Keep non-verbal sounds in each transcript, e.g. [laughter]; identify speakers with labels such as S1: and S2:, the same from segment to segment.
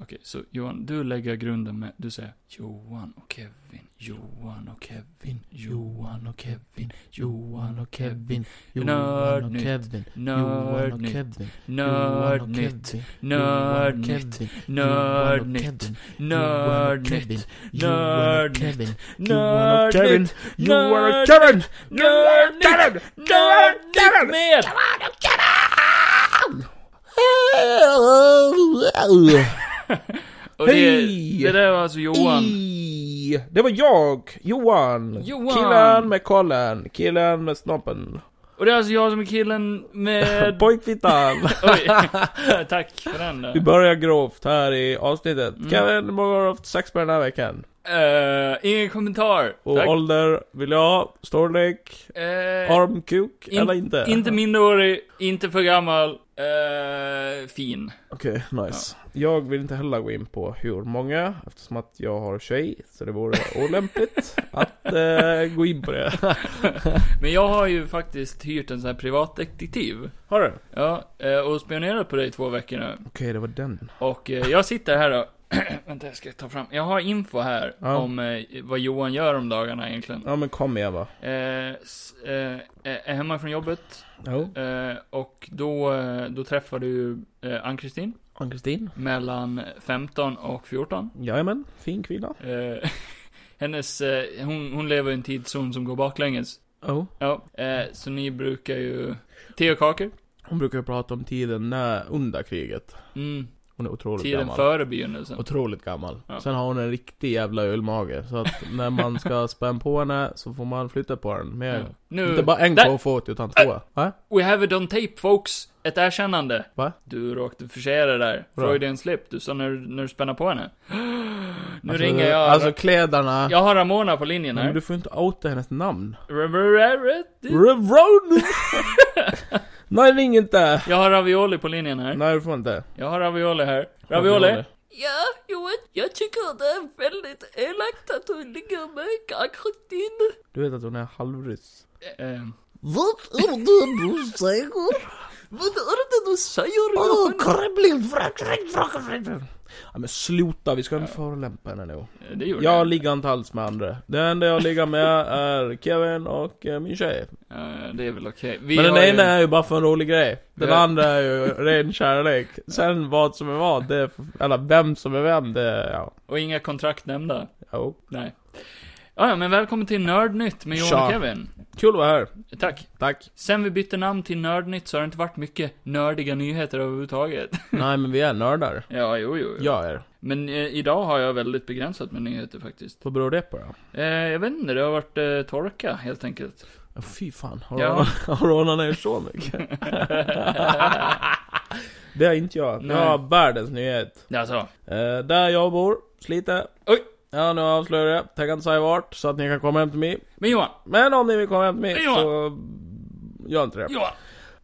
S1: Okej, så Johan, du lägger grunden med, du säger Johan och Kevin, Johan och Kevin, Johan och Kevin, Johan och Kevin,
S2: Johan och
S1: Nördnytt.
S2: Kevin. Johan och
S1: Nördnytt,
S2: Kevin.
S1: Nördnytt, Nördnytt, Nördnytt, Nördnytt, Nördnytt, Nördnytt, Johan och
S2: Kevin!
S1: Nördnytt, Nördnytt med! Och det,
S2: Hej!
S1: det där var alltså Johan.
S2: I- Det var jag, Johan.
S1: Johan.
S2: Killen med kollen, killen med snoppen.
S1: Och det är alltså jag som är killen
S2: [laughs]
S1: med...
S2: Pojkfittan.
S1: [laughs] Oj, tack för den.
S2: Vi börjar grovt här i avsnittet.
S1: Mm.
S2: Kevin, hur många år har du haft sex med den här veckan?
S1: Eh, ingen kommentar.
S2: Och
S1: Tack.
S2: ålder vill jag ha, storlek,
S1: Eh,
S2: armkuk
S1: in-
S2: eller inte?
S1: Inte minderårig, inte för gammal, eh, fin.
S2: Okej, nice. Jag vill inte heller gå in på hur många, eftersom att jag har tjej, så det vore
S1: [laughs]
S2: olämpligt att eh, gå in på det.
S1: [laughs] Men jag har ju faktiskt hyrt en sån här privatdetektiv.
S2: Har du? Okej,
S1: Ja, eh, och spionerat på dig i två veckor nu.
S2: det var den.
S1: Och eh, jag sitter här och... [clears throat] Vänta, jag ska ta fram. Jag har info här
S2: Ja.
S1: om eh, vad Johan gör om dagarna egentligen.
S2: Ja men kom igen va.
S1: Eh, s- eh, är hemma från jobbet.
S2: Jo.
S1: Eh, och då, eh, då träffar du eh, Ann-Kristin.
S2: Ann-Kristin?
S1: Mellan 15 och 14.
S2: Jajamän, fin kvinna.
S1: Eh, [laughs] hennes, eh, hon, hon lever i en tidszon som går baklänges.
S2: Jo.
S1: Ja, eh, så ni brukar ju te och kakor.
S2: Hon brukar ju prata om tiden när, under kriget.
S1: Mm,
S2: Hon är otroligt
S1: tiden
S2: gammal.
S1: före begynnelsen.
S2: Otroligt gammal.
S1: Ja.
S2: Sen har hon en riktig jävla ölmage. Så att när man
S1: [laughs]
S2: ska spänna på henne så får man flytta på den.
S1: Ja.
S2: Mer.
S1: Mm. Nu,
S2: Inte bara en
S1: Där-
S2: K40 utan två. Va?
S1: we have it on tape folks! Ett erkännande.
S2: Va?
S1: Du råkade försäga dig där.
S2: Bra.
S1: Freudian slip. Du sa när, du- när du spänner på henne. [gasps] Nu
S2: Alltså,
S1: ringer jag.
S2: Alltså kläderna.
S1: jag har Ramona på linjen
S2: Men
S1: här.
S2: du får inte outa hennes namn.
S1: [laughs]
S2: Revron! Nej, ring inte!
S1: Jag har Ravioli på linjen här.
S2: Nej, du får inte.
S1: Jag har Ravioli här. Ravioli?
S3: Ja, Johan, jag tycker det är väldigt elakt att hon ligger med Ann-Kristin.
S2: Du vet att hon är halvryss.
S1: Eh,
S4: Vad är det du säger?
S3: Vad är det du säger
S4: Åh,
S3: Johan?
S4: Kremlin, Frankrike, Frankrike.
S2: Ja, men sluta, vi ska inte förolämpa henne nu.
S1: det gjorde
S2: Jag ligger inte alls med andra. Det enda jag ligger med är Kevin och eh, min tjej.
S1: Eh, det är väl okej. Vi
S2: Men den
S1: har ju-
S2: ena är ju bara för en rolig grej. Den
S1: Ja.
S2: andra är ju ren kärlek. Sen vad som är vad, det är, eller vem som är vem, det är, ja.
S1: Och inga kontrakt nämnda.
S2: Jo.
S1: Nej. Ja, ja, men välkommen till Nördnytt med Johan och
S2: Tja.
S1: Kevin.
S2: Kul att vara här.
S1: Tack.
S2: Tack.
S1: Sen vi bytte namn till Nördnytt så har det inte varit mycket nördiga nyheter överhuvudtaget.
S2: Nej men vi är nördar.
S1: [laughs] ja, jo, jo. jo.
S2: Jag är.
S1: Men eh, idag har jag väldigt begränsat med nyheter faktiskt.
S2: Vad beror det på då?
S1: Eh, jag vet inte, det har varit eh, torka helt enkelt. [laughs]
S2: Ja, Fy fan, har
S1: Ja.
S2: du- [laughs] har du ordnat ner så mycket? det är inte jag. Jag har världens nyhet.
S1: alltså,
S2: Eh, där jag bor, Slite.
S1: Oj.
S2: Ja, nu avslöjar jag det. Tänker inte säga vart, så att ni kan komma hem till mig.
S1: men Johan,
S2: Men om ni vill komma hem till mig,
S1: Johan.
S2: så... Gör inte det.
S1: Johan!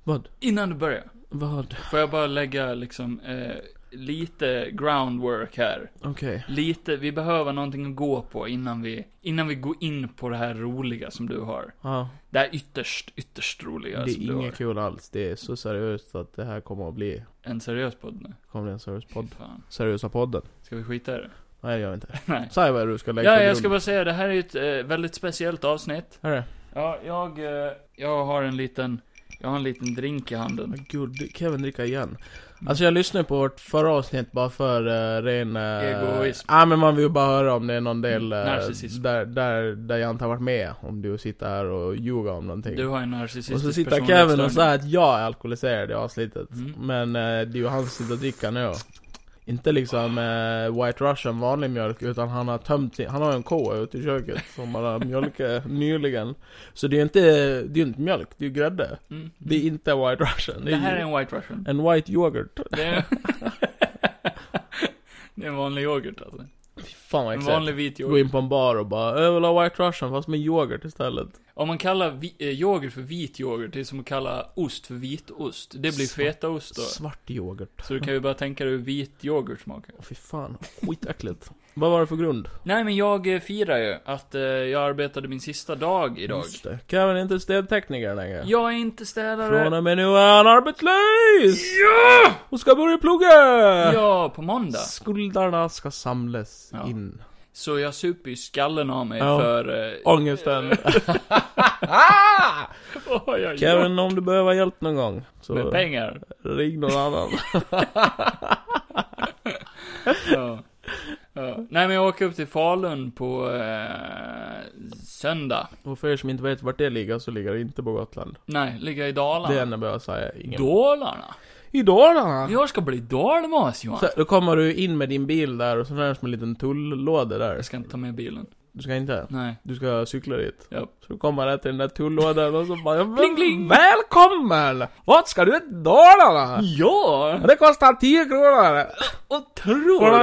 S2: Vad?
S1: Innan du börjar,
S2: Vad?
S1: får jag bara lägga liksom eh, lite groundwork här.
S2: Okej.
S1: Lite, vi behöver någonting att gå på innan vi, innan vi går in på det här roliga som du har.
S2: Ja,
S1: Det här ytterst, ytterst roliga
S2: det
S1: som du
S2: är
S1: har.
S2: inget kul alls. Det är så seriöst att det här kommer att bli...
S1: En seriös podd nu.
S2: Kommer bli en seriös podd.
S1: Fy Fan.
S2: Seriösa podden.
S1: Ska vi skita i det?
S2: Nej, det gör vi inte.
S1: [laughs] Nej.
S2: Säg vad du ska lägga
S1: Ja,
S2: till
S1: jag ska
S2: grund.
S1: bara säga, det här är ju ett eh, väldigt speciellt avsnitt.
S2: Här är
S1: Ja, jag, eh, jag har en liten, jag har en liten drink i handen.
S2: Men gud, det- Kevin dricka igen. Alltså jag lyssnade på vårt förra avsnitt bara för eh, ren... eh,
S1: Egoism.
S2: Ja men man vill ju bara höra om det är någon del eh,
S1: Narcissism.
S2: där, där, där jag inte har varit med. Om du sitter här och ljuger om någonting.
S1: Du har en
S2: och
S1: narcissistisk
S2: så sitter
S1: personlighetsstörning.
S2: Kevin och säger att jag är alkoholiserad i avsnittet.
S1: Mm.
S2: Men eh, det är ju han som sitter och dricker nu. Inte liksom eh, White Russian vanlig mjölk, utan han har tömt sin, han har en ko ute i köket som han har
S1: [laughs]
S2: mjölkat nyligen. Så det är ju inte, det är ju inte mjölk, det är ju grädde.
S1: Mm.
S2: Det är inte White Russian.
S1: Det här är en white
S2: [laughs]
S1: russian.
S2: En white yoghurt.
S1: Det är, [laughs] det är en vanlig yoghurt alltså.
S2: Fy fan vad
S1: En
S2: äckligt.
S1: vanlig vit
S2: Gå
S1: yoghurt.
S2: "Äh, in på en bar och bara 'Jag vill ha white russian fast med yoghurt istället'
S1: Om man kallar vi, eh, yoghurt för vit yoghurt, det är som att kalla ost för vitost. Det blir
S2: Svart-
S1: fetaost då.
S2: Svart yoghurt.
S1: Så du kan ju bara tänka dig hur vit yoghurt smakar.
S2: Åh, fy fan, skitäckligt. Vad var det för grund?
S1: Nej men jag eh, firar ju att eh, jag arbetade min sista dag idag.
S2: Just det. Kevin är inte städtekniker längre.
S1: Jag är inte städare.
S2: Från och med nu är han arbetslös!
S1: Ja!
S2: Och ska börja plugga!
S1: Ja, på måndag.
S2: Skulderna ska samlas
S1: Ja.
S2: in.
S1: Så jag super ju skallen av mig
S2: Ja.
S1: för... Eh, [laughs]
S2: Ångesten.
S1: vad jag gör
S2: Kevin, om du behöver hjälp någon gång,
S1: Med
S2: så
S1: pengar.
S2: ring någon annan.
S1: Ja. Ja. Nej men jag åker upp till Falun på eh, söndag.
S2: Och för er som inte vet vart det ligger, så ligger det inte på Gotland.
S1: Nej, ligger i
S2: Det
S1: Dalarna.
S2: innebär att säga ingen.
S1: Dalarna?
S2: I Dalarna!
S1: Jag ska bli dalmas Johan.
S2: Så, då kommer du in med din bil där, och så är det som en liten tullåda där.
S1: Jag ska inte ta med bilen.
S2: Du ska inte?
S1: Nej.
S2: Du ska cykla dit?
S1: Japp.
S2: Så du kommer där till den där tullådan och så bara ja,
S1: Pling, pling.
S2: Välkommen! Vart ska du till Dalarna?
S1: Ja!
S2: Det kostar 10 kronor! Förra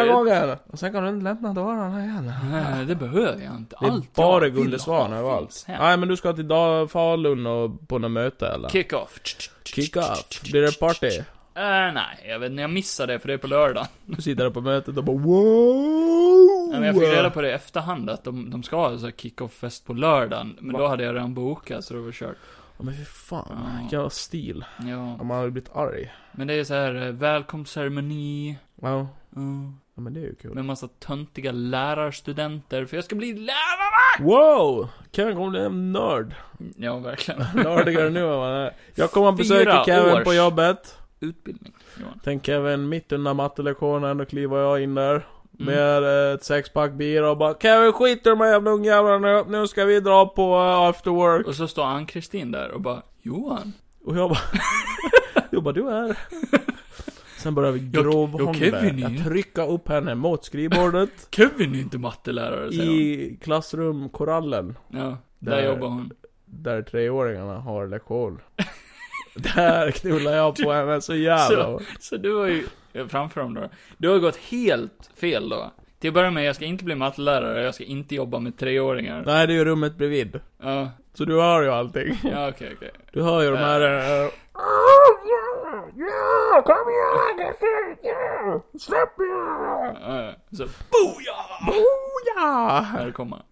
S1: Otroligt!
S2: gången! Och sen kan du inte lämna Dalarna igen.
S1: Nej, det behöver jag inte.
S2: Det är
S1: Allt
S2: bara
S1: jag vill
S2: Gunde Svan
S1: ha
S2: överallt.
S1: finns här.
S2: Nej men du ska till da- Falun och på något möte eller?
S1: Kick-off.
S2: Kick off. Blir det party?
S1: Eh, nej, jag vet inte. Jag missade det för det är på lördag.
S2: Du sitter där på mötet och bara wow!
S1: Nej, men jag fick reda på det i efterhand att de, de ska ha så här kick-off-fest på lördagen. Men då hade jag redan bokat så det var kört.
S2: Ja, men fy fan,
S1: Ja.
S2: vilken stil. Ja,
S1: Ja.
S2: man hade blivit arg.
S1: Men det är så här eh, välkomstceremoni.
S2: Ja,
S1: Mm.
S2: ja men det är ju kul.
S1: Med massa töntiga lärarstudenter. För jag ska bli lärare!
S2: Wow! Kevin kommer bli en nörd.
S1: Ja, verkligen.
S2: Nördigare nu än vad han är. Jag kommer att
S1: Fyra
S2: besöka Kevin
S1: års.
S2: på jobbet.
S1: Utbildning, Johan.
S2: Tänk Kevin, mitt under mattelektionen, då kliver jag in
S1: Mm.
S2: där. Med eh, ett sexpack bira och bara Kevin skit i de här jävla ungjävlarna nu, nu ska vi dra på eh, after work.
S1: Och så står Ann-Kristin där och bara Johan,
S2: Och jag bara [laughs] Jag bara du är Sen börjar vi
S1: Jag- jag
S2: grovhångla.
S1: Kevin är ju-
S2: Jag trycker upp henne mot skrivbordet
S1: [laughs] Kevin är inte mattelärare, säger hon.
S2: I klassrumkorallen
S1: Ja, där,
S2: Där-
S1: jobbar hon.
S2: Där treåringarna har lektion [laughs] Där knullar jag på henne så jävla hårt.
S1: Så du har ju, ja, framför dem då. Du har gått helt fel då. Till att börja med, jag ska inte bli mattelärare, jag ska inte jobba med treåringar.
S2: Nej det är ju rummet bredvid
S1: Ja,
S2: Så du hör ju allting
S1: ja okej, okej.
S2: Du hör ju de här eh,
S1: Ja, ja. Så, boja!
S2: Boja!
S1: Här kommer han.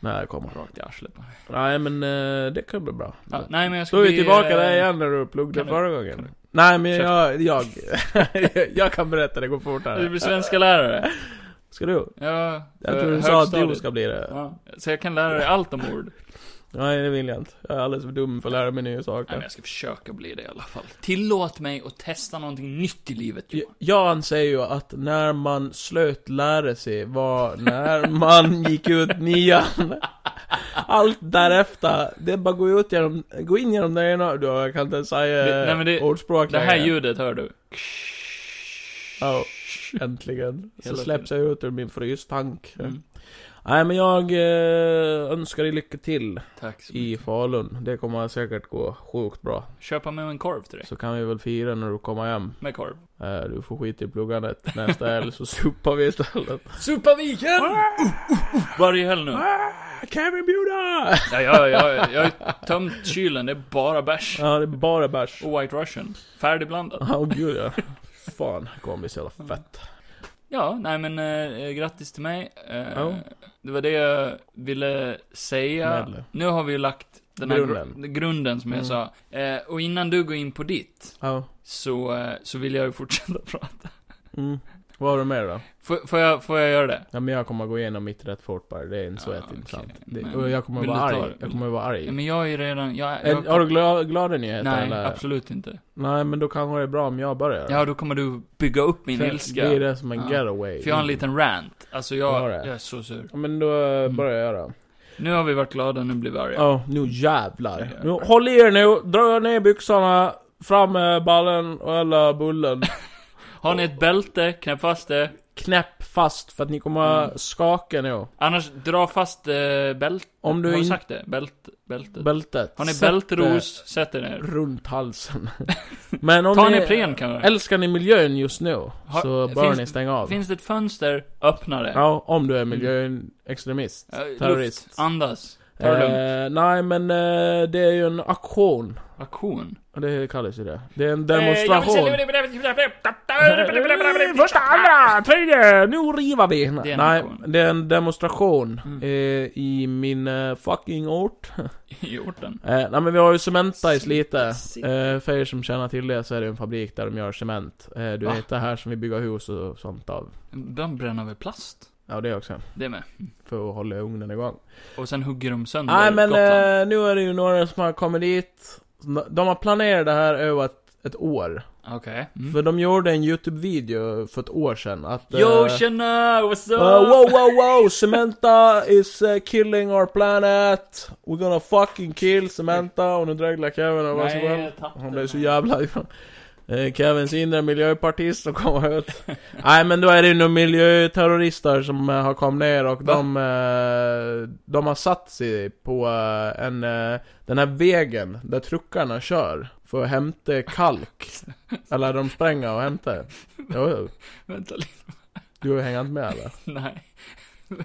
S2: Nej det kommer
S1: Rakt i arslet på mig.
S2: Nej men eh, det kan bli bra
S1: ja, Nej men jag ska
S2: Då är vi
S1: bli,
S2: tillbaka
S1: eh,
S2: där igen när du pluggade
S1: kan du-
S2: förra
S1: kan du-
S2: gången. Nej men
S1: Ursäkta.
S2: jag, jag, jag [laughs] kan berätta, det går
S1: Du
S2: fortare.
S1: blir svenska lärare.
S2: Ska du?
S1: Ja,
S2: Jag
S1: eh,
S2: tror du sa att du
S1: högstadiet.
S2: ska bli det.
S1: Ja, så jag kan lära dig allt om ord.
S2: Nej det vill jag inte. Jag är alldeles för dum för att lära mig nya
S1: Nej, men
S2: saker.
S1: jag ska försöka bli det i alla fall. Tillåt mig att testa någonting nytt i livet,
S2: Jag-
S1: Johan.
S2: Jag anser ju att när man slöt lära sig var när man gick ut nian. Allt därefter, det är bara att gå ut genom, gå in genom den ena, då, jag kan inte säga
S1: Det- nej, men det-
S2: ordspråk
S1: Det här
S2: längre.
S1: ljudet hör du.
S2: Ja, äntligen. Så
S1: Hela
S2: släpps jag ut ur min frystank.
S1: Mm.
S2: Nej men jag eh, önskar dig lycka till
S1: Tack så mycket.
S2: i Falun. Det kommer säkert gå sjukt bra.
S1: Köpa med mig en korv till dig.
S2: Så kan vi väl fira när du kommer hem.
S1: Med korv.
S2: Eh, du får skit i pluggandet nästa helg så supar vi istället.
S1: Superviken! Varje
S2: [laughs]
S1: helg nu. Ah,
S2: Kevin bjuda!
S1: Ja, jag, jag, jag har tömt kylen, det är bara bärs.
S2: Ja det är bara bärs.
S1: Och White Russian. Färdigblandat.
S2: Åh gud ja. Fan, det kommer bli så jävla fett.
S1: Ja, nej men eh, grattis till mig. Eh,
S2: Ja.
S1: Det var det jag ville säga.
S2: Medle.
S1: Nu har vi ju lagt den här
S2: Grunden.
S1: grunden, grunden som jag
S2: Mm.
S1: sa. Eh, och innan du går in på ditt,
S2: Ja.
S1: så, eh, så vill jag ju fortsätta [laughs] prata.
S2: Mm. Vad har du mer då?
S1: Får, får, jag, får jag göra det?
S2: Ja men jag kommer gå igenom mitt rätt fort bara. Det är inte så
S1: Ja,
S2: jätteintressant.
S1: okej.
S2: Det-
S1: Men-
S2: Och jag kommer
S1: Vill
S2: vara
S1: du ta-
S2: arg. Jag kommer vara arg.
S1: Ja, men jag är ju redan, jag,
S2: Eh,
S1: jag
S2: Har du gla glada nyheter
S1: Nej,
S2: eller?
S1: absolut inte.
S2: Nej, men då kanske det är bra om jag börjar.
S1: Ja, då kommer du bygga upp min ilska.
S2: Det är det som en
S1: Ja.
S2: getaway.
S1: För jag har en liten Mm. rant. Alltså
S2: Har
S1: jag,
S2: det?
S1: jag är så sur.
S2: Ja, men då eh, börjar jag då.
S1: Nu har vi varit glada, nu blir vi arga.
S2: Ja, nu jävlar.
S1: Ja.
S2: Nu, håll i er nu, dra ner byxorna, fram med ballen eller
S1: [laughs]
S2: bullen.
S1: Har ni ett bälte, knäpp fast det.
S2: Knäpp fast för att ni kommer
S1: Mm.
S2: skaka nu.
S1: Annars, dra fast eh, bält...
S2: Om du
S1: har du
S2: in-
S1: sagt det? Bält, bältet?
S2: Bältet.
S1: har ni
S2: Sätt
S1: bältros, sätt er
S2: det
S1: ner. [laughs]
S2: Runt halsen. men om
S1: Ta en
S2: ni
S1: Ipren kanske.
S2: älskar ni miljön just nu,
S1: Har-
S2: så bör
S1: finns-
S2: ni stänga av.
S1: Finns det ett fönster, öppna det. Mm.
S2: Ja, om du är miljöextremist.
S1: Eh, luft,
S2: terrorist.
S1: andas. Ta det
S2: Eh, nej men eh, det är ju en aktion.
S1: Aktion?
S2: Och Det kallas ju det. Det är en
S1: Eh, jag
S2: demonstration.
S1: vill se-
S2: Eh, Första, andra, tredje! Nu river vi!
S1: Det är en
S2: Nej,
S1: aktion.
S2: det är en demonstration
S1: Mm.
S2: eh, i min eh, fucking ort.
S1: I orten?
S2: Eh, nej men vi har ju Cementa
S3: Sitta,
S2: i Slite.
S3: sitta.
S2: Eh, för er som känner till det så är det en fabrik där de gör cement. Eh, du
S1: Va?
S2: vet det här som vi bygger hus och sånt av.
S1: De bränner väl plast?
S2: Ja det också.
S1: Det med.
S2: För att hålla ugnen igång.
S1: Och sen hugger de sönder
S2: Nej men
S1: Mm, Gotland.
S2: eh, nu är det ju några som har kommit dit. De har planerat det här över ett, ett år.
S1: Okej. Mm.
S2: För de gjorde en YouTube-video för ett år sedan att... eh,
S1: Yo tjena! What's up?
S2: Uh, wow, wow, wow! Cementa is uh, killing our planet! We're gonna fucking kill Cementa! Och nu dreglar Kevin över sig
S1: Nej, jag
S2: själv.
S1: tappade
S2: Han blev så
S1: den.
S2: jävla... [laughs] Eh, Kevins inre miljöpartist som kommer ut. Nej men då är det ju några miljöterrorister som eh, har kommit ner och
S1: Va?
S2: de, eh, de har satt sig på eh, en, eh, den här vägen där truckarna kör. För att
S1: [laughs]
S2: hämta kalk. Eller de spränger och hämtar. Jo, jo.
S1: Vänta lite.
S2: du hänger inte med eller?
S1: [laughs] Nej,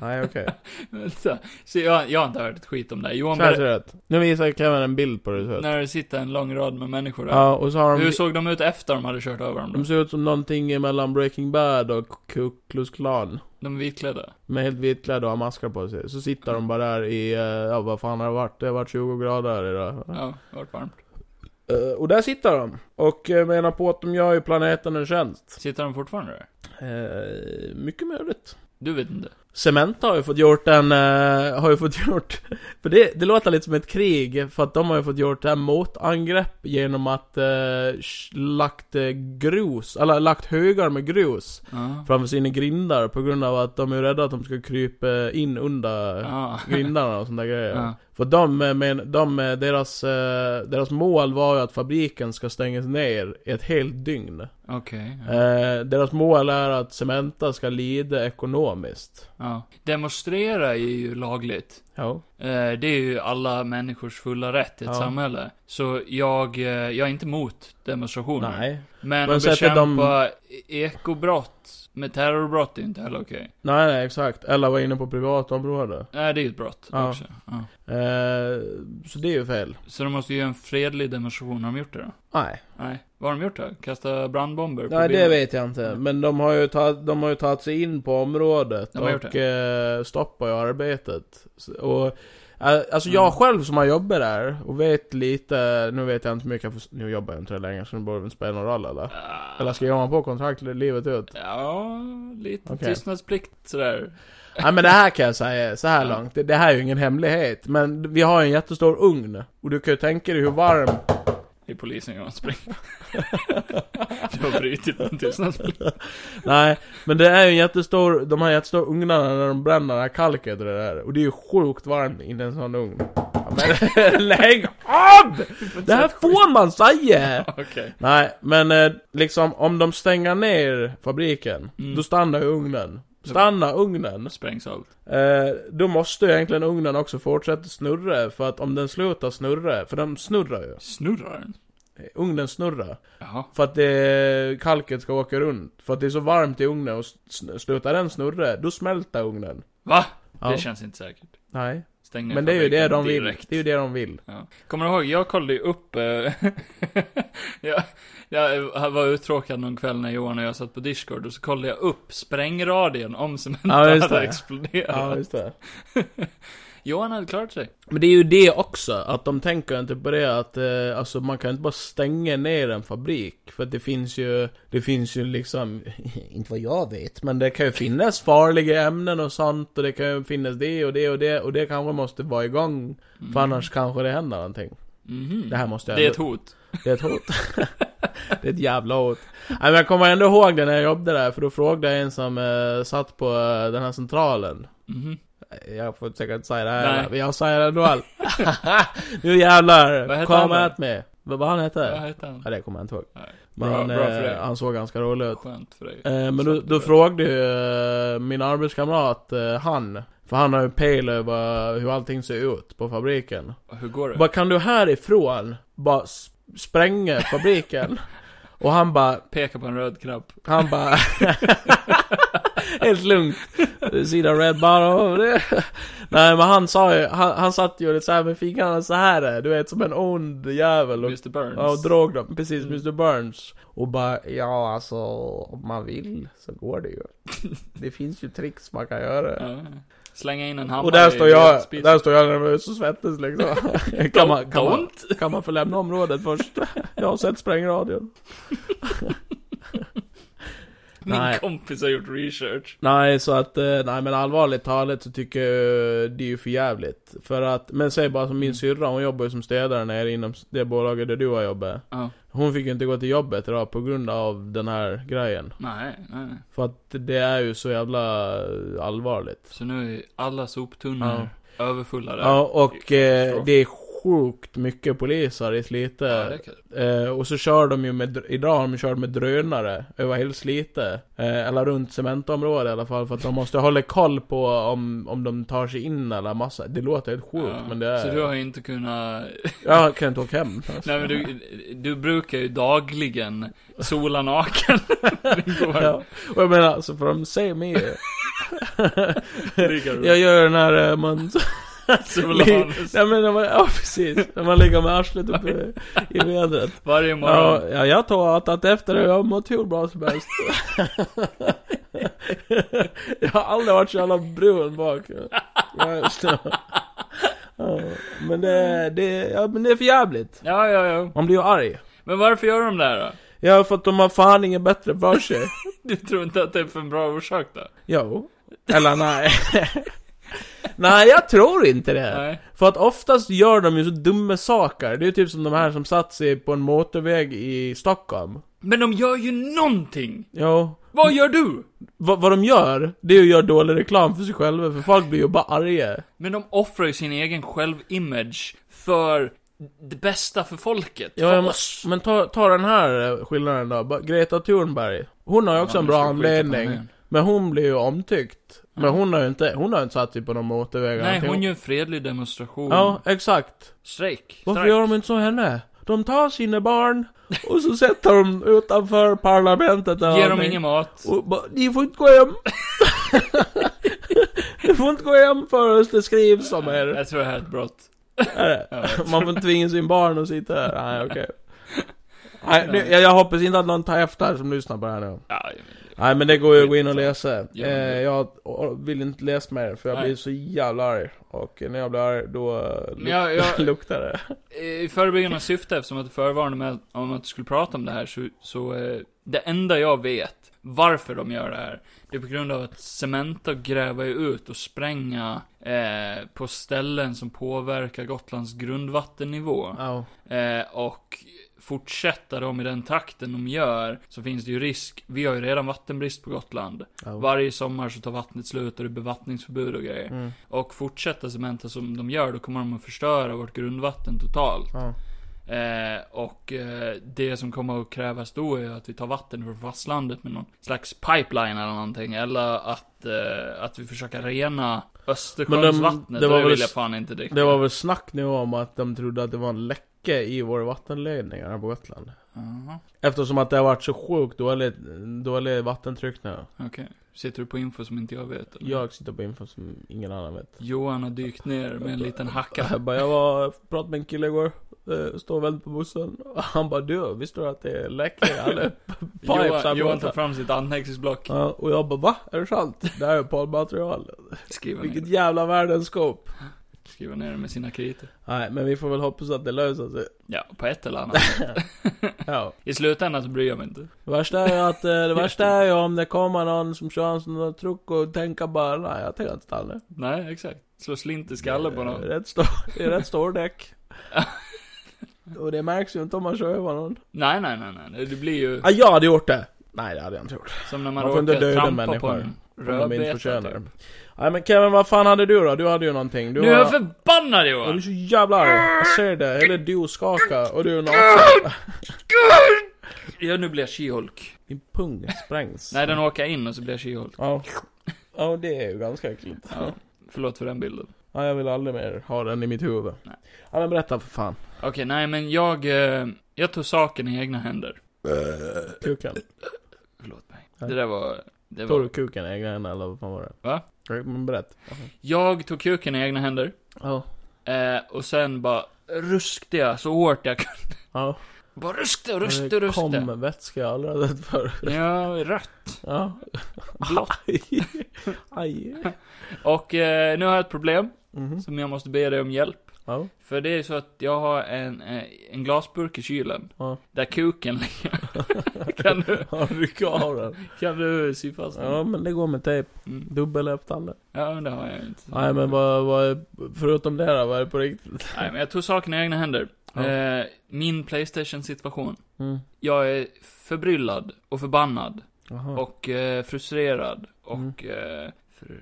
S2: Nej okej.
S1: vänta. Så jag, jag har inte hört ett skit om det. här. Johan,
S2: Så här
S1: ber-
S2: ser det ut. Nu visar Kevin en bild på det så här.
S1: när det sitter en lång rad med människor där.
S2: Ja, och så har
S1: Hur
S2: de... Mm.
S1: såg de ut efter de hade kört över dem då?
S2: De ser ut som någonting mellan Breaking Bad och Ku Klux Klan.
S1: De är vitklädda?
S2: De är helt vitklädda och har maskar på sig. Så sitter de bara där i, eh, ja vad fan har det varit? Det har varit 20 grader idag.
S1: Ja, det vart varmt.
S2: Eh, och där sitter de. Och eh, menar på att de gör ju planeten en tjänst.
S1: Sitter de fortfarande där?
S2: Eh, mycket möjligt.
S1: Du vet inte?
S2: Cementa har ju fått gjort en, eh, har ju fått [laughs] gjort, för det, det låter lite som ett krig, för att de har ju fått gjort det här motangrepp genom att eh, sh- lagt eh, grus, eller lagt högar med grus
S1: Ja.
S2: framför sina grindar på grund av att de är rädda att de ska krypa in under
S1: Ja. [laughs]
S2: grindarna och sådana grejer.
S1: Ja.
S2: För de, eh, men, de eh, deras, eh, deras mål var ju att fabriken ska stängas ner i ett helt dygn.
S1: Okej. ja.
S2: Eh, deras mål är att Cementa ska lida ekonomiskt.
S1: Ja. Demonstrera är ju lagligt.
S2: Ja.
S1: Eh, Det är ju alla människors fulla rätt i ett
S2: Ja.
S1: samhälle. Så jag, eh, jag är inte emot demonstrationer.
S2: Nej.
S1: Men,
S2: Men
S1: att
S2: så att
S1: bekämpa
S2: de-
S1: ekobrott med terrorbrott är inte heller okej.
S2: Nej, nej, exakt. Eller var inne på privat område.
S1: Nej, det är ju ett brott
S2: Ja.
S1: också. Ja.
S2: Eh, så det är ju fel.
S1: Så de måste ju göra en fredlig demonstration. Har de gjort det då?
S2: Nej.
S1: Nej. Vad har de gjort då? Kasta brandbomber på
S2: Nej, det
S1: bilar?
S2: vet jag inte. Men de har ju tagit, de har ju tagit sig in på området
S1: De har gjort
S2: och eh, stoppat ju arbetet. Så- Och, eh, alltså jag själv som har jobbat där och vet lite, nu vet jag inte hur mycket jag får, nu jobbar jag inte där längre så det borde väl inte spela någon roll eller?
S1: Ah,
S2: Eller ska jag ha på kontrakt livet ut?
S1: Ja, lite
S2: Okej.
S1: tystnadsplikt sådär.
S2: Ja men det här kan jag säga, så här
S1: Ja.
S2: långt, det, det här är ju ingen hemlighet. Men vi har ju en jättestor ugn. Och du kan ju tänka dig hur varm
S1: Det är polisen Johan, spring.
S2: [laughs]
S1: du har brutit en tystnadsplikt.
S2: Nej, men det är ju en jättestor, de här jättestora ugnarna när de bränner det här kalket och det där. Och det är ju sjukt varmt i en sån ugn. Ja, men [laughs] lägg av! Det här får man säga!
S1: Okej.
S2: Nej, men eh, liksom om de stänger ner fabriken,
S1: Mm.
S2: då stannar ju ugnen. Stanna ugnen!
S1: Sprängs allt.
S2: Eh, då måste ju egentligen ugnen också fortsätta snurra, för att om den slutar snurra, för de snurrar ju.
S1: Snurrar den?
S2: Eh, Ugnen snurrar.
S1: Jaha.
S2: För att det, kalket ska åka runt. För att det är så varmt i ugnen och sn- slutar den snurra, då smälter ugnen.
S1: Va?
S2: Ja.
S1: Det känns inte säkert.
S2: Nej.
S1: Stäng ner
S2: Men det är ju det
S1: fabriken
S2: de vill.
S1: direkt.
S2: Det är ju det de vill.
S1: Ja. Kommer du ihåg, jag kollade ju upp, eh, [laughs] jag, jag var uttråkad någon kväll när Johan och jag satt på Discord och så kollade jag upp sprängradien om Cementa
S2: Ja, just
S1: hade
S2: det.
S1: exploderat.
S2: Ja, just det.
S1: Johan hade klarat sig.
S2: Men det är ju det också, att de tänker inte på det att eh, alltså man kan inte bara stänga ner en fabrik. För att det finns ju, det finns ju liksom, [laughs] inte vad jag vet, men det kan ju finnas farliga ämnen och sånt och det kan ju finnas det och det och det och det kanske måste vara igång. För annars kanske det händer någonting.
S1: Mhm.
S2: Det här måste jag
S1: Mm. Det är ett hot.
S2: Det är ett hot. [laughs] det är ett jävla hot. Nej, men jag kommer ändå ihåg det när jag jobbade där, för då frågade jag en som eh, satt på eh, den här centralen.
S1: Mhm.
S2: Jag får säkert inte säga det här,
S1: Nej.
S2: eller, men jag säger det ändå. [laughs] all- nu jävlar!
S1: Vad heter han
S2: Kom
S1: då?
S2: ät mig! Vad vad han hette?
S1: Vad heter han?
S2: Ja, det kommer jag inte ihåg.
S1: Nej.
S2: Men
S1: Bra-
S2: han,
S1: bra för dig.
S2: eh, han såg ganska rolig ut.
S1: Skönt för dig.
S2: Eh, men då,
S1: Sånt
S2: då
S1: är det.
S2: frågade ju eh, min arbetskamrat, eh, han, för han har ju pejl över hur allting ser ut på fabriken.
S1: Och Hur går det?
S2: Vad kan du härifrån bara s-
S1: [laughs]
S2: spränga fabriken? Och han bara,
S1: Peka på en röd knapp.
S2: han bara Helt lugnt. Sida Red bara... "Åh, det-" Nej men han sa ju, han, han satt ju så här med fingrarna så här eh, du vet som en ond jävel och,
S1: Mr Burns. Mm.
S2: ja, och drog dem, precis Mr Burns. Och bara, ja alltså om man vill så går
S1: [laughs]
S2: det ju. Det finns ju tricks man kan göra.
S1: Ja. Slänga in en hammare
S2: Och där står
S1: i
S2: jag,
S1: spisen.
S2: där står jag nervös och svettas [laughs] liksom. kan, man, kan, man,
S1: Don't.
S2: kan man få lämna området [laughs] först? Jag har sett sprängradion.
S1: Min
S2: Nej.
S1: kompis har gjort research.
S2: Nej, så att, eh, nej men allvarligt talat så tycker jag det är ju för jävligt. För att, men säg bara som min syrra, hon jobbar ju som städare nere inom det bolaget där du har jobbat.
S1: Ja.
S2: Hon fick ju inte gå till jobbet idag på grund av den här grejen.
S1: Nej, nej, nej.
S2: För att det är ju så jävla eh, allvarligt.
S1: Så nu är alla soptunnor överfulla där.
S2: Ja, och eh,
S1: Katastrof.
S2: det är sjukt mycket poliser i Slite.
S1: Ja, det är kul.
S2: Eh, och så kör de ju med, dr- idag har de kört med drönare över hela Slite. Eh, eller runt cementområdet i alla fall. För att de måste hålla koll på om, om de tar sig in eller massa. Det låter helt sjukt
S1: Ja.
S2: men det är...
S1: Så du har ju inte kunnat...
S2: Jag kan inte åka hem.
S1: [laughs] Nej men du, du brukar ju dagligen sola
S2: [laughs]
S1: naken. Det går.
S2: Ja. Och jag menar alltså för de ser mig
S1: [laughs] Ligger du
S2: Jag gör den här eh, man...
S1: [laughs] och solar naken.
S2: Nej men när man, ja precis. När man ligger med
S1: [laughs]
S2: arslet uppe i vädret.
S1: varje morgon.
S2: Ja, ja, jag tror att, att efter det har jag mått hur bra som helst. [laughs] jag har aldrig varit så jävla brun bak. Ja, just det. Ja, men det, det, ja, men det är för jävligt.
S1: Ja, ja, ja.
S2: Man blir ju arg.
S1: Men varför gör de det här då?
S2: Ja, för att de har fan inget bättre för sig.
S1: Du tror inte att det är för en bra orsak då?
S2: Jo. Eller nej. [laughs] nej, jag tror inte det.
S1: Nej.
S2: För att oftast gör de ju så dumma saker. Det är ju typ som de här som satt sig på en motorväg i Stockholm.
S1: Men de gör ju någonting!
S2: Jo.
S1: Vad gör du?
S2: vad, vad de gör, det är ju att göra dålig reklam för sig själva, för folk blir ju bara arga.
S1: Men de offrar ju sin egen självimage för det bästa för folket.
S2: Ja,
S1: för
S2: men,
S1: oss.
S2: men ta, ta den här eh, skillnaden då, Bara Greta Thunberg. Hon har ju också
S1: Ja,
S2: en
S1: nu
S2: bra
S1: ska jag skita på
S2: anledning,
S1: henne.
S2: men hon blir ju omtyckt. Men hon har ju inte, hon har ju inte satt sig på någon motorväg eller
S1: Nej, hon
S2: någonting.
S1: gör en fredlig demonstration.
S2: Ja, exakt.
S1: Strejk.
S2: Varför
S1: Strejk.
S2: gör de inte så henne? De tar sina barn, och så sätter de utanför parlamentet eller
S1: Ger dem
S2: någonting.
S1: ingen mat.
S2: Och bara, ni får inte gå hem! [laughs] ni får inte gå hem förrän det skrivs om er.
S1: Jag tror det här är ett brott.
S2: Är det? Man får inte tvinga sin barn att sitta här. Nej,
S1: [laughs]
S2: okej. Nej, nu, jag, jag hoppas inte att någon tar efter här som lyssnar på det här nu.
S1: Ja, men-
S2: Nej, men det går ju att gå in och läsa.
S1: Ja,
S2: eh,
S1: men det-
S2: jag o- vill inte läsa mer, för jag
S1: Nej.
S2: blir så jävla arg. Och när jag blir arg, då eh, luk-
S1: Men jag, jag,
S2: [laughs] luktar det.
S1: I förebyggande syfte, eftersom att du förvarnade mig om att du skulle prata om det här, så, så eh, det enda jag vet varför de gör det här, det är på grund av att Cementa gräver ju ut och spränga eh, på ställen som påverkar Gotlands grundvattennivå.
S2: Ja.
S1: Eh, och fortsätter de i den takten de gör, så finns det ju risk, vi har ju redan vattenbrist på Gotland. Varje sommar så tar vattnet slut och det är bevattningsförbud och grejer.
S2: Mm.
S1: Och fortsätter Cementa som de gör, då kommer de att förstöra vårt grundvatten totalt.
S2: Ja.
S1: Eh, och eh, det som kommer att krävas då är att vi tar vatten från fastlandet med någon slags pipeline eller någonting. Eller att, eh, att vi försöker rena Östersjöns
S2: Men de-
S1: vattnet. Det,
S2: det var
S1: det
S2: väl
S1: vill jag
S2: s-
S1: fan inte dricka.
S2: Det var väl snack nu om att de trodde att det var en läcka i våra vattenledningar här på Gotland.
S1: Jaha,
S2: Eftersom att det har varit så sjukt dåligt, dåligt vattentryck nu.
S1: okej. Sitter du på info som inte jag vet? Eller?
S2: Jag sitter på info som ingen annan vet.
S1: Johan har dykt ner med en liten [laughs] hacka.
S2: Jag bara, jag var, pratade med en kille igår, eh, stod och väntade på bussen. Och Han bara, du, visste du att det läcker alla
S1: [laughs]
S2: pipes här
S1: Johan,
S2: på
S1: Johan tar
S2: bussen?"
S1: fram sitt anteckningsblock.
S2: Ja, Och jag bara, va? Är det sant? Det här är poddmaterial.
S1: Skriver ner,
S2: Vilket jävla världens skåp.
S1: skriver ner det med sina kriter.
S2: Nej, men vi får väl hoppas att det löser sig.
S1: Ja, på ett eller annat.
S2: Ja.
S1: I slutändan så bryr jag mig inte.
S2: Det värsta är ju att, eh, det värsta är ju om det kommer någon som kör en sån där truck och tänker bara, nej jag tänker inte stanna.
S1: Nej, exakt. Slå slint i skallen på
S2: Det
S1: någon.
S2: är rätt stor, det är rätt
S1: [laughs]
S2: stor däck. Och det märks ju inte om man kör över någon.
S1: Nej, nej, nej, nej. Det blir ju...
S2: Ja, jag hade gjort det. Nej, det hade jag inte gjort.
S1: Som när man,
S2: Man får inte
S1: råkar
S2: döda
S1: trampa
S2: människor
S1: på en
S2: Om de inte
S1: rödbeta.
S2: förtjänar det.
S1: Typ.
S2: Nej men Kevin, vad fan hade du då? Du hade ju någonting. Du
S1: Nu är
S2: var...
S1: jag förbannad
S2: Ja, Du är
S1: Johan!
S2: så jävla arg. Jag ser det. Hela du skakar och du är naken.
S1: Ja, nu blir jag She-Hulk.
S2: Din pung sprängs.
S1: Nej, den åker in och så blir jag She-Hulk.
S2: Ja. Ja, det är ju ganska äckligt.
S1: Ja, förlåt för den bilden.
S2: Ja, jag vill aldrig mer ha den i mitt huvud.
S1: Nej.
S2: Ja, men berätta för fan.
S1: Okej, nej men jag... Eh, jag tog saken i egna händer.
S2: Kuken.
S1: Förlåt mig.
S2: Nej.
S1: Det där var Det
S2: Tog du
S1: var...
S2: kuken i egna händer eller vad fan var det?
S1: Va?
S2: Ja, Men berätta.
S1: Jag tog kuken i egna händer.
S2: Ja.
S1: Eh, och sen bara ruskte jag så hårt jag kunde.
S2: Ja.
S1: Bara ruskte och
S2: Men
S1: ruskte
S2: det
S1: och ruskte.
S2: Kom vätska jag aldrig hade sett förr.
S1: Mm. Ja, rött.
S2: Ja.
S1: [laughs] Blått.
S2: Aj. Aj.
S1: Och eh, nu har jag ett problem
S2: Mhm.
S1: som jag måste be dig om hjälp.
S2: Ja.
S1: För det är så att jag har en, eh, en glasburk i kylen.
S2: Ja.
S1: Där kuken
S2: [laughs]
S1: ligger. kan, du,
S2: Ja, rycka av den.
S1: kan du sy fast den?
S2: Ja men det går med tejp.
S1: Mm.
S2: Dubbel efterhand.
S1: Ja, men det har jag inte.
S2: Nej men vad, vad är, förutom det då, vad är på riktigt?
S1: Nej, men jag tog saken i egna händer.
S2: Ja.
S1: Eh, min Playstation-situation.
S2: Mm.
S1: Jag är förbryllad och förbannad.
S2: Jaha.
S1: Och eh, frustrerad.
S2: Mm.
S1: Och eh, fru,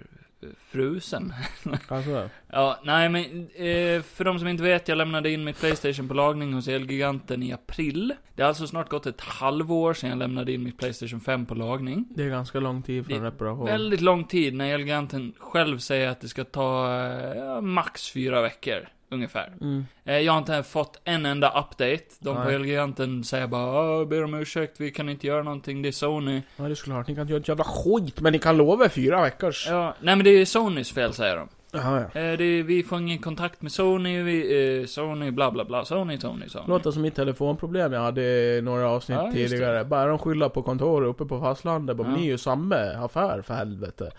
S1: frusen. [laughs]
S2: Alltså.
S1: Ja, nej men eh, för de som inte vet, jag lämnade in mitt Playstation på lagning hos Elgiganten i april. Det har alltså snart gått ett halvår sedan jag lämnade in mitt Playstation 5 på lagning.
S2: Det är ganska lång tid för en
S1: Det
S2: reparation.
S1: Väldigt lång tid när Elgiganten själv säger att det ska ta eh, ja, max fyra veckor, ungefär.
S2: Mm.
S1: Eh, Jag har inte fått en enda update. De på
S2: Nej.
S1: Elgiganten säger bara "Åh, ber om ursäkt, vi kan inte göra någonting, det är Sony.
S2: Ja det är såklart, ni kan inte göra ett jävla skit men ni kan lova fyra veckors.
S1: Ja, nej men det är Sonys fel säger de.
S2: Jaha, ja.
S1: Eh, det är, vi får ingen kontakt med Sony, vi, eh, Sony bla bla bla, Sony, Sony, Sony.
S2: Låter som mitt telefonproblem jag hade i några avsnitt
S1: Ja, just det.
S2: tidigare. Bara de skyller på kontoret uppe på fastlandet. Bara,
S1: Ja.
S2: Ni är ju samma affär för helvete.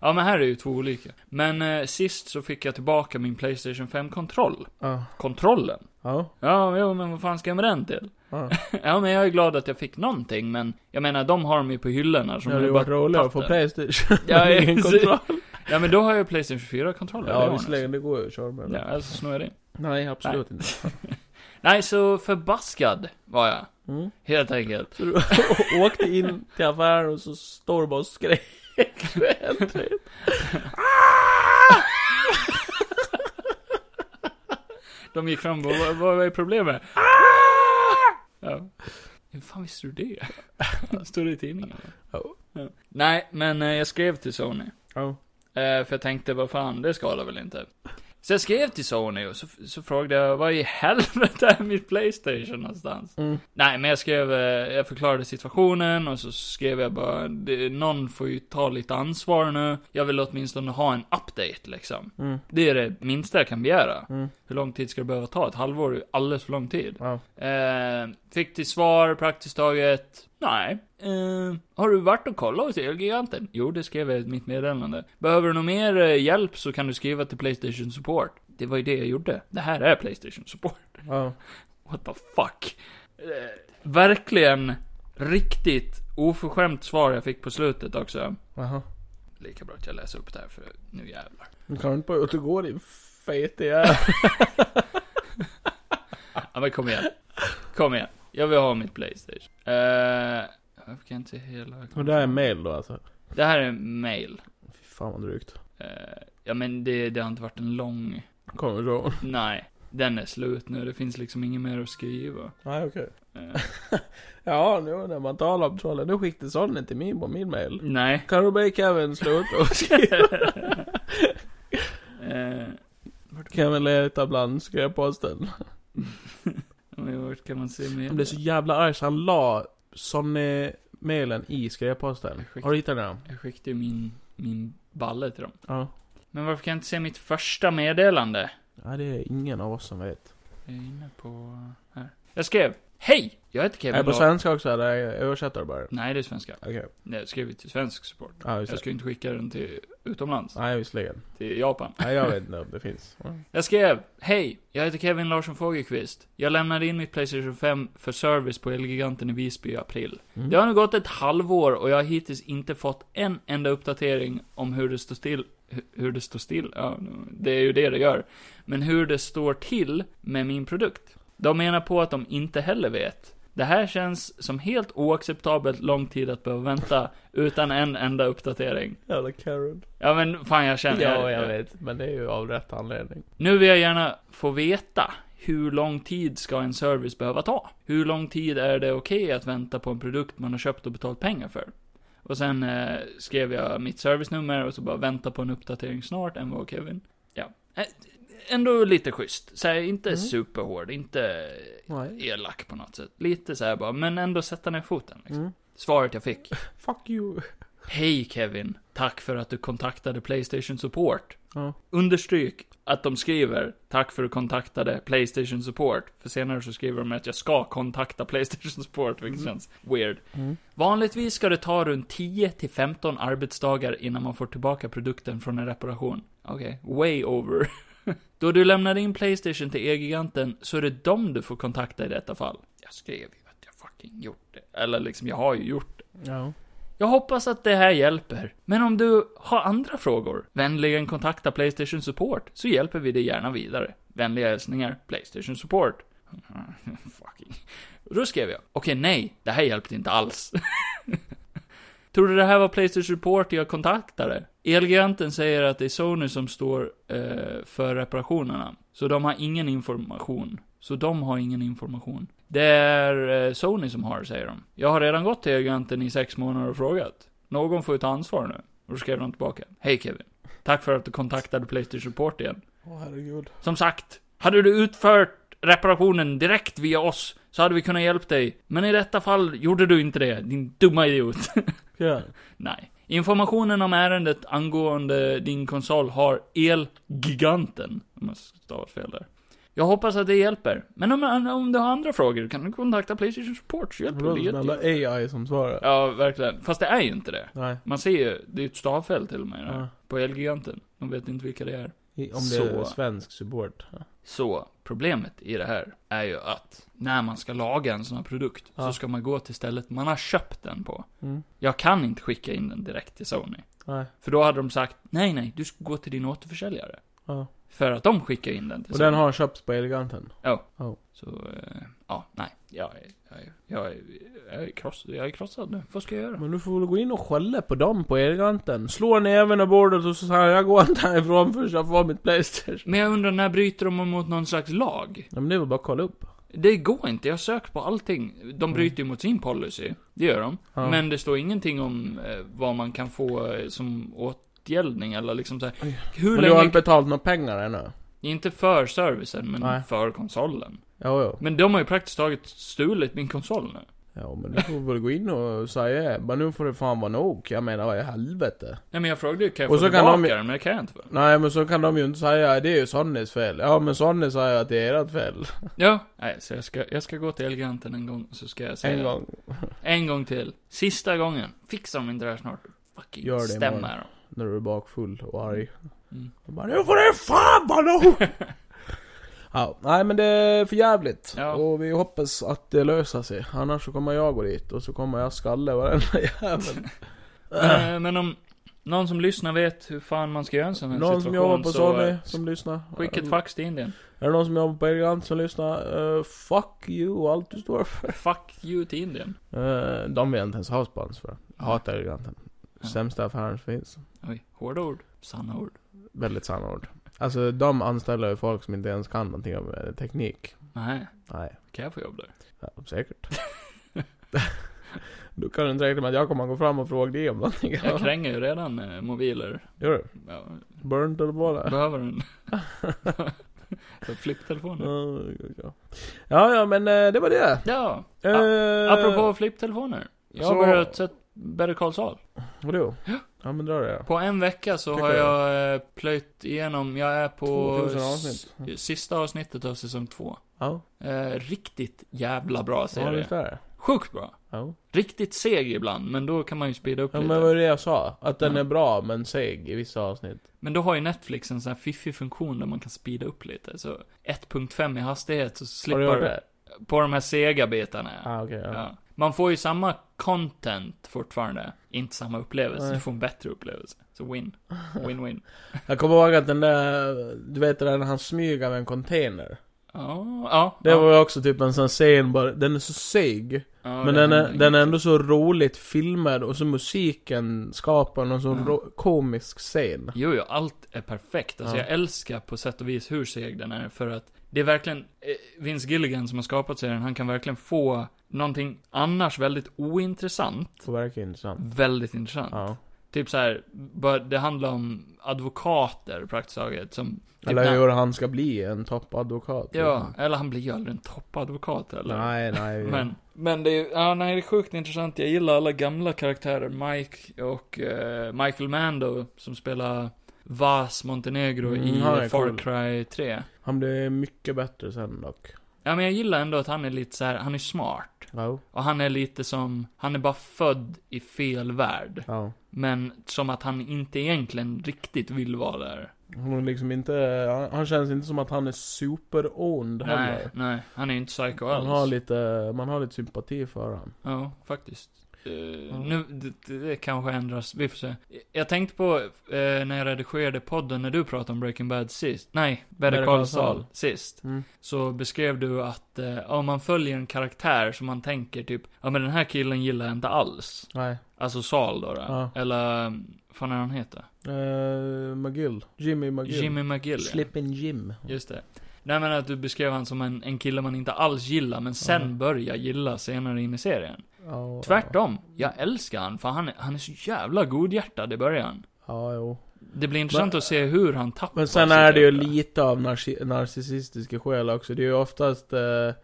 S1: Ja men här är ju två olika. Men eh, sist så fick jag tillbaka min Playstation 5-kontroll.
S2: Ja.
S1: Kontrollen.
S2: Ja.
S1: Ja, jo, men vad fan ska jag med den till? [laughs]
S2: Ja.
S1: ja, men jag är glad att jag fick någonting, men jag menar, de har dem ju på hyllorna.
S2: Det
S1: Som
S2: hade ju
S1: är
S2: varit
S1: bara
S2: roligare
S1: tatt
S2: att få
S1: där.
S2: Playstation.
S1: Ja,
S2: men [laughs] ingen
S1: precis.
S2: kontroll.
S1: Ja, men då har jag Playstation 4-kontroller. det har
S2: Ja
S1: jag
S2: visserligen, det går ju att köra med
S1: nästan. Ja,
S2: den.
S1: alltså snor jag det.
S2: Nej absolut inte.
S1: Nej, så förbaskad var jag.
S2: Mm.
S1: Helt enkelt.
S2: Så du [laughs] åkte in till affären och så står du bara och skrek. Äntligen.
S1: [laughs] De gick fram och bara, vad, vad är problemet?
S2: Ah!
S1: Ja. Hur fan visste du det? Står det i tidningen?
S2: Ja.
S1: Ja. Nej, men eh, jag skrev till Sony.
S2: Ja.
S1: Eh, för jag tänkte, vad fan, det skadar väl inte. Så jag skrev till Sony och så, så frågade jag, vad i helvete är mitt Playstation någonstans?
S2: Mm.
S1: Nej, men jag skrev, eh, jag förklarade situationen och så skrev jag bara, "Det- någon får ju ta lite ansvar nu. Jag vill åtminstone ha en update liksom.
S2: Mm.
S1: Det är det minsta jag kan begära.
S2: Mm. Oh.
S1: Hur lång tid ska det behöva ta? Ett halvår är ju alldeles för lång tid.
S2: Ja.
S1: Eh, fick till svar praktiskt taget, nej. Eh, har du varit och kollat hos Elgiganten? Jo, det skrev jag i mitt meddelande. Behöver du någon mer eh, hjälp så kan du skriva till Playstation Support. Det var ju det jag gjorde. Det här är Playstation Support. [laughs]
S2: Ja.
S1: What the fuck? Eh, verkligen riktigt oförskämt svar jag fick på slutet också.
S2: Jaha.
S1: Lika bra att jag läser upp det här för nu jävlar.
S2: Du kan inte bara ut och gå din fete [laughs] jävel.
S1: Ja men kom igen. Kom igen. Jag vill ha mitt Playstation. Eh, varför kan jag inte hela...
S2: Och det här är mail då alltså.
S1: Det här är mail.
S2: Fy fan vad drygt.
S1: Eh, ja men det, det har inte varit en lång...
S2: Kommer du ihåg?
S1: Nej. Den är slut nu, det finns liksom inget mer att skriva.
S2: Nej okej.
S1: Eh,
S2: Ja, nu när man talar om trollen, nu skickade Sonny till min på min mail.
S1: nej. [laughs]
S2: Kan du be Kevin sluta och skriva?
S1: Eh,
S2: [laughs] Kevin letar bland skräpposten.
S1: men vart kan man se mer?
S2: Han blev så jävla arg så han la Sonny-mailen i skräpposten. Har du hittat den?
S1: Jag skickade ju min, min balle till dem.
S2: Ja.
S1: Men varför kan jag inte se mitt första meddelande?
S2: Nej, det är ingen av oss som vet.
S1: Jag är inne på... Här. Jag skrev Hej! Jag heter
S2: Är
S1: Kevin
S2: det på
S1: Larsson."
S2: svenska också eller översätter du bara?
S1: Nej, det är svenska.
S2: Okej.
S1: Nej, Jag skrev ju till svensk support.
S2: Ja, just
S1: Jag
S2: det.
S1: skulle inte skicka den till utomlands.
S2: Nej, visserligen.
S1: Till Japan.
S2: Nej, jag vet inte om det finns.
S1: Jag skrev, hej, jag heter Kevin Larsson Fogelqvist. Jag lämnade in mitt Playstation 5 för service på Elgiganten i Visby i april.
S2: Mm.
S1: Det har nu gått ett halvår och jag har hittills inte fått en enda uppdatering om hur det står still, hu- hur det står still, ja, det är ju det det gör. Men hur det står till med min produkt. De menar på att de inte heller vet. Det här känns som helt oacceptabelt lång tid att behöva vänta utan en enda uppdatering.
S2: Jävla Karen.
S1: Ja men fan jag känner,
S2: Ja, jag vet. Men det är ju av rätt anledning.
S1: nu vill jag gärna få veta hur lång tid ska en service behöva ta? Hur lång tid är det okej att vänta på en produkt man har köpt och betalt pengar för? Och sen eh, skrev jag mitt servicenummer och så bara vänta på en uppdatering snart, än vad Kevin. Ja. Ä- Ändå lite schysst. Så här, inte
S2: Mm.
S1: superhård, inte
S2: Nej.
S1: elak på något sätt. Lite så här bara, men ändå sätta ner foten. Liksom.
S2: Mm.
S1: Svaret jag fick.
S2: Fuck you.
S1: Hej Kevin, tack för att du kontaktade Playstation Support.
S2: Ja.
S1: Understryk att de skriver Tack för att du kontaktade Playstation Support. För senare så skriver de att jag ska kontakta Playstation Support, vilket känns weird.
S2: Mm.
S1: Vanligtvis ska det ta runt 10 till 15 arbetsdagar innan man får tillbaka produkten från en reparation. Okej, way over. [laughs] Då du lämnar in Playstation till E-giganten så är det dem du får kontakta i detta fall. Jag skrev ju att jag fucking gjort det. Eller liksom, jag har ju gjort det.
S2: Ja.
S1: Jag hoppas att det här hjälper. Men om du har andra frågor, vänligen kontakta Playstation Support så hjälper vi dig gärna vidare. Vänliga hälsningar, Playstation Support. [laughs] Fucking. Då skrev jag, okej nej, det här hjälpte inte alls. [laughs] Tror du det här var Playstation Support jag kontaktade? Elgiganten säger att det är Sony som står eh, för reparationerna. Så de har ingen information. Så de har ingen information. Det är eh, Sony som har, säger de. Jag har redan gått till Elgiganten i sex månader och frågat. Någon får ju ta ansvar nu. Och då skrev de tillbaka. Hej Kevin. Tack för att du kontaktade Playstation Support igen.
S2: Åh herregud.
S1: Som sagt, hade du utfört reparationen direkt via oss så hade vi kunnat hjälpa dig. Men i detta fall gjorde du inte det, din dumma idiot.
S2: Ja.
S1: Nej. Informationen om ärendet angående din konsol har Elgiganten. Om jag stavat fel där. Jag hoppas att det hjälper. Men om, om du har andra frågor kan du kontakta Playstation Support så hjälper
S2: Det låter
S1: det.
S2: som en
S1: jätte-
S2: jävla AI som svarar.
S1: Ja, verkligen. Fast det är ju inte det.
S2: Nej.
S1: Man ser ju, det är ett stavfel till och med där,
S2: Ja.
S1: på Elgiganten. De vet inte vilka det är.
S2: I- Om det
S1: Så.
S2: är svensk support. Ja.
S1: Så, problemet i det här är ju att när man ska laga en sån här produkt så
S2: Ja.
S1: ska man gå till stället man har köpt den på.
S2: Mm.
S1: Jag kan inte skicka in den direkt till Sony.
S2: Nej.
S1: För då hade de sagt, nej nej, du ska gå till din återförsäljare.
S2: Ja.
S1: För att de skickar in den till
S2: Och
S1: Sony.
S2: den har köpts på Eleganten.
S1: Så, eh, ja, nej. Jag är, jag är, jag är, jag är, kross, jag är krossad nu. Vad ska jag göra?
S2: Men du får väl gå in och skälla på dem på Eleganten. Slå näven i bordet och så säger jag, jag går inte härifrån förrän jag får mitt Playstation.
S1: Men jag undrar, när bryter de mot någon slags lag?
S2: Ja, men det är väl bara att kolla upp.
S1: Det går inte, jag har sökt på allting. De bryter ju mot sin policy, det gör de.
S2: Mm. Ja.
S1: Men det står ingenting om eh, vad man kan få eh, som åtgäldning eller liksom så här.
S2: Oj.
S1: Hur
S2: men du har
S1: länge...
S2: inte betalat några pengar ännu?
S1: Inte för servicen, men
S2: Nej.
S1: för konsolen.
S2: Jo, jo.
S1: Men de har ju praktiskt taget stulit min konsol nu.
S2: Ja, men du får väl gå in och säga men nu får det fan vara nog. Jag menar, vad i helvete?
S1: Nej men jag frågade ju, kan jag
S2: Och
S1: få
S2: så kan de-
S1: tillbaka den? Men det kan jag inte.
S2: Nej, men så kan de ju inte säga, det är ju Sonnys fel. Ja, men Sonny säger att det är ert fel.
S1: Ja. Nej, så jag ska, jag ska gå till Elgiganten en gång, så ska jag säga.
S2: En gång.
S1: En gång till. Sista gången. Fixar de inte det här snart. Fucking
S2: Gör det
S1: stämmer
S2: imorgon.
S1: dem.
S2: När du är bakfull och arg.
S1: Mm. [laughs]
S2: Och bara, nu får det fan vara nog! ja, nej men det är för jävligt.
S1: Ja.
S2: Och vi hoppas att det löser sig. Annars så kommer jag gå dit och så kommer jag skalle varenda [laughs] jävel.
S1: Eh, Men om någon som lyssnar vet hur fan man ska göra en sån här
S2: Någon som
S1: situation
S2: jobbar på
S1: så...
S2: Sony
S1: eh,
S2: som lyssnar.
S1: Skicka ett fax till Indien.
S2: Är det någon som jobbar på Elegant som lyssnar? Eh, fuck you och allt du står för.
S1: Fuck you till Indien.
S2: Eh, de vill jag inte ens ha spons för. Jag hatar Eleganten.
S1: Ja.
S2: Sämsta affären som finns.
S1: Oj, hårda ord. Sanna ord.
S2: Väldigt sanna ord. Alltså de anställer ju folk som inte ens kan någonting om eh, teknik.
S1: Nej,
S2: Nej,
S1: kan jag få jobb där?
S2: ja, säkert.
S1: [laughs]
S2: du kan inte räkna med att jag kommer gå fram och fråga dig om någonting.
S1: Jag kränger ju redan eh, mobiler.
S2: Gör du?
S1: Ja,
S2: Burn telefoner?
S1: behöver
S2: [laughs]
S1: en... Så Flipptelefoner.
S2: Ja, ja, ja, men eh, det var det.
S1: Ja,
S2: Eh,
S1: apropå flipptelefoner. Jag har
S2: så-
S1: börjat sett Better Call Saul.
S2: Vadå? Ja, men dra det. då.
S1: På en vecka så
S2: Tycker
S1: har
S2: jag.
S1: jag eh, plöjt igenom, jag är på
S2: 2000
S1: s- sista avsnittet av säsong två.
S2: Ja,
S1: Eh, riktigt jävla bra
S2: ja
S1: serie.
S2: visst är det.
S1: Sjukt bra.
S2: Ja.
S1: Riktigt seg ibland, men då kan man ju speeda upp
S2: Ja
S1: lite.
S2: men vad var det jag sa? Att den
S1: Ja.
S2: är bra men seg i vissa avsnitt.
S1: Men då har ju Netflix en sån här fiffig funktion där man kan speeda upp lite. Så 1.5 i hastighet så
S2: Har du gjort
S1: slipper
S2: det?
S1: på de här sega bitarna.
S2: Ah, okej. ja.
S1: Ja. Man får ju samma content fortfarande, inte samma upplevelse.
S2: Nej.
S1: Du får en bättre upplevelse. Så
S2: [laughs]
S1: win. Win-win.
S2: Jag kommer ihåg att den där, du vet det där när han smyger med en container.
S1: Ja, ja.
S2: Det
S1: ja.
S2: var ju också typ en sån scen bara, den är så seg.
S1: Ja,
S2: men
S1: det
S2: den är,
S1: händer
S2: den är
S1: inget.
S2: ändå så roligt filmad och så musiken skapar någon sån
S1: Ja.
S2: ro- komisk scen.
S1: Jo, jo, allt är perfekt. Alltså
S2: Ja.
S1: jag älskar på sätt och vis hur seg den är för att det är verkligen eh, Vince Gilligan som har skapat serien, han kan verkligen få någonting annars väldigt ointressant,
S2: Det verkar intressant.
S1: väldigt intressant.
S2: Ja.
S1: Typ så här, bara- det handlar om advokater praktiskt taget. Som, typ
S2: Eller
S1: när-
S2: hur han ska bli en toppadvokat.
S1: Ja, eller han blir ju aldrig en toppadvokat eller?
S2: Nej, nej.
S1: Men, men det är ju- ja, nej, det är sjukt intressant. Jag gillar alla gamla karaktärer. Mike och eh, Michael Mando som spelar Vas Montenegro
S2: Mm,
S1: i
S2: han är
S1: Far
S2: cool.
S1: Cry 3.
S2: Han blev mycket bättre sen dock.
S1: Ja, men jag gillar ändå att han är lite så här, han är smart.
S2: Ja.
S1: Och han är lite som, han är bara född i fel värld.
S2: ja.
S1: Men som att han inte egentligen riktigt vill vara där.
S2: Han, är liksom inte, han, han känns inte som att han är super-ond
S1: Nej,
S2: heller.
S1: nej, han är inte psycho
S2: Man
S1: alls.
S2: har, lite, man har lite sympati för honom.
S1: Ja, faktiskt. Eh, Nu, det, det- det kanske ändras, vi får se. Jag tänkte på, eh, när jag redigerade podden, när du pratade om Breaking Bad sist, nej, Better
S2: Better
S1: Call
S2: Call
S1: Saul
S2: Saul.
S1: sist,
S2: Mm.
S1: så beskrev du att, eh, om man följer en karaktär som man tänker typ, ja men den här killen gillar jag inte alls.
S2: Nej.
S1: Alltså Saul då, då.
S2: Ja.
S1: eller, mm, vad fan är han heter?
S2: Uh, McGill. Jimmy McGill.
S1: Jimmy McGill. ja.
S2: Slippin' Jim.
S1: Just det. Nej men att du beskrev han som en, en kille man inte alls gillar, men sen
S2: Ja.
S1: börjar gilla senare in i serien.
S2: Ja,
S1: Tvärtom. Jag älskar han, för han, han är så jävla godhjärtad i början.
S2: Ja, jo.
S1: Det blir intressant att se hur han tappar
S2: Men sen
S1: sitt
S2: är det ju
S1: hjärta.
S2: lite av narci- narcissistiska skäl också. Det är ju oftast... Eh,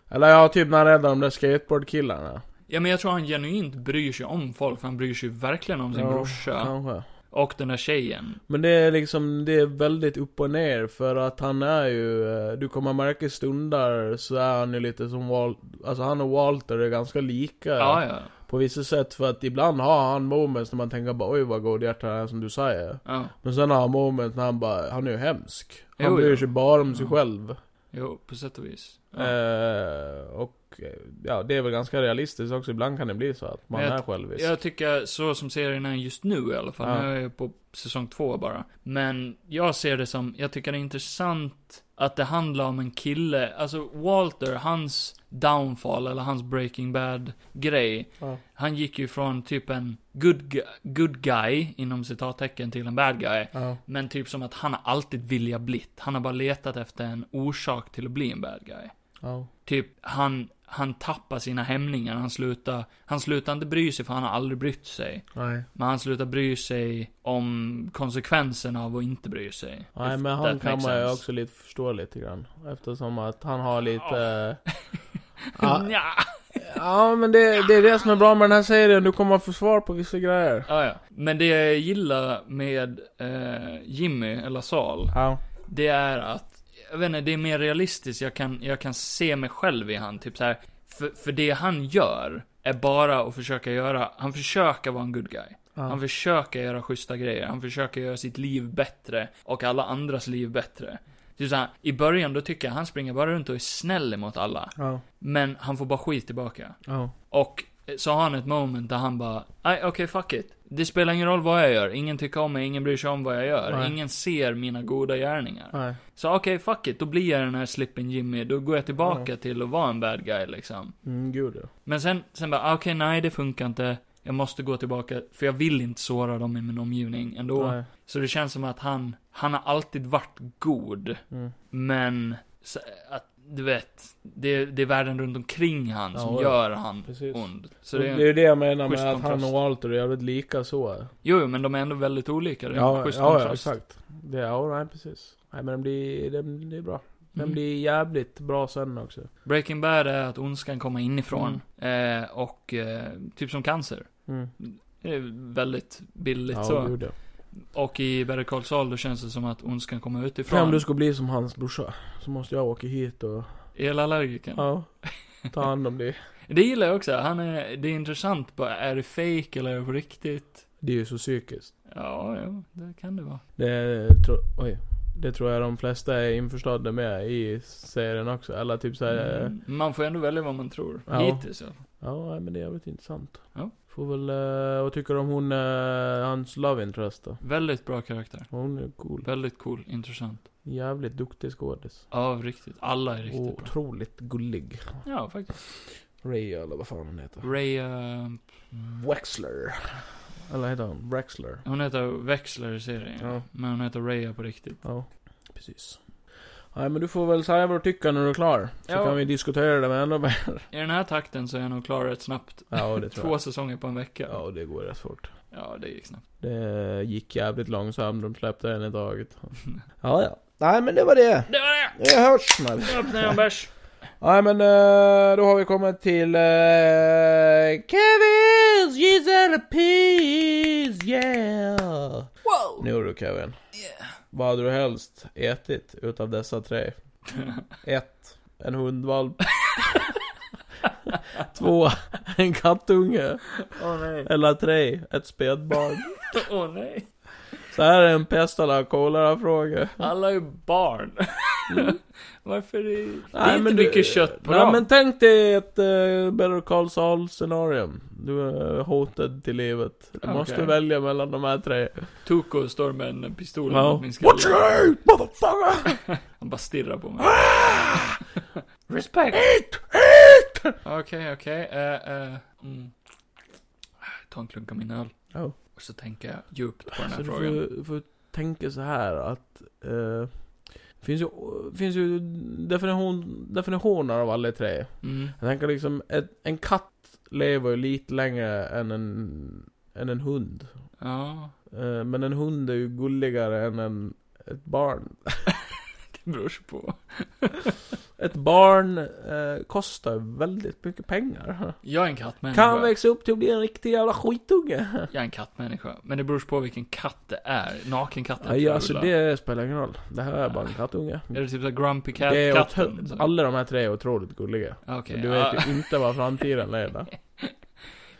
S2: eller ja, typ när han räddar de där skateboardkillarna.
S1: Ja men jag tror han genuint bryr sig om folk, för han bryr sig verkligen om sin
S2: Ja,
S1: brorsa.
S2: Kanske.
S1: Och den där tjejen.
S2: Men det är liksom, det är väldigt upp och ner för att han är ju, eh, du kommer märka stunder så är han ju lite som Wal, alltså han och Walter är ganska lika
S1: Ja, ja.
S2: på vissa sätt för att ibland har han moments när man tänker bara oj vad godhjärtad han är som du säger.
S1: ja.
S2: Men sen har han moments när han bara, han är ju hemsk. Han
S1: Jo,
S2: bryr
S1: jo.
S2: sig bara om sig
S1: Ja.
S2: själv.
S1: Jo, på sätt och vis. Ja.
S2: Eh, och eh, ja, det är väl ganska realistiskt också, ibland kan det bli så att man
S1: Men
S2: är självisk.
S1: Jag tycker, så som serien är just nu i alla fall,
S2: Ja.
S1: nu är jag ju på säsong två bara. Men jag ser det som, jag tycker det är intressant att det handlar om en kille, alltså Walter, hans downfall, eller hans breaking bad grej.
S2: Ja.
S1: Han gick ju från typ en good, gu- good guy, inom citattecken, till en bad guy.
S2: Ja.
S1: Men typ som att han har alltid vilja blitt. Han har bara letat efter en orsak till att bli en bad guy.
S2: Ja.
S1: Typ, han, han tappar sina hämningar, han slutar, han slutar inte bry sig för han har aldrig brytt sig.
S2: Nej.
S1: Men han slutar bry sig om konsekvenserna av att inte bry sig.
S2: Nej
S1: If
S2: men han
S1: that
S2: kan
S1: makes
S2: man ju
S1: sense. [laughs]
S2: också lite förstå lite grann. Eftersom att han har lite...
S1: [laughs]
S2: eh, ja,
S1: Nja.
S2: ja men det, det är det som är bra med den här serien, du kommer få svar på vissa grejer.
S1: Ja, ja. Men det jag gillar med eh, Jimmy, eller Sal,
S2: Ja.
S1: det är att, jag vet inte, det är mer realistiskt. Jag kan, jag kan se mig själv i han, typ så här. För, för det han gör är bara att försöka göra, han försöker vara en good guy. Han
S2: Ja.
S1: försöker göra schyssta grejer, han försöker göra sitt liv bättre och alla andras liv bättre. Typ såhär, I början då tycker jag han springer bara runt och är snäll mot alla.
S2: Ja.
S1: Men han får bara skit tillbaka.
S2: Ja.
S1: Och eh, så har han ett moment där han bara, nej okej fuck it. Det spelar ingen roll vad jag gör, ingen tycker om mig, ingen bryr sig om vad jag gör,
S2: Nej.
S1: ingen ser mina goda gärningar.
S2: Nej.
S1: Så okej fuck it, då blir jag den här slippin Jimmy, då går jag tillbaka till att vara en bad guy liksom.
S2: Mm, gud ja.
S1: Men sen, sen bara, ah, okej, nej det funkar inte. Jag måste gå tillbaka, för jag vill inte såra dem i min omgivning ändå.
S2: Nej.
S1: Så det känns som att han, han har alltid varit god.
S2: Mm.
S1: Men, så, att, du vet, det, det är världen runt omkring han
S2: Ja,
S1: som
S2: ja.
S1: gör han
S2: Precis.
S1: ond. Så
S2: Så det,
S1: det,
S2: är ju det jag menar
S1: schysst
S2: med att han
S1: kontrast.
S2: och Walter är jävligt lika så.
S1: jo, jo, men de är ändå väldigt olika. Det är en
S2: Ja,
S1: schysst
S2: ja, ja
S1: kontrast.
S2: exakt. Det, ja, nej precis. Nej men den blir, den, det är bra. Den
S1: Mm.
S2: blir jävligt bra sen också.
S1: Breaking Bad är att ondskan kommer inifrån. Eh, och, eh, typ som cancer.
S2: Mm.
S1: Det är väldigt billigt
S2: Ja,
S1: så.
S2: gud ja.
S1: Och i Better Call Saul, då känns det som att ondskan kommer utifrån.
S2: För om du ska bli som hans brorsa, så måste jag åka hit och...
S1: Elallergikern.
S2: Ja. Ta hand om det.
S1: Det gillar jag också. Han är, det är intressant bara, är det fake eller är det på riktigt?
S2: Det är ju så psykiskt.
S1: Ja, jo, det kan det vara.
S2: Det, tro, oj. det tror jag de flesta är införstådda med i serien också. Eller typ såhär...
S1: Mm, Man får ändå välja vad man tror.
S2: Ja.
S1: Hittills ja.
S2: Ja, nej, men det är jävligt intressant.
S1: Ja.
S2: Får väl... eh, Vad tycker du om hon, eh, hans love interest då?
S1: Väldigt bra karaktär.
S2: Hon är cool.
S1: Väldigt cool, intressant.
S2: Jävligt duktig skådis.
S1: Ja, riktigt. Alla är riktigt
S2: Och
S1: bra.
S2: otroligt gullig.
S1: Ja, faktiskt.
S2: Ray eller vad fan hon heter.
S1: Ray, eh,
S2: Wexler. Eller heter hon? Wexler.
S1: hon heter Wexler i serien.
S2: Ja.
S1: Men hon heter Raya på riktigt.
S2: Ja, precis. Nej men du får väl säga vad du tycker när du är klar. Så
S1: Ja.
S2: kan vi diskutera det med ännu mer.
S1: I den här takten så är jag nog klar rätt snabbt.
S2: Ja, det tror
S1: Två
S2: jag.
S1: säsonger på en vecka.
S2: Ja, det går rätt fort.
S1: Ja, det gick snabbt.
S2: Det gick jävligt långsamt, de släppte den i taget. Ja, ja. Nej men det var det.
S1: Det var det!
S2: Det hörs! Nej.
S1: Nu öppnar jag en [laughs] bärs.
S2: Nej men eh, då har vi kommit till eh, Kevins Giselle Peas, yeah!
S3: Wow!
S2: Nu du Kevin. Vad hade du helst ätit utav dessa tre? Ett, En hundvalp. [laughs] Två, En kattunge.
S1: Åh nej.
S2: Eller tre, Ett spädbarn.
S1: Åh nej.
S2: Så här är en pest eller kolera-fråga.
S1: Alla är ju barn. [laughs] Varför är det... det
S2: Mm.
S1: är
S2: Nej, men
S1: inte
S2: du-
S1: mycket kött på
S2: Nej
S1: dem.
S2: men tänk dig ett uh, Better Call Saul scenarium. Du är hotad till livet. Du
S1: Okej.
S2: måste välja mellan de här tre.
S1: Toko står med en pistol
S2: Ja.
S1: mot min skalle.
S2: eat motherfucker?
S1: [laughs] Han bara stirrar på mig.
S2: Ah! Respect.
S1: Okej, okej. eh, eh, mm. Ta en klunk av min öl.
S2: Ja.
S1: Och så tänker jag djupt på den här
S2: Oh. Så du
S1: frågan.
S2: får, får tänka så här att... eh, finns ju, finns ju definition, definitioner av alla tre.
S1: Mm.
S2: Jag tänker liksom, ett, en katt lever ju lite längre än en, än en hund.
S1: Ja.
S2: Eh, Men en hund är ju gulligare än en, ett barn.
S1: Det beror sig på.
S2: Ett barn eh, kostar väldigt mycket pengar.
S1: Jag är en kattmänniska.
S2: Kan växa upp till att bli en riktig jävla skitunge.
S1: Jag är en kattmänniska. Men det beror sig på vilken katt det är. Nakenkatten
S2: Nej, alltså
S1: fula.
S2: det spelar ingen roll. Det här är bara en kattunge.
S1: Är det typ såhär Grumpy Cat,
S2: Det är
S1: katten? alltså.
S2: otro- alla de här tre är otroligt gulliga.
S1: Okej.
S2: Du
S1: ja.
S2: vet ju inte vad
S1: [laughs]
S2: framtiden leder.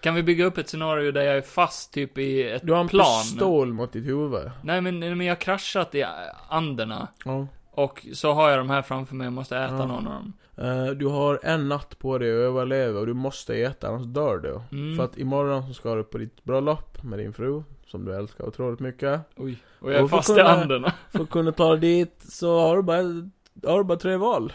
S1: Kan vi bygga upp ett scenario där jag är fast typ i ett
S2: Du har en
S1: plan?
S2: pistol mot ditt huvud.
S1: Nej men, nej, men jag har kraschat i Anderna.
S2: Ja.
S1: Och så har jag de här framför mig, jag måste äta
S2: Ja.
S1: någon av dem.
S2: Eh, Du har en natt på dig att överleva och du måste äta annars dör du.
S1: Mm.
S2: För att imorgon så ska du på ditt bröllop med din fru, som du älskar otroligt mycket.
S1: Oj. Och jag är
S2: Och för
S1: fast i
S2: kunna-
S1: Anderna. [laughs]
S2: För att kunna ta dig dit så har du bara, har du bara
S1: [laughs]
S2: tre val.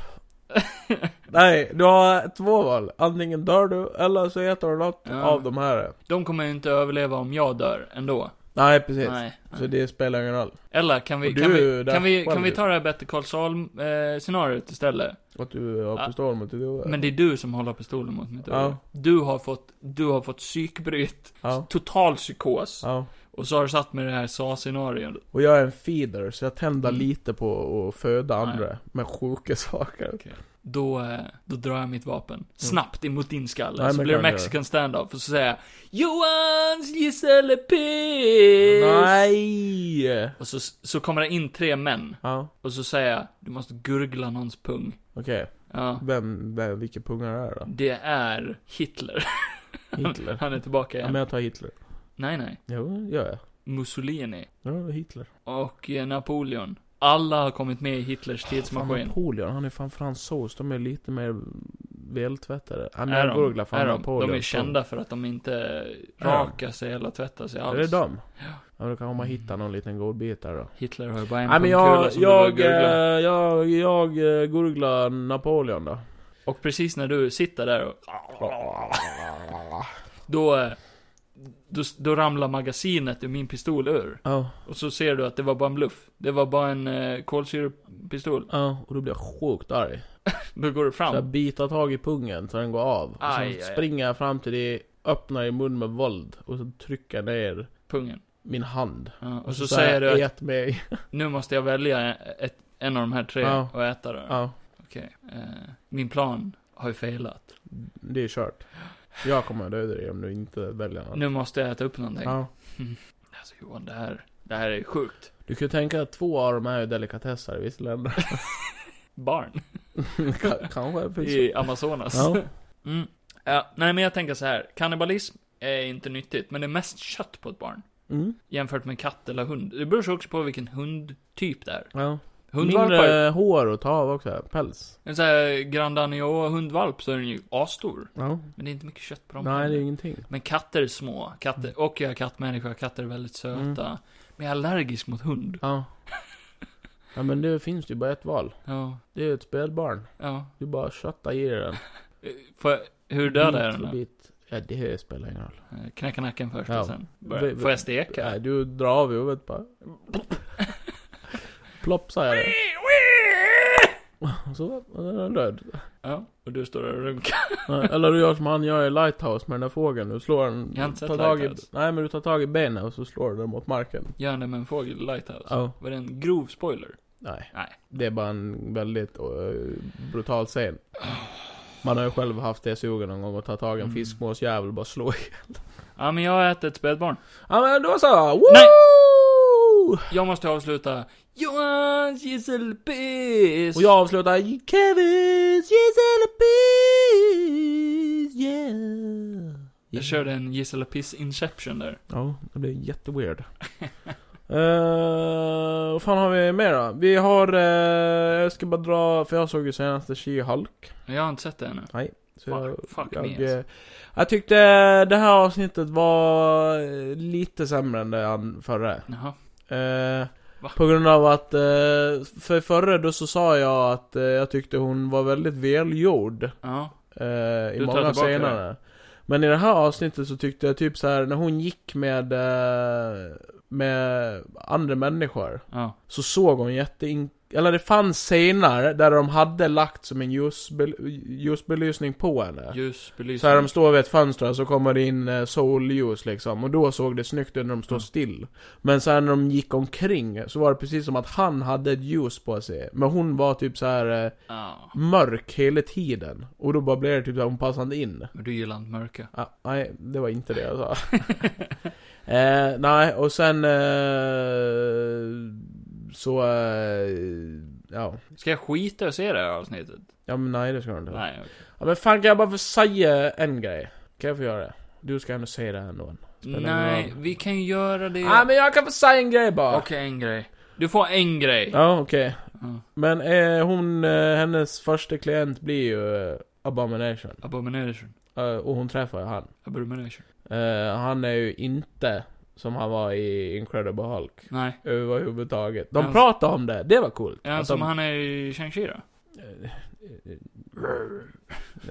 S2: Nej, du har två val. Antingen dör du, eller så äter du något
S1: Ja.
S2: av de här.
S1: De kommer ju inte överleva om jag dör ändå.
S2: Nej, precis.
S1: Nej.
S2: Så det spelar ingen roll.
S1: Eller kan vi,
S2: Och du
S1: kan
S2: är ju
S1: vi,
S2: där
S1: kan vi,
S2: själv
S1: kan vi
S2: ju.
S1: ta det här Better Call Saul eh, scenariot istället?
S2: Att du har
S1: Ja.
S2: pistol mot ditt huvud.
S1: Men det är du som håller pistolen mot mitt huvud.
S2: Ja.
S1: Du har fått, du har fått psykbryt.
S2: Ja.
S1: Total psykos.
S2: ja.
S1: Och så har du satt med det här SA-scenariot.
S2: Och jag är en feeder, så jag tänder
S1: Mm.
S2: lite på att föda
S1: Nej.
S2: andra med sjuka saker.
S1: Då, eh, då drar jag mitt vapen. Snabbt emot din skalle.
S2: Mm. Nej,
S1: så
S2: men
S1: blir det
S2: kan du
S1: mexican stand-off. Och så säger jag Johans Giselle Peace!
S2: Nej!
S1: Och så, så kommer det in tre män.
S2: Ja,
S1: Och så säger jag, du måste gurgla någons pung.
S2: okej.
S1: Ja.
S2: Vem, vem, vilka pungar är det
S1: Det är Hitler. [laughs]
S2: då? Hitler?
S1: Han är tillbaka
S2: ja,
S1: igen.
S2: men jag tar Hitler.
S1: Nej, nej.
S2: Jo, gör jag.
S1: Mussolini.
S2: Ja, Hitler.
S1: Och eh, Napoleon. Alla har kommit med i Hitlers
S2: Fan,
S1: tidsmaskin.
S2: Napoleon, han är fan fransos. De är lite mer vältvättade. Han
S1: Är
S2: är
S1: de?
S2: gurglar fan
S1: Är de?
S2: Napoleon.
S1: De är kända för att de inte rakar sig eller tvättar sig
S2: Är
S1: alls.
S2: det dem? Ja, då kan man hitta någon liten godbit där då.
S1: Hitler har ju bara en
S2: Nej men
S1: pungkula
S2: jag,
S1: som jag,
S2: jag,
S1: gurgla.
S2: eh, jag, jag eh, gurglar Napoleon då.
S1: Och precis när du sitter där och... Då, eh, då, då ramlar magasinet ur min pistol ur.
S2: Ja,
S1: Och så ser du att det var bara en bluff. Det var bara en eh, kolsyrepistol.
S2: ja, och då blir jag sjukt arg.
S1: Då går du
S2: Så jag
S1: fram.
S2: biter tag i pungen så den går av. Och
S1: Aj, aj,
S2: sen
S1: aj.
S2: springer jag fram till det, öppnar i mun med våld. Och så trycker jag ner
S1: Pungen.
S2: min hand.
S1: Ja, och så, säger du att
S2: Ät mig.
S1: nu måste jag välja ett, en av de här tre
S2: Ja.
S1: och äta det.
S2: Ja,
S1: Okej. Eh, min plan har ju failat.
S2: det är kört. Jag kommer att döda dig om du inte väljer något.
S1: Nu måste jag äta upp någonting.
S2: Ja.
S1: Alltså Johan, det här, det här är sjukt.
S2: Du kan ju tänka att två av dem är ju delikatesser i vissa länder.
S1: Barn
S2: K- Kanske. finns-
S1: i Amazonas.
S2: [laughs] Ja.
S1: Mm. Ja, nej, men jag tänker så här. Kannibalism är inte nyttigt, men det är mest kött på ett barn.
S2: Mm.
S1: Jämfört med katt eller hund. Det beror sig också på vilken hundtyp det är.
S2: Ja.
S1: Hundvalpar
S2: Mindre hår att ta av också, päls.
S1: En sån här Grand Agneau hundvalp så är den ju asstor.
S2: Ja.
S1: Men det är inte mycket kött på dem.
S2: Nej, det är Mm. ingenting.
S1: Men katter är små. Katter, och jag är kattmänniska, katter är väldigt söta.
S2: Mm.
S1: Men jag är allergisk mot hund.
S2: Ja. Ja men det finns ju bara ett val.
S1: Ja,
S2: Det är ett spelbarn.
S1: ja.
S2: Du bara köttar i den.
S1: Eh, Får jag, hur dödar jag
S2: Bit
S1: den
S2: för
S1: då?
S2: bit. Ja, det spelar ingen roll.
S1: Eh, Knäcka nacken först
S2: Ja.
S1: och sen
S2: Vi-
S1: börja.
S2: vi-
S1: Får jag steka?
S2: Nej, du drar av
S1: [laughs]
S2: huvudet bara. Plopp säger det. Och så och den är den död.
S1: Ja, och du står där och runkar.
S2: Nej, Eller du gör som han gör i Lighthouse med den där fågeln. Du slår den...
S1: Jag har inte sett
S2: tar tag i,
S1: Lighthouse.
S2: Nej men du tar tag i benen och så slår du den mot marken.
S1: Gör det med en fågel i Lighthouse.
S2: Ja.
S1: Var det en grov spoiler?
S2: Nej.
S1: Nej.
S2: Det är bara en väldigt eh, brutal scen. Man har ju själv haft det sugen någon gång att ta tag i en
S1: Mm.
S2: fiskmåsjävel och bara slå i.
S1: Ja, men jag har ätit ett spädbarn.
S2: Ja men då så! Woo!
S1: Nej! Jag måste avsluta. Johans gisselpiss!
S2: Och jag avslutar Kevin's Giselopis, yeah!
S1: Jag körde en gisselpiss inception där.
S2: Ja, det blir jätteweird. [laughs] Uh, vad fan har vi mer då? Vi har, eh, jag ska bara dra, för jag såg ju senaste She-Hulk.
S1: Men Jag har inte sett det ännu.
S2: Så
S1: Fuck-
S2: jag,
S1: fuck
S2: jag,
S1: me, alltså.
S2: eh, jag tyckte det här avsnittet var eh, lite sämre än det an- förra.
S1: Jaha.
S2: Eh,
S1: Va?
S2: på grund av att, eh, för förra då så sa jag att eh, jag tyckte hon var väldigt välgjord.
S1: Ja.
S2: Eh, I
S1: tar
S2: många
S1: tillbaka
S2: scener. Men i det här avsnittet så tyckte jag typ så här när hon gick med, eh, med andra människor.
S1: Ja.
S2: Så såg hon jätte... Eller det fanns scener där de hade lagt som en ljusbel- ljusbelysning på henne. Så
S1: Ljusbelysning.
S2: här de står vid ett fönster och så kommer det in eh, solljus liksom. Och då såg det snyggt ut när de står
S1: Mm.
S2: still. Men så här när de gick omkring så var det precis som att han hade ett ljus på sig. Men hon var typ så här eh,
S1: Ja.
S2: mörk hela tiden. Och då bara blev det typ att hon passade inte in.
S1: Men du gillar inte mörka.
S2: Ah, nej, det var inte det jag sa.
S1: [laughs]
S2: eh, nej, och sen... Eh, så... Eh, ja.
S1: Ska jag skita och se det här avsnittet?
S2: ja, men nej det ska du inte.
S1: Nej, okej.
S2: Ja, men fan kan jag bara få säga en grej? Kan jag få göra det? Du ska ändå säga det här ändå. Spelar ingen
S1: Nej,
S2: roll.
S1: vi kan ju göra det.
S2: Ja, ah, men jag kan få säga en grej bara.
S1: Okej, en grej. Du får en grej.
S2: Ja, okej.
S1: Ja.
S2: Men eh, hon, eh, hennes första klient blir ju eh, Abomination.
S1: Abomination.
S2: Eh, och hon träffar ju han.
S1: Abomination.
S2: Eh, han är ju inte som han var i Incredible Hulk.
S1: Nej.
S2: Överhuvudtaget. De
S1: Ja.
S2: pratade om det, det var coolt.
S1: Ja,
S2: Att
S1: som
S2: de...
S1: han är i Shang-Chi då?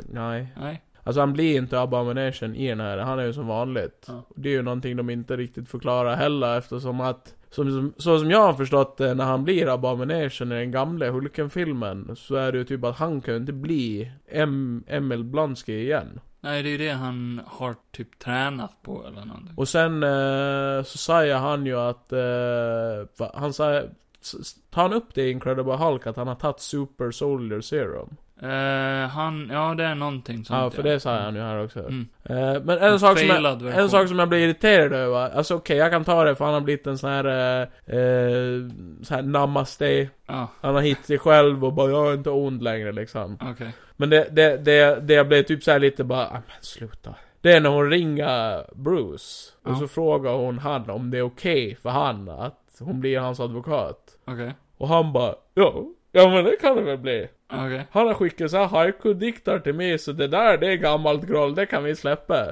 S2: Nej.
S1: Nej.
S2: Alltså han blir inte Abomination i den här, han är ju som vanligt.
S1: Ja.
S2: Det är ju någonting de inte riktigt förklarar heller eftersom att som, som, så som jag har förstått det, när han blir Abomination i den gamla Hulken-filmen Så är det ju typ att han kan ju inte bli M- Emil Blonsky igen
S1: Nej, det är ju det han har typ tränat på eller någonting.
S2: Och sen eh, så säger han ju att... Eh, va- han säger... s- s- Tar han upp det i Incredible Hulk att han har tagit Super Soldier Serum?
S1: Eh, han, ja det är någonting sånt
S2: Ja, för det säger han ju här också.
S1: Mm.
S2: Eh, men
S1: En
S2: en sak, som
S1: failad
S2: jag,
S1: version.
S2: en sak som jag blir irriterad över, alltså okej jag kan ta det för han har blivit en sån här, eh, eh, sån här namaste,
S1: Ja,
S2: han har hittat sig själv och bara jag är inte ond längre liksom.
S1: okej.
S2: Men det, det, det, det jag blev typ så här lite bara, ah, men sluta. Det är när hon ringer Bruce, och
S1: Ja.
S2: så frågar hon han om det är okej för han att hon blir hans advokat.
S1: Okej.
S2: Och han bara, ja, ja men det kan det väl bli.
S1: Okej.
S2: Han har skickat så här haiku-dikter till mig, så det där det är gammalt groll, det kan
S1: [laughs]
S2: vi släppa.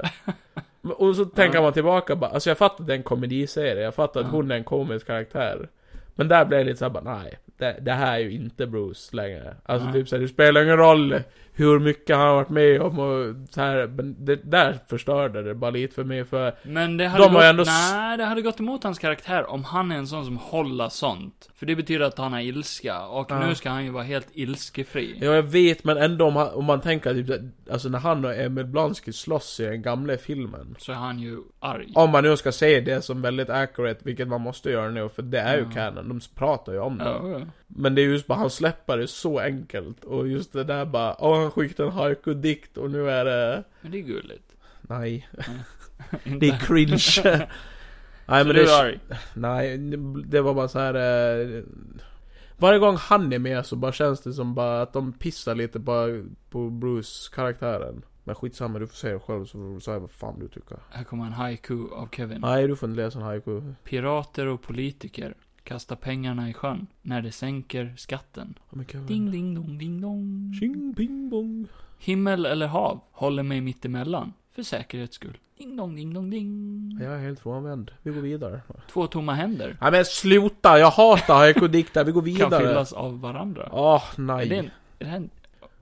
S2: Men- Och så tänker
S1: Ja.
S2: man tillbaka bara, alltså jag fattar att det är en komediserie, jag fattar att
S1: Ja.
S2: hon är en komisk karaktär. Men där blev det lite såhär bara, nej, det, det här är ju inte Bruce längre. Alltså
S1: Nej.
S2: typ såhär, det spelar ingen roll hur mycket han har varit med om och så här, men det där förstörde det bara lite för mig för...
S1: Men det hade
S2: De har
S1: gått,
S2: ju ändå s-
S1: nej, det hade gått emot hans karaktär om han är en sån som håller sånt. För det betyder att han är ilska, och
S2: Ja.
S1: nu ska han ju vara helt ilskefri.
S2: Ja, jag vet, men ändå om, han- om man tänker typ såhär, alltså när han och Emil Blonsky slåss i den gamla filmen.
S1: Så är han ju arg.
S2: Om man nu ska se det som väldigt accurate, vilket man måste göra nu, för det är ju
S1: Ja.
S2: canon, de pratar ju om det.
S1: Ja, ja.
S2: Men det är just bara, han släpper det så enkelt. Och just det där bara, åh han skickade en haiku-dikt och nu är det...
S1: Men det är gulligt.
S2: Nej.
S1: Inte.
S2: [laughs] Det är cringe. [laughs] nej
S1: Så
S2: men
S1: du
S2: det...
S1: är arg?
S2: Nej, det var bara så här. Eh, varje gång han är med så bara känns det som bara att de pissar lite på, på Bruce-karaktären. Men skitsamma, du får se det själv så får du säga vad fan du tycker.
S1: Här kommer en haiku av Kevin.
S2: Nej, du får inte läsa en haiku. Oh
S1: Pirater och politiker kastar pengarna i sjön när det sänker skatten.
S2: Oh my God.
S1: Ding ding dong ding dong.
S2: Tjing, ping, bong.
S1: Himmel eller hav håller mig mittemellan. För säkerhets skull. Ding dong ding dong ding.
S2: Jag är helt frånvänd. Vi går vidare.
S1: Två tomma händer
S2: Nej men sluta! Jag hatar haiku-dikter. Vi går
S1: kan
S2: vidare.
S1: fyllas av varandra.
S2: Åh,
S1: Är det, en,
S2: nej.
S1: är det här en,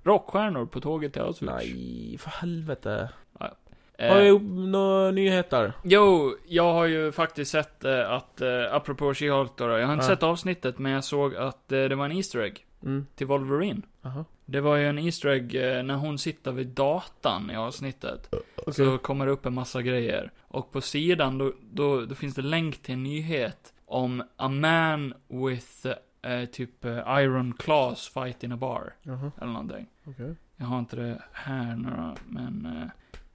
S1: rockstjärnor på tåget till Auschwitz?
S2: Nej, för helvete. Har
S1: Eh,
S2: jag några nyheter?
S1: jo, jag har ju faktiskt sett eh, att, eh, apropå She-Hulk då, då, jag har inte
S2: Ja.
S1: sett avsnittet men jag såg att eh, det var en Easter egg
S2: Mm.
S1: till Wolverine.
S2: Jaha.
S1: Det var ju en Easter egg eh, när hon sitter vid datan i avsnittet. Så kommer det upp en massa grejer. Och på sidan då, då, då finns det länk till en nyhet om A man with eh, typ eh, Iron Claws fight in a bar.
S2: Jaha,
S1: Eller någonting.
S2: okej.
S1: Jag har inte det här några, men...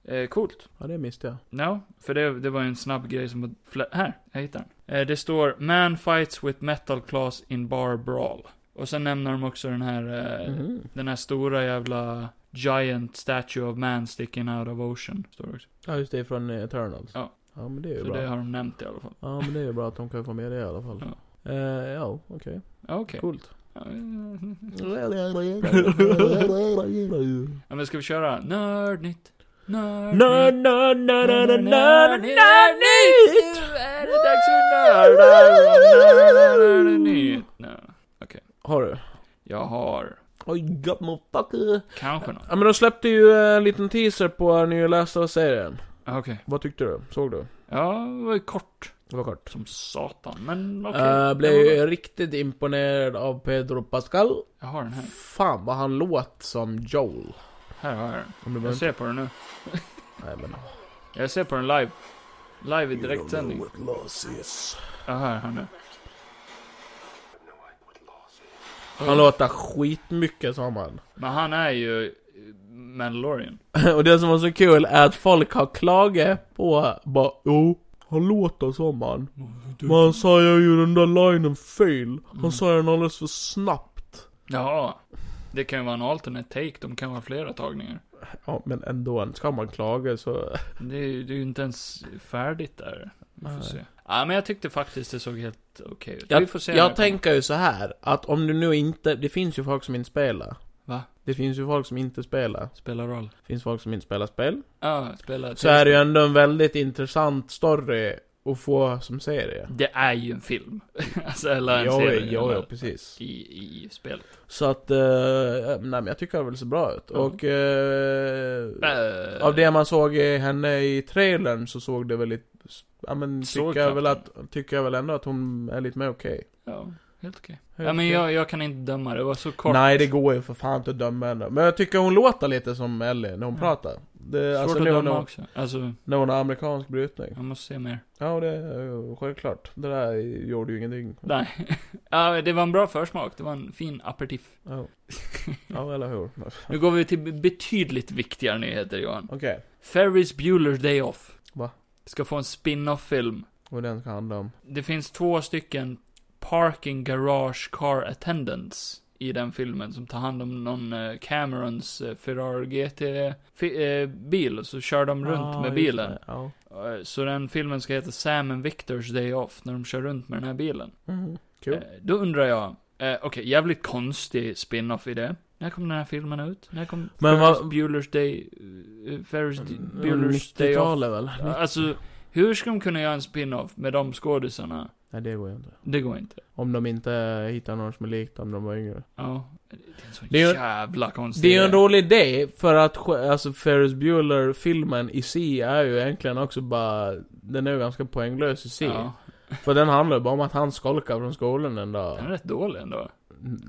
S1: Eh, eh, coolt.
S2: Ja, det missade jag.
S1: Ja, för det, det var ju en snabb grej som var... fla- Här, jag hittade den. Eh, det står 'Man fights with metal class in bar brawl' Och sen nämner de också den här, eh,
S2: Mhm.
S1: den här stora jävla Giant Statue of Man sticking out of ocean, står det också.
S2: Ja, just det, från eh, Eternals.
S1: Ja.
S2: Ja, men det är ju
S1: Så
S2: bra.
S1: det har de nämnt i alla fall.
S2: Ja, men det är ju bra att de kan få med det i alla fall.
S1: Ja.
S2: Ja, ja okej.
S1: Ja, Okej.
S2: Coolt.
S5: [laughs]
S1: Ja, men ska vi köra Nördnytt? Nördnytt?
S2: Nörd, nörd, nörd, nörd, nörd, nörd,
S1: Nu är det dags för nörd- Nördnytt! Nö.
S2: Har du?
S1: Jag har
S2: Oj, got motherfucker.
S1: kanske något.
S2: Ja, men de släppte ju eh, en liten teaser på nya Last of serien
S1: Okej.
S2: Vad tyckte du? Såg du?
S1: Ja, det var ju kort.
S2: Det var kort.
S1: Som satan, men okej.
S2: Okay.
S1: det
S2: Eh, blev
S1: var
S2: ju
S1: bra.
S2: riktigt imponerad av Pedro Pascal.
S1: Jag har den här.
S2: Fan vad han låt som Joel.
S1: Här har jag den.
S2: Om du
S1: Jag
S2: behöver...
S1: ser på den nu.
S2: Nej men...
S1: Jag ser på den live. Live i direktsändning.
S2: loss is.
S1: Ja, här, här nu.
S2: Han låter skitmycket som han.
S1: Men han är ju eh, Mandalorian.
S2: [laughs] Och det som var så kul är att folk har klagat på bara Jo, han låter som han. Men han säger ju den där linen fel. Han
S1: Mm.
S2: säger den alldeles för snabbt.
S1: Jaha. Det kan ju vara en alternate take, de kan ha flera tagningar.
S2: Ja, men ändå. Ska man klaga så...
S1: Det är, ju- det är ju inte ens färdigt där. Vi får
S2: Nej.
S1: se. Ja, men jag tyckte faktiskt det såg helt okej ut. Vi
S2: Jag,
S1: får se. när
S2: jag
S1: det kommer.
S2: tänker ju så här att om du nu inte... Det finns ju folk som inte spelar.
S1: Va?
S2: Det finns ju folk som inte spelar.
S1: Spelar roll.
S2: Det finns folk som inte spelar spel.
S1: Ja, spelar.
S2: Så är det ju ändå en väldigt intressant story att få som serie.
S1: Det är ju en film. [laughs] alltså, eller en
S2: Ja,
S1: serie.
S2: ja,
S1: eller-
S2: ja, precis.
S1: I, i spelet.
S2: Så att, eh, nej men jag tycker det väl så bra ut.
S1: Ja.
S2: Och eh,
S1: Äh,
S2: av det man såg i henne i trailern så såg det väl lite, ja men
S1: Såg
S2: tycker jag,
S1: knappt
S2: väl att, tycker jag väl ändå att hon är lite mer okej.
S1: Ja, helt okej.
S2: Helt
S1: Ja, men
S2: okej.
S1: jag, jag kan inte döma, det var så kort.
S2: Nej det går ju för fan inte att döma henne. Men jag tycker hon låter lite som Ellie när hon
S1: Ja.
S2: pratar. Det,
S1: Svårt
S2: alltså
S1: att
S2: när
S1: döma
S2: hon,
S1: också. Alltså,
S2: när hon har amerikansk brytning.
S1: jag måste se mer.
S2: Ja det är ju självklart. Det där gjorde ju ingenting.
S1: Nej. ja, det var en bra försmak, det var en fin aperitif.
S2: Ja, ja eller hur.
S1: Nu går vi till betydligt viktigare nyheter, Johan.
S2: Okej,
S1: Ferris Bueller's Day Off.
S2: Va?
S1: Ska få en spin-off-film.
S2: och den ska handla om.
S1: Det finns två stycken Parking Garage Car Attendants i den filmen som tar hand om någon eh, Camerons eh, Ferrari GT-bil eh, och så kör de runt
S2: Ah,
S1: med
S2: just
S1: bilen.
S2: det, Ja.
S1: Eh, Så den filmen ska heta Sam and Victor's Day Off, när de kör runt med den här bilen.
S2: Mhm. Kul.
S1: Eh, Då undrar jag, eh, okej, jävligt konstig spin-off i det. När kom den här filmen ut? När kom
S2: Men
S1: Ferris
S2: vad- Mm,
S1: Bueller's Day... eh, Ferris D- Bueller's Day Off?
S2: 90-talet väl?
S1: Ja, Alltså, hur ska de kunna göra en spin-off med de skådisarna?
S2: Nej det går ju inte.
S1: Det går inte.
S2: Om de inte hittar någon som är lik dem de var yngre.
S1: Ja. Det är en så
S2: Det är ju-
S1: jävla konstig
S2: Det är ju en
S1: idé.
S2: rolig idé, för att sj- alltså Ferris Bueller-filmen i sig är ju egentligen också bara... Den är ju ganska poänglös i sig.
S1: Ja.
S2: För den handlar ju bara om att han skolkar från skolan en dag.
S1: Den är rätt dålig ändå.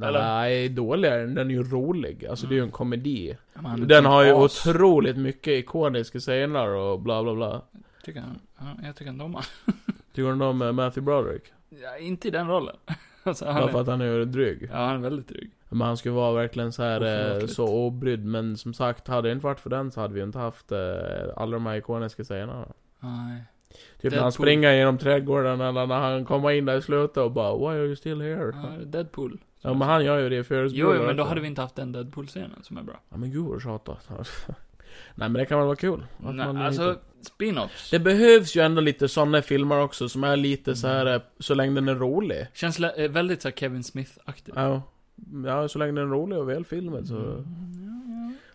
S1: eller?
S2: Nej, dåligare än- den är ju rolig. Alltså det är ju en komedi.
S1: Men han är
S2: Den har ju
S1: typ as,
S2: otroligt mycket ikoniska scener och bla bla bla.
S1: Tycker han. Ja, jag tycker inte om han.
S2: Tycker du om eh, Matthew Broderick?
S1: Ja, inte i den rollen. [laughs] Alltså, han
S2: Bara för
S1: är...
S2: att han är dryg.
S1: Ja, han är väldigt dryg.
S2: Men han skulle vara verkligen så här eh,
S1: Oförlåtligt.
S2: så obrydd. Men som sagt, hade det inte varit för den så hade vi ju inte haft eh, alla de här ikoniska scenerna.
S1: Nej.
S2: Typ när han
S1: Deadpool.
S2: springer genom trädgården eller när han kommer in där i slutet och bara Why are you still here?
S1: Ja, det är Deadpool.
S2: Ja men han gör ju det i Ferris
S1: Jo, jo,
S2: Bueller
S1: men då
S2: också.
S1: hade vi inte haft den Deadpool-scenen som är bra.
S2: Ja men gud vad tjata. [laughs] Nej men det kan väl vara kul? att man
S1: Nej,
S2: hittar-
S1: alltså, spin-offs.
S2: Det behövs ju ändå lite sådana filmer också som är
S1: Mm.
S2: lite så här eh, så länge den är rolig.
S1: Känns lä- eh, väldigt så här Kevin Smith-aktigt.
S2: Ja. Ja, så länge den är rolig och väl filmad
S1: Mm.
S2: så...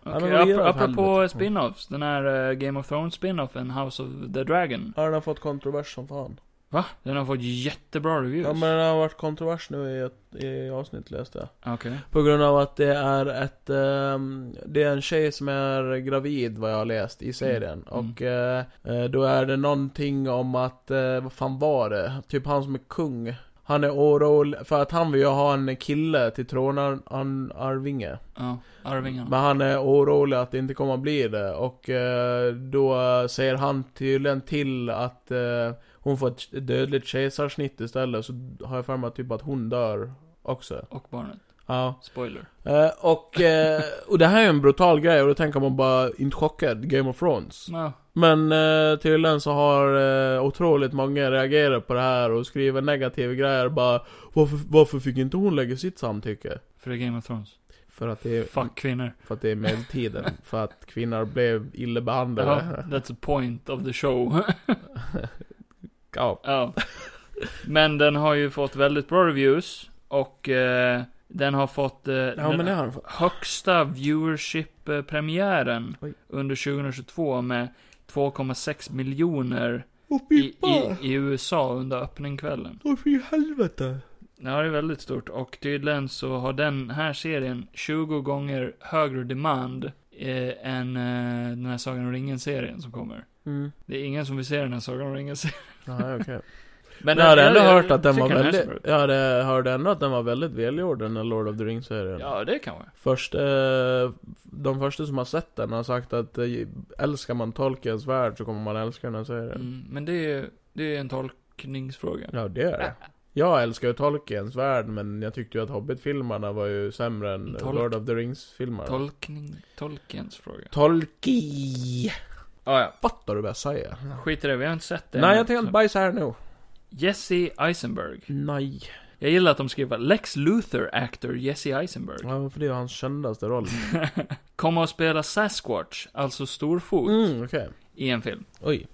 S2: Ja, men
S1: Okej,
S2: vad
S1: ap-
S2: är det för
S1: apropå
S2: helvete?
S1: spin-offs. Den här eh, Game of Thrones-spin-offen, House of the Dragon.
S2: Ja, den har fått kontrovers som fan.
S1: Va? Den har fått jättebra reviews.
S2: Ja men det har varit kontrovers nu i ett i avsnitt läste jag.
S1: Okej.
S2: På grund av att det är ett, ehm, det är en tjej som är gravid vad jag har läst i serien.
S1: Mm.
S2: Och eh, eh, då är det någonting om att, eh, vad fan var det? Typ han som är kung. Han är orolig, för att han vill ju ha en kille till tronarvinge.
S1: Ja, Arvingarna.
S2: Men han är orolig att det inte kommer att bli det. Och eh, då eh, säger han tydligen till att eh, hon får ett dödligt kejsarsnitt istället. Så har jag för mig typ att hon dör också.
S1: Och barnet.
S2: Ja.
S1: Spoiler.
S2: Eh, och, eh, och det här är en brutal grej och då tänker man bara, inte chockad, Game of Thrones.
S1: Ja.
S2: Men eh, tydligen så har eh, otroligt många reagerat på det här och skriver negativa grejer bara varför, varför fick inte hon lägga sitt samtycke?
S1: För det är Game of Thrones.
S2: För att det är,
S1: Fuck kvinnor.
S2: för att det är [laughs] medeltiden, för att kvinnor blev illa
S1: Ja,
S2: behandlade.
S1: that's the point of the show. [laughs]
S2: [laughs] Ja.
S1: ja. Men den har ju fått väldigt bra reviews. Och eh, den har fått eh,
S2: Ja
S1: den
S2: men det har de fått.
S1: högsta viewership-premiären
S2: Oj.
S1: under 2022 med 2,6 miljoner
S2: Åh
S1: i, i, i USA under öppningkvällen.
S2: Åh fy helvete.
S1: Ja, det är väldigt stort. Och tydligen så har den här serien 20 gånger högre demand eh, än eh, den här Sagan om ringen-serien som kommer.
S2: Mm.
S1: Det är ingen som vill se den här Sagan om ringen-serien.
S2: Ja, okej.
S1: Men
S2: jag hade
S1: jag-
S2: ändå
S1: jag-
S2: hört att den
S1: tycker
S2: var
S1: här
S2: väldigt,
S1: ser bra ut.
S2: jag hade, hörde ändå att den var väldigt välgjord den här Lord of the Rings-serien.
S1: Ja, det kan vara.
S2: Först, eh, de första som har sett den har sagt att eh, älskar man Tolkiens värld så kommer man älska den här serien.
S1: Mm, men det är, det är en tolkningsfråga.
S2: Ja, det är det. Jag älskar ju Tolkiens värld, men jag tyckte ju att Hobbit-filmerna var ju sämre än
S1: Tolk-
S2: Lord of the Rings-filmerna.
S1: Tolkning, tolkens fråga.
S2: Tolki!
S1: Ah, ja.
S2: Fattar du vad jag säger?
S1: Skit i det, vi har inte sett den.
S2: Nej, jag tänkte bajsa här nu.
S1: Jesse Eisenberg.
S2: Nej.
S1: Jag gillar att de skriver Lex Luthor actor Jesse Eisenberg.
S2: Ja, för det är hans kändaste roll.
S1: Kommer att spela Sasquatch, alltså storfot,
S2: Mm, okej.
S1: i en film.
S2: Oj.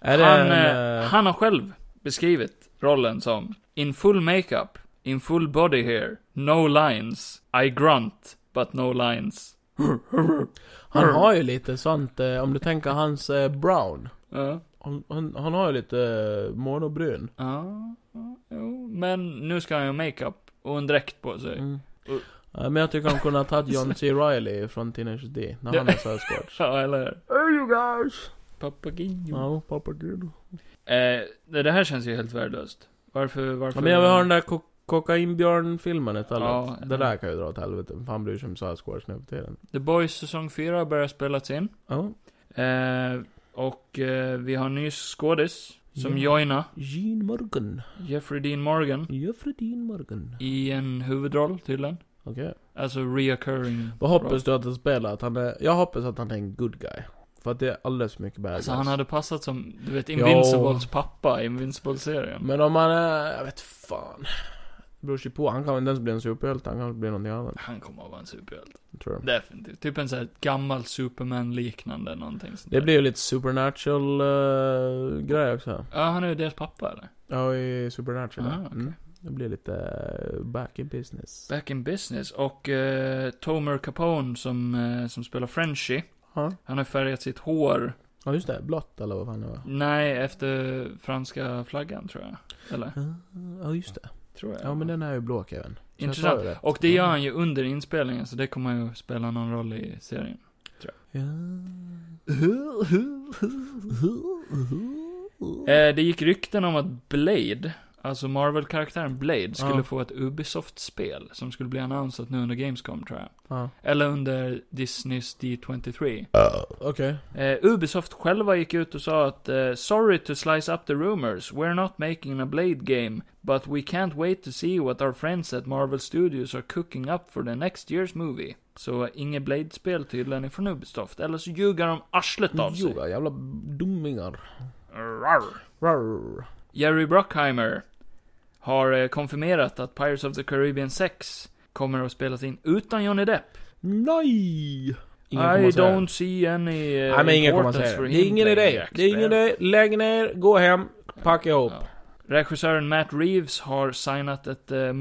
S2: Är
S1: Han,
S2: det
S1: eh,
S2: en... eh,
S1: han har själv beskrivit rollen som In full makeup, in full body hair, no lines, I grunt, but no lines.
S2: han har ju lite sånt, eh, om du tänker hans eh, brown.
S1: Ja,
S2: Han, han, han har ju lite eh, monobryn.
S1: ja, ja, jo. Men nu ska han ju ha makeup och en dräkt på sig.
S2: Mm.
S1: Och-
S2: Ja, Men jag tycker han kunde ha tagit John C. Reilly från Teenage D, när
S1: Det-
S2: han
S1: [laughs]
S2: är Sasquatch.
S1: Ja, eller
S2: Hey you guys!
S1: Papagino.
S2: Ja, pappa gud.
S1: Eh, det det här känns ju helt värdelöst. Varför, varför?
S2: Ja, men jag vill ha den där ko kokainbjörn-filmen istället.
S1: Ja,
S2: det
S1: ja.
S2: där kan ju dra åt helvete, för han bryr sig om Sasquatch nu för tiden.
S1: The Boys säsong 4 börjar spelas in.
S2: Ja.
S1: Eh, och eh, vi har en ny skådis som
S2: Ja.
S1: joinar
S2: Gene Morgan.
S1: Jeffrey Dean Morgan
S2: Jeffrey Dean Morgan.
S1: i en huvudroll tydligen.
S2: Okej.
S1: Alltså reoccurring.
S2: Vad
S1: roll.
S2: hoppas du att han spelar? Att han är, jag hoppas att han är en good guy. För att det är alldeles för mycket bad
S1: Alltså
S2: guys.
S1: han hade passat som, du vet,
S2: Ja.
S1: Invincibles pappa i Invincible-serien.
S2: Men om han är, jag vet fan. Det beror sig på, han kan inte ens bli en superhjälte, han kan bli någonting annat.
S1: Han kommer att vara en superhjälte.
S2: Tror jag.
S1: Definitivt. Typ en sån här gammal Superman-liknande någonting sånt
S2: Det
S1: där.
S2: blir ju lite supernatural eh, grej också.
S1: Ja, han är ju deras pappa eller?
S2: Ja, i supernatural.
S1: Ah, okej.
S2: mm. Det blir lite eh, back in business.
S1: Back in business. Och eh, Tomer Capone som, eh, som spelar Frenchie.
S2: Ja,
S1: Han har färgat sitt hår,
S2: Ja, just det. Blått eller vad fan det var.
S1: nej, efter franska flaggan tror jag. Eller?
S2: Ja, just det.
S1: Tror jag.
S2: Ja, men den är ju blå, Kevin. Så jag
S1: Intressant.
S2: sa ju Mm. rätt.
S1: Och det gör han ju under inspelningen, så det kommer ju spela någon roll i serien.
S2: Ja.
S1: Eh, det gick rykten om att Blade, alltså Marvel-karaktären Blade, skulle
S2: Ja.
S1: få ett Ubisoft-spel som skulle bli annonsat nu under Gamescom tror jag.
S2: Ja.
S1: Eller under Disneys D23.
S2: Okej.
S1: Eh, Ubisoft själva gick ut och sa att eh, “Sorry to slice up the rumors, we're not making a Blade game, but we can't wait to see what our friends at Marvel Studios are cooking up for the next year's movie”. Så inget Blade-spel tydligen ifrån Ubisoft, eller så ljuger de arslet av sig.
S2: Jo, jävla dummingar.
S1: Rar.
S2: Rar.
S1: Jerry Bruckheimer har eh, konfirmerat att Pirates of the Caribbean 6 kommer att spelas in utan Johnny Depp.
S2: Nej!
S1: I
S2: kommer att säga det.
S1: don't see any eh,
S2: Nej men ingen kommer att
S1: importance
S2: säga
S1: for
S2: det.
S1: him
S2: Det är ingen
S1: playing
S2: idé.
S1: Jack
S2: Det är ingen
S1: Sparrow.
S2: idé. Lägg ner, gå hem, packa ihop.
S1: Ja. Regissören Matt Reeves har signat ett eh,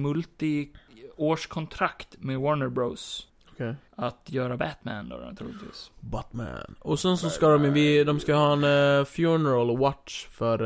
S1: multi-årskontrakt med Warner Bros.
S2: Okej.
S1: Att göra Batman då, då, troligtvis.
S2: Batman. Och sen så ska de ju, vi- de ska ha en eh, funeral watch för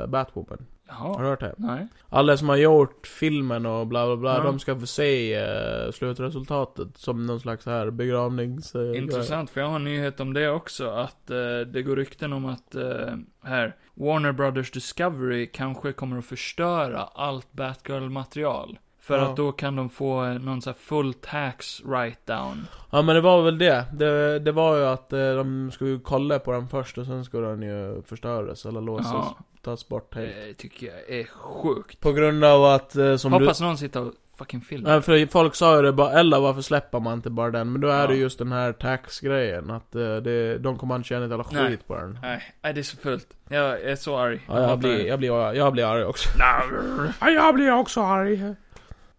S2: eh, Batwoman. Har du
S1: Jaha.
S2: hört det?
S1: Nej.
S2: Alla som har gjort filmen och bla bla bla,
S1: Ja.
S2: de ska få se eh, slutresultatet som någon slags så här begravnings... eh,
S1: Intressant, för jag har en nyhet om det också, att eh, det går rykten om att, eh, här, Warner Brothers Discovery kanske kommer att förstöra allt Batgirl-material. För
S2: Ja.
S1: att då kan de få eh, någon sån här full tax write-down.
S2: Ja men det var väl det. Det, det var ju att eh, de skulle ju kolla på den först och sen skulle den ju förstöras eller låsas,
S1: Ja,
S2: tas bort helt.
S1: det tycker jag är sjukt.
S2: På grund av att, eh, som du...
S1: Hoppas någon sitter och fucking filmar.
S2: Nej, för folk sa ju det bara, eller varför släpper man inte bara den? Men då är
S1: Ja.
S2: det just den här tax-grejen, att eh, det, de kommer inte tjäna ett jävla
S1: Nej.
S2: skit på den.
S1: Nej, nej, det är så fult. Jag är så arg.
S2: Ja, jag, blir, jag, blir, jag blir arg också.
S1: Narr.
S2: Ja, jag blir också arg.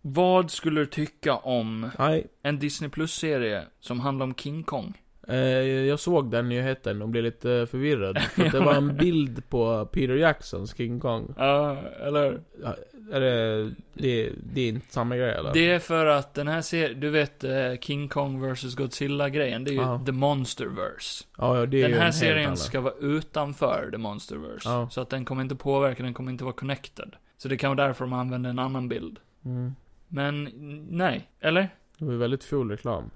S1: Vad skulle du tycka om
S2: Nej.
S1: en Disney Plus-serie som handlar om King Kong?
S2: Eh, jag såg den nyheten och blev lite förvirrad. För att
S1: [laughs]
S2: det var en bild på Peter Jacksons King Kong.
S1: Ja, eller?
S2: Ja, Är det, det, det är inte samma grej eller?
S1: Det är för att den här serien, du vet eh, King Kong vs Godzilla-grejen, det är ju
S2: Ja.
S1: The Monsterverse.
S2: ja, ja, det är
S1: Den
S2: ju en
S1: här
S2: helt
S1: serien
S2: annan.
S1: ska vara utanför The Monsterverse.
S2: Ja.
S1: Så att den kommer inte påverka, den kommer inte vara connected. Så det kan vara därför de använder en annan bild.
S2: Mm.
S1: Men, nej. Eller?
S2: Det var ju väldigt ful reklam.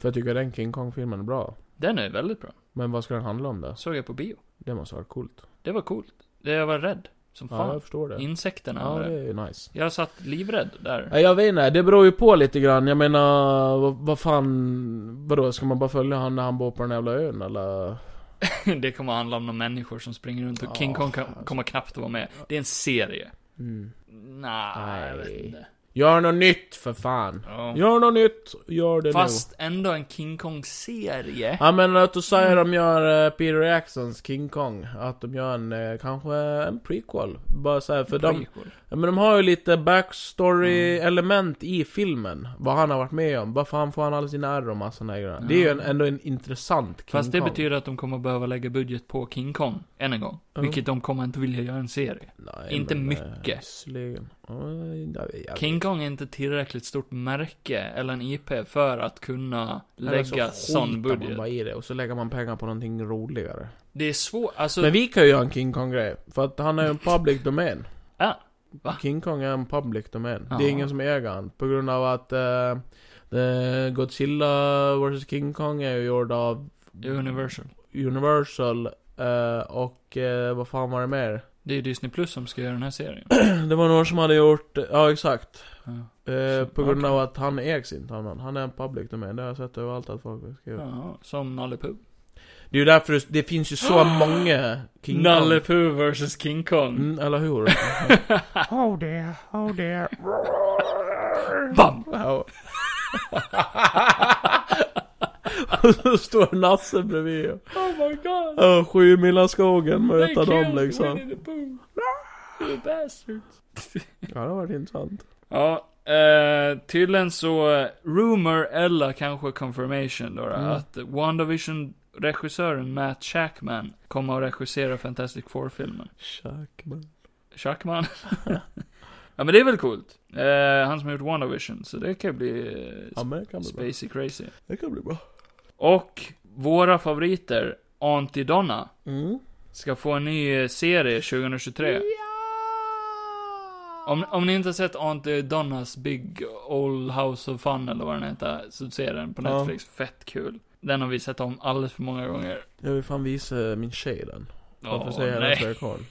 S2: För jag tycker den King Kong-filmen är bra.
S1: Den är väldigt bra.
S2: Men vad ska den handla om då?
S1: Såg jag på bio.
S2: Det måste vara coolt.
S1: Det var coolt. Det- Jag var rädd. Som
S2: Ja,
S1: fan.
S2: jag förstår det.
S1: Insekterna
S2: Typ. Ja,
S1: var
S2: det
S1: det.
S2: är ju nice.
S1: Jag satt livrädd där.
S2: Ja, jag vet inte, det beror ju på lite grann. Jag menar, vad, vad fan... Vadå, ska man bara följa han när han bor på den jävla ön eller?
S1: [laughs] det kommer att handla om några människor som springer runt och King
S2: Ja,
S1: Kong kan,
S2: alltså.
S1: kommer knappt vara med. Det är en serie.
S2: Mm.
S1: Nej, jag vet
S2: Nej.
S1: inte.
S2: Gör något nytt för fan.
S1: Ja.
S2: Gör något nytt, gör det
S1: Fast ändå en King Kong-serie.
S2: nu. Ja men att du säger de gör eh, Peter Jacksons King Kong, att de gör en, eh, kanske en prequel. Bara så här, för de,
S1: Prequel.
S2: ja, men de har ju lite backstory
S1: Mm.
S2: element i filmen. Vad han har varit med om, varför han får han alla sina ärr och massa såna här grejer. Det är ju en, ändå en intressant King
S1: Fast det
S2: Kong.
S1: betyder att de kommer behöva lägga budget på King Kong, än en gång.
S2: Ja.
S1: Vilket de kommer inte vilja göra en serie.
S2: Nej,
S1: inte
S2: men, eh,
S1: mycket.
S2: Visserligen. Oj, jag vet- Alltså, jag
S1: King
S2: vet.
S1: Kong är inte tillräckligt stort märke, eller en IP, för att kunna
S2: Eller så
S1: lägga sån
S2: skitar man
S1: budget.
S2: bara i det och så lägger man pengar på någonting roligare.
S1: Det är svårt, alltså...
S2: Men vi kan ju göra en King Kong-grej, för att han är ju en public domain.
S1: Ja. Va?
S2: King Kong är en public domain.
S1: Ja.
S2: Det är ingen som äger han. På grund av att eh, the Godzilla vs King Kong är ju gjord av
S1: Universal.
S2: Universal eh, och eh, vad fan var det mer? [clears throat]
S1: Det är Disney Plus som ska göra den här serien.
S2: Det var någon som hade gjort, ja exakt.
S1: Ja.
S2: Eh, på grund
S1: Okej.
S2: av att han ägs inte av någon. Han är en public domain, det har jag sett överallt att folk skriver.
S1: Ja, som Nalle Puh.
S2: Det är ju därför det, det finns
S1: [gasps]
S2: ju så många King
S1: Nalle
S2: Kong.
S1: Puh vs King Kong.
S2: Mm,
S1: [laughs]
S2: eller hur? [laughs]
S4: Oh dear, oh dear.
S2: Mm.
S1: Bam!
S2: Wow. och så står Nasse bredvid och
S1: Oh my god!
S2: Ja, sju mila skogen med
S1: They
S2: detta
S1: killed
S2: dem liksom.
S1: Winnie the Pooh. You bastards.
S2: Ja, det har varit intressant.
S1: Ja, eh, tydligen så, eh, rumor eller kanske confirmation då,
S2: Mm.
S1: att WandaVision-regissören Matt Shackman kommer att regissera Fantastic Four-filmen.
S2: Shackman. [laughs]
S1: Shackman? ja men det är väl coolt? Eh, han som har gjort WandaVision, så det kan ju bli
S2: Ja,
S1: eh,
S2: men det kan bli bra.
S1: spacey crazy.
S2: Det kan bli bra.
S1: Och våra favoriter, Auntie Donna,
S2: Mm.
S1: ska få en ny eh, serie 2023. Om, om ni inte har sett Auntie Donnas Big Old House of Fun eller vad den heter, så se den på
S2: Ja.
S1: Netflix. Fett kul. Den har vi sett om alldeles för många gånger.
S2: Jag vill fan visa min tjej den. Varför säger jag den så
S1: nej.
S2: jag kan?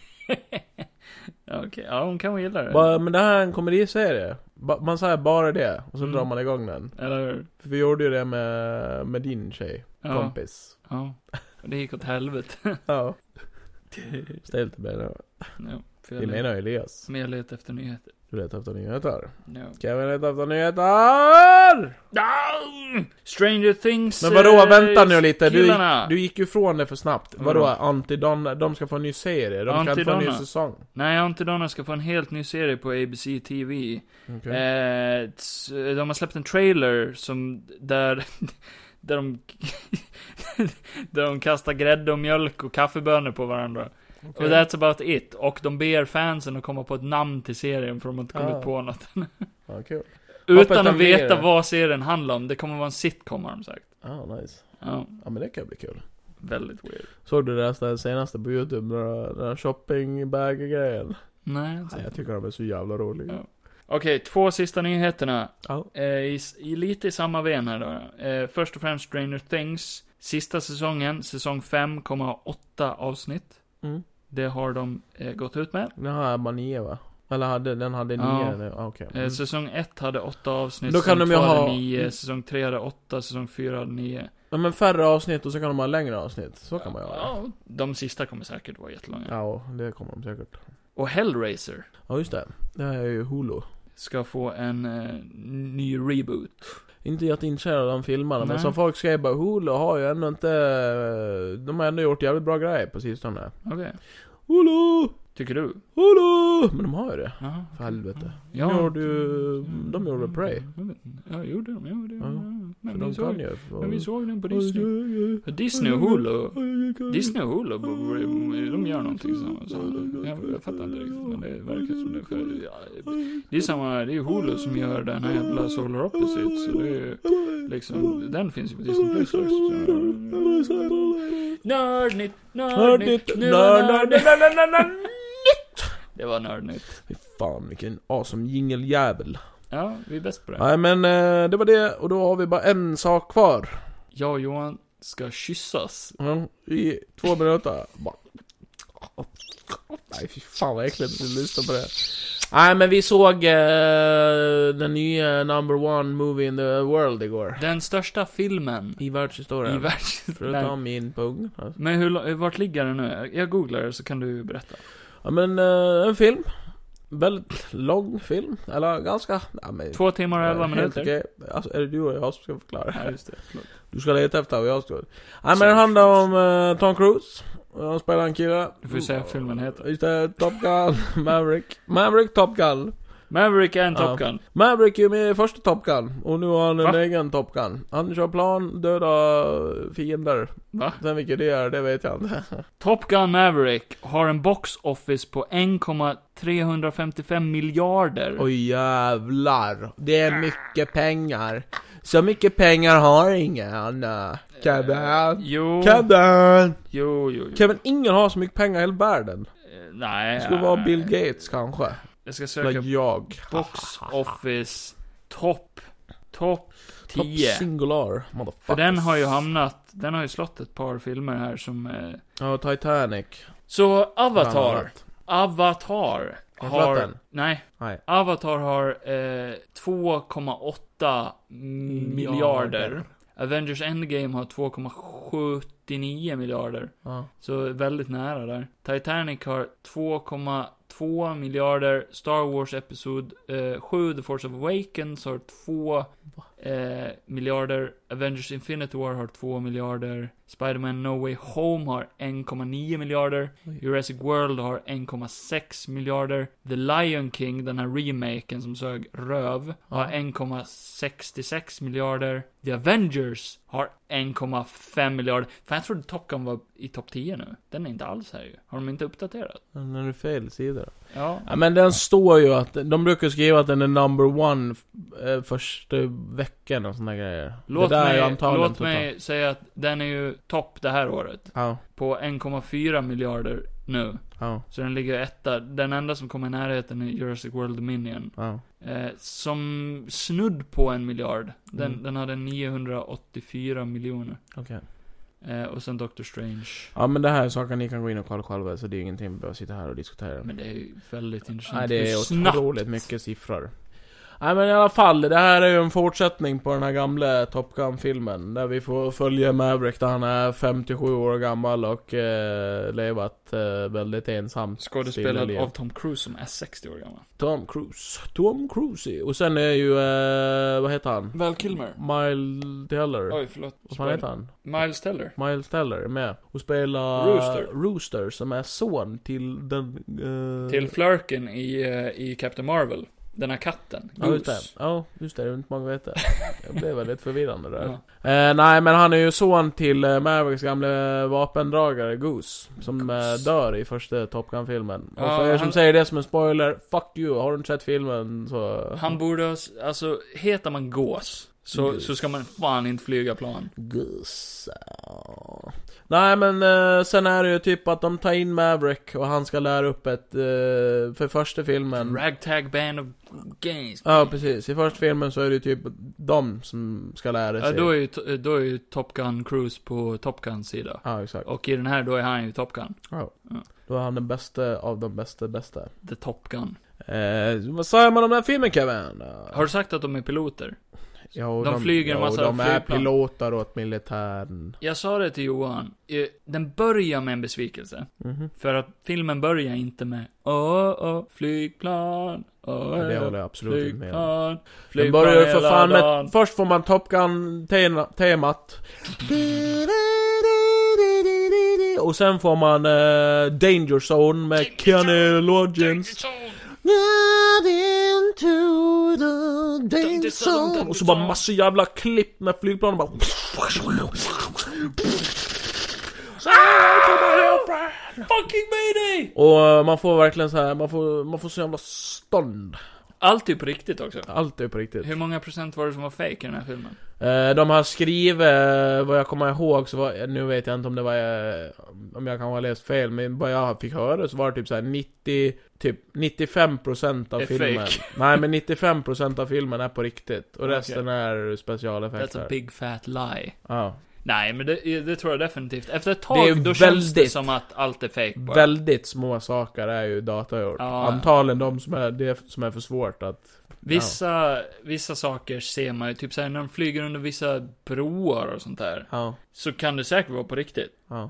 S1: Okej, [laughs] ja hon kanske gillar det.
S2: Bara, Men det här är en komediserie. Ba- Man säger bara det, och så
S1: Mm.
S2: drar man igång den.
S1: Eller hur?
S2: För vi gjorde ju det med, med din tjej,
S1: Ja.
S2: kompis.
S1: ja. Det gick åt helvete.
S2: Ja. Ställ till mig då.
S1: ja, för
S2: Vi
S1: jag letar-
S2: menar Elias.
S1: men jag letar efter nyheter.
S2: Du letar efter nyheter.
S1: Ja.
S2: Kevin letar efter nyheter!
S1: Down! Stranger Things
S2: Men vadå,
S1: eh,
S2: vänta nu lite. Du,
S1: killarna.
S2: du gick ju ifrån det för snabbt.
S1: Vadå?
S2: Vadå, Antidonna? De ska få en ny serie? De ska inte få en ny
S1: Antidonna.
S2: säsong?
S1: Nej, Auntie Donna ska få en helt ny serie på ABC TV.
S2: Okej.
S1: Eh, s- de har släppt en trailer som, där, [laughs] där de, [laughs] där de kastar grädde och mjölk och kaffebönor på varandra. Och that's about it. Och de ber fansen att komma på ett namn till serien för de har inte kommit
S2: Ah.
S1: på något. [laughs]
S2: Ja, kul. Hoppas
S1: Utan
S2: de
S1: att veta
S2: ber.
S1: vad serien handlar om. Det kommer vara en sitcom har de sagt.
S2: Ah, nice.
S1: Ja,
S2: Ja, men det kan bli kul.
S1: väldigt weird.
S2: Såg du det där senaste på YouTube? Den där shoppingbag-grejen?
S1: Nej.
S2: Nej, jag tycker de är så jävla roliga.
S1: Ja. Okej, två sista nyheterna.
S2: Ja.
S1: Eh, i, i, lite i samma ven här då. Eh, först och främst Stranger Things. Sista säsongen, säsong 5, kommer ha åtta avsnitt.
S2: Mm.
S1: Det har de eh, gått ut med.
S2: Den här var nio va? Eller hade, den hade nio
S1: Ja.
S2: nu? Ah, okej.
S1: Eh, säsong 1 hade åtta avsnitt,
S2: Då kan
S1: säsong
S2: de ju
S1: två hade
S2: ha- Mm.
S1: nio, säsong 3 hade åtta, säsong 4 hade nio.
S2: Ja men färre avsnitt och så kan de ha längre avsnitt. Så kan man göra. Ja,
S1: Ja, de sista kommer säkert vara jättelånga.
S2: det kommer de säkert.
S1: Och Hellraiser
S2: Ja just det. Det här är ju Hulu.
S1: ska få en eh, ny reboot.
S2: Inte jätteintresserad av de filmerna, men
S1: Nej.
S2: som folk skrev bara Hulu har ju ändå inte... eh, De har ändå gjort jävligt bra grejer på sistone.
S1: Okej.
S2: Hulu!
S1: Tycker du?
S2: Hulu! Men de har ju det.
S1: Jaha. Mm.
S2: För helvete. De gjorde ju- de gjorde Prey.
S1: Ja, gjorde de? Gjorde de?
S2: Ja.
S1: Ja.
S2: För
S1: Men,
S2: de
S1: vi såg,
S2: kan ju.
S1: men vi såg den på Disney. Disney och Hulu. Disney och Hulu, b- b- de gör någonting tillsammans. Jag, jag fattar inte riktigt, men det verkar som det. För, ja, det är samma, det är ju Hulu som gör den här jävla Solar Opposite, så det är ju liksom, den finns ju på Disney Plus också. så- Nördnytt, nördnytt,
S2: Nördnytt,
S1: nu var
S2: nörd-
S1: nördnytt. Det var nördnytt.
S2: Fy fan vilken awesome jingeljävel.
S1: Ja, vi är bäst på det.
S2: Nej men eh, det var det och då har vi bara en sak kvar.
S1: Jag och Johan ska kyssas.
S2: Ja, I två minuter. Bara. Nej fy fan vad äckligt att lyssna på det. Nej men vi såg eh, den nya number one movie in the world igår.
S1: Den största filmen
S2: I
S1: i
S2: världshistorien.
S1: världen.
S2: Förutom min pung. Alltså.
S1: Men hur, lo- vart ligger den nu? Jag googlar det så kan du berätta.
S2: Ja men eh, en film. Väldigt lång film. Eller ganska... Ja, men,
S1: Två timmar och elva
S2: helt
S1: minuter.
S2: okej. Alltså är det du och jag som ska förklara?
S1: Ja, just det. Förlåt.
S2: Du ska leta efter vad jag står. Nej men det handlar om eh, Tom Cruise. Han spelar en kille.
S1: Du får ju säga vad filmen heter.
S2: Just det, Top Gun, [laughs] Maverick. Maverick Top Gun.
S1: Maverick and
S2: Ja.
S1: Top Gun.
S2: Maverick är ju med i första Top Gun. Och nu har han en
S1: Va?
S2: egen Top Gun. Han kör plan, dödar fiender.
S1: Va?
S2: Sen vilket det är, det vet jag
S1: [laughs]
S2: inte.
S1: Top Gun Maverick har en box office på 1,355 miljarder.
S2: Oj jävlar. Det
S1: Ah.
S2: är mycket pengar. Så mycket pengar har ingen. eh, Kevin.
S1: Jo,
S2: Kevin!
S1: jo, jo, jo.
S2: Kevin, ingen har så mycket pengar i hela världen.
S1: Eh, Nej.
S2: Det skulle vara Bill Gates kanske.
S1: Jag ska söka
S2: Eller jag.
S1: box office top, top
S2: Top
S1: 10.
S2: singular,
S1: För
S2: motherfuckers.
S1: den har ju hamnat, den har ju slått ett par filmer här som... Eh...
S2: Ja, Titanic.
S1: Så
S2: bland
S1: Avatar.
S2: annat.
S1: Avatar
S2: Har du
S1: har...
S2: sett den?
S1: Nej.
S2: Nej.
S1: Avatar har eh, 2,8 miljarder. Avengers Endgame har 2,79 miljarder.
S2: Ja.
S1: Så väldigt nära där. Titanic har 2,2 miljarder. Star Wars Episod eh, 7, The Force Awakens har 2 eh, miljarder. Avengers Infinity War har 2 miljarder. Spider-Man No Way Home har 1,9 miljarder.
S2: Oj.
S1: Jurassic World har 1,6 miljarder. The Lion King, den här remaken som sög röv, har
S2: Ja.
S1: 1,66 miljarder. The Avengers har 1,5 miljarder. Fan, jag trodde Top Gun var i topp 10 nu. Den är inte alls här ju. Har de inte uppdaterat?
S2: Den är fel sida.
S1: Ja.
S2: Ja, men den står ju att, de brukar skriva att den är number one f- eh, första veckan och såna där grejer.
S1: Låt
S2: det där är
S1: mig,
S2: antagligen
S1: låt
S2: totalt.
S1: mig säga att den är ju topp det här året.
S2: Ja,
S1: På 1,4 miljarder nu.
S2: ja,
S1: Så den ligger etta. Den enda som kommer i närheten är Jurassic World Dominion.
S2: ja.
S1: Eh, som snudd på en miljard. Den,
S2: Mm.
S1: den hade 984 miljoner.
S2: Okej.
S1: Eh, och sen Doctor Strange.
S2: Ja men det här är saker ni kan gå in och kolla själva, så det är ingenting vi behöver sitta här och diskutera.
S1: Men det är ju väldigt intressant.
S2: Nej, Typ. det
S1: hur
S2: är
S1: snabbt-
S2: otroligt mycket siffror. Nej men i alla fall, det här är ju en fortsättning på den här gamla Top Gun-filmen. Där vi får följa Maverick där han är 57 år gammal och eh, levat eh, väldigt ensamt. stilla
S1: Skådespelad
S2: liv.
S1: av Tom Cruise som är 60 år gammal.
S2: Tom Cruise. Tom Cruise. Och sen är ju, eh, vad heter han?
S1: Val Kilmer.
S2: Miles Teller.
S1: Oj, förlåt.
S2: Vad fan heter han?
S1: Miles Teller.
S2: Miles Teller är med. Och spelar
S1: Rooster.
S2: Rooster som är son till den... Eh,
S1: Till Flurken i, eh, i Captain Marvel. Den här katten.
S2: Ja just det,
S1: Goose.
S2: ja just det, det är inte många
S1: [laughs]
S2: vet det. Jag blev väldigt förvirrande där.
S1: Ja.
S2: Eh, nej men han är ju son till eh, Mavericks gamle vapendragare Goose. Som
S1: Goose.
S2: Eh, dör i första Top Gun-filmen. Och
S1: Ja,
S2: för er som
S1: han-
S2: säger det som en spoiler, fuck you, har du inte sett filmen så...
S1: Han borde ha, s- alltså, heter man gås Så, så ska man fan inte flyga plan.
S2: Gussa. Nej men eh, sen är det ju typ att de tar in Maverick och han ska lära upp ett, eh, för första filmen
S1: Ragtag band of gays.
S2: Ja precis, i första filmen så är det ju typ de som ska lära
S1: Ja,
S2: sig
S1: då är ju, to- då är ju Top Gun Cruise på Top Guns sida.
S2: Ja exakt,
S1: Och i den här då är han ju Top Gun.
S2: då är han den bästa av de bästa bästa
S1: The Top Gun.
S2: eh, Vad säger man om den här filmen Kevin?
S1: Har du sagt att de är piloter?
S2: Ja, och
S1: de flyger en
S2: ja, och
S1: massa
S2: de är
S1: flygplan.
S2: piloter åt militären
S1: Jag sa det till Johan. Eh, Den börjar med en besvikelse.
S2: Mhm.
S1: För att filmen börjar inte med Åh, åh, flygplan. Åh,
S2: Ja, det håller jag absolut inte med om
S1: flygplan.
S2: Den
S1: Mm-hmm. Flygplan
S2: börjar ju för
S1: hela
S2: fan
S1: dagen.
S2: med, först får man Top Gun-temat Och sen får man eh, Danger Zone med Keanu Loggins Not into the danger zone Ah! Och så bara massa jävla klipp med flygplanen bara
S1: Fucking mayday!
S2: Och eh, man får verkligen så här, man får, man får så jävla stånd
S1: Allt är ju på riktigt också.
S2: Allt är på riktigt
S1: Hur många procent var det som var fake i den här filmen?
S2: Eh, De har skrivit, eh, vad jag kommer ihåg så var, nu vet jag inte om det var, eh, om jag kan ha läst fel, men vad jag fick höra så var det typ såhär 90, typ 95% av
S1: Är
S2: filmen.
S1: fake. [laughs]
S2: Nej men 95% av filmen är på riktigt, och
S1: Okej.
S2: resten är specialeffekter.
S1: That's a big fat lie.
S2: Ja.
S1: Nej, men det, det tror jag definitivt. Efter ett tag,
S2: Det är
S1: då
S2: väldigt-
S1: känns det som att allt är fake bara.
S2: Väldigt små saker är ju datagjort.
S1: Ja.
S2: Antagligen de som är, det som är för svårt att...
S1: Vissa, vissa saker ser man ju, typ såhär när de flyger under vissa broar och sånt där.
S2: Ja.
S1: Så kan det säkert vara på riktigt.
S2: Ja.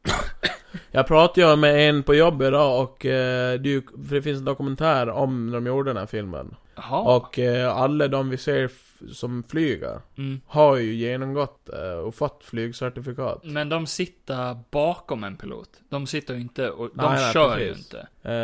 S2: [coughs] Jag pratade ju med en på jobb idag och eh, det, är ju, för det finns en dokumentär om när de gjorde den här filmen.
S1: Jaha.
S2: Och eh, alla de vi ser f- som flyger
S1: Mm.
S2: har ju genomgått eh, och fått flygcertifikat.
S1: Men de sitter bakom en pilot. De sitter ju inte och, de
S2: Nej, nej,
S1: kör ju
S2: precis.
S1: inte.
S2: Eh,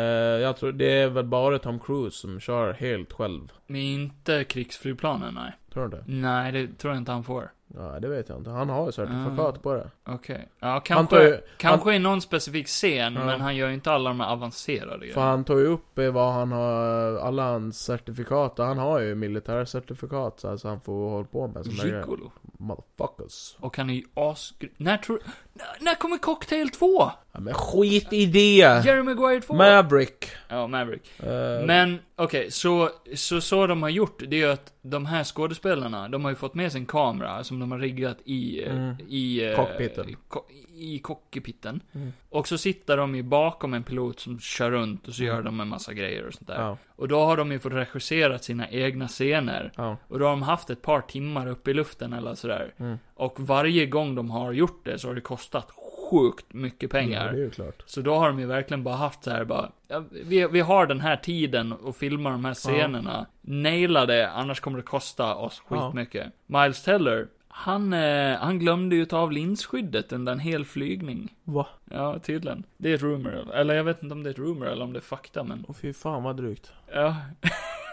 S2: jag tror det är väl bara Tom Cruise som kör helt själv.
S1: Men inte krigsflygplanen, nej.
S2: Tror du inte?
S1: Nej, det tror jag inte han får.
S2: Ja, det vet jag inte. Han har ju certifikat
S1: Ah.
S2: på det.
S1: Okej. Ja,
S2: Han
S1: kanske,
S2: tar ju,
S1: kanske i någon specifik scen,
S2: Ja.
S1: men han gör ju inte alla de här avancerade
S2: för
S1: grejerna.
S2: han tar ju upp eh, vad han har, alla hans certifikat. och Han har ju militärcertifikat så alltså han får hålla på med sådana grejer.
S1: Gigolo.
S2: Motherfuckers.
S1: Och han är ju asgr... När tror när, när kommer Cocktail 2?
S2: Ja, men skit i det!
S1: Jerry Maguire 2?
S2: Maverick.
S1: ja, Maverick.
S2: Eh,
S1: Men, okej, så, så, så de har gjort, det är ju att de här skådespelarna, de har ju fått med sig en kamera som de har riggat i... eh,
S2: Mm.
S1: I... eh,
S2: Cockpiten.
S1: ko- I cockpiten.
S2: Mm.
S1: Och så sitter de ju bakom en pilot som kör runt och så gör
S2: Mm.
S1: de en massa grejer och sånt där.
S2: ja,
S1: Och då har de ju fått regissera sina egna scener.
S2: ja.
S1: Och då har de haft ett par timmar uppe i luften eller sådär.
S2: Mm.
S1: Och varje gång de har gjort det så har det kostat sjukt mycket pengar.
S2: Ja, det är ju klart.
S1: Så då har de ju verkligen bara haft så här bara, ja, vi, vi har den här tiden och filmar de här scenerna. Naila det, annars kommer det kosta oss
S2: Ja.
S1: skitmycket. Miles Teller, han, eh, han glömde ju ta av linsskyddet under en hel flygning.
S2: Va?
S1: Ja, tydligen. Det är ett rumor, eller jag vet inte om det är ett rumor eller om det är fakta, [laughs] men
S2: Åh fy fan vad drygt.
S1: ja.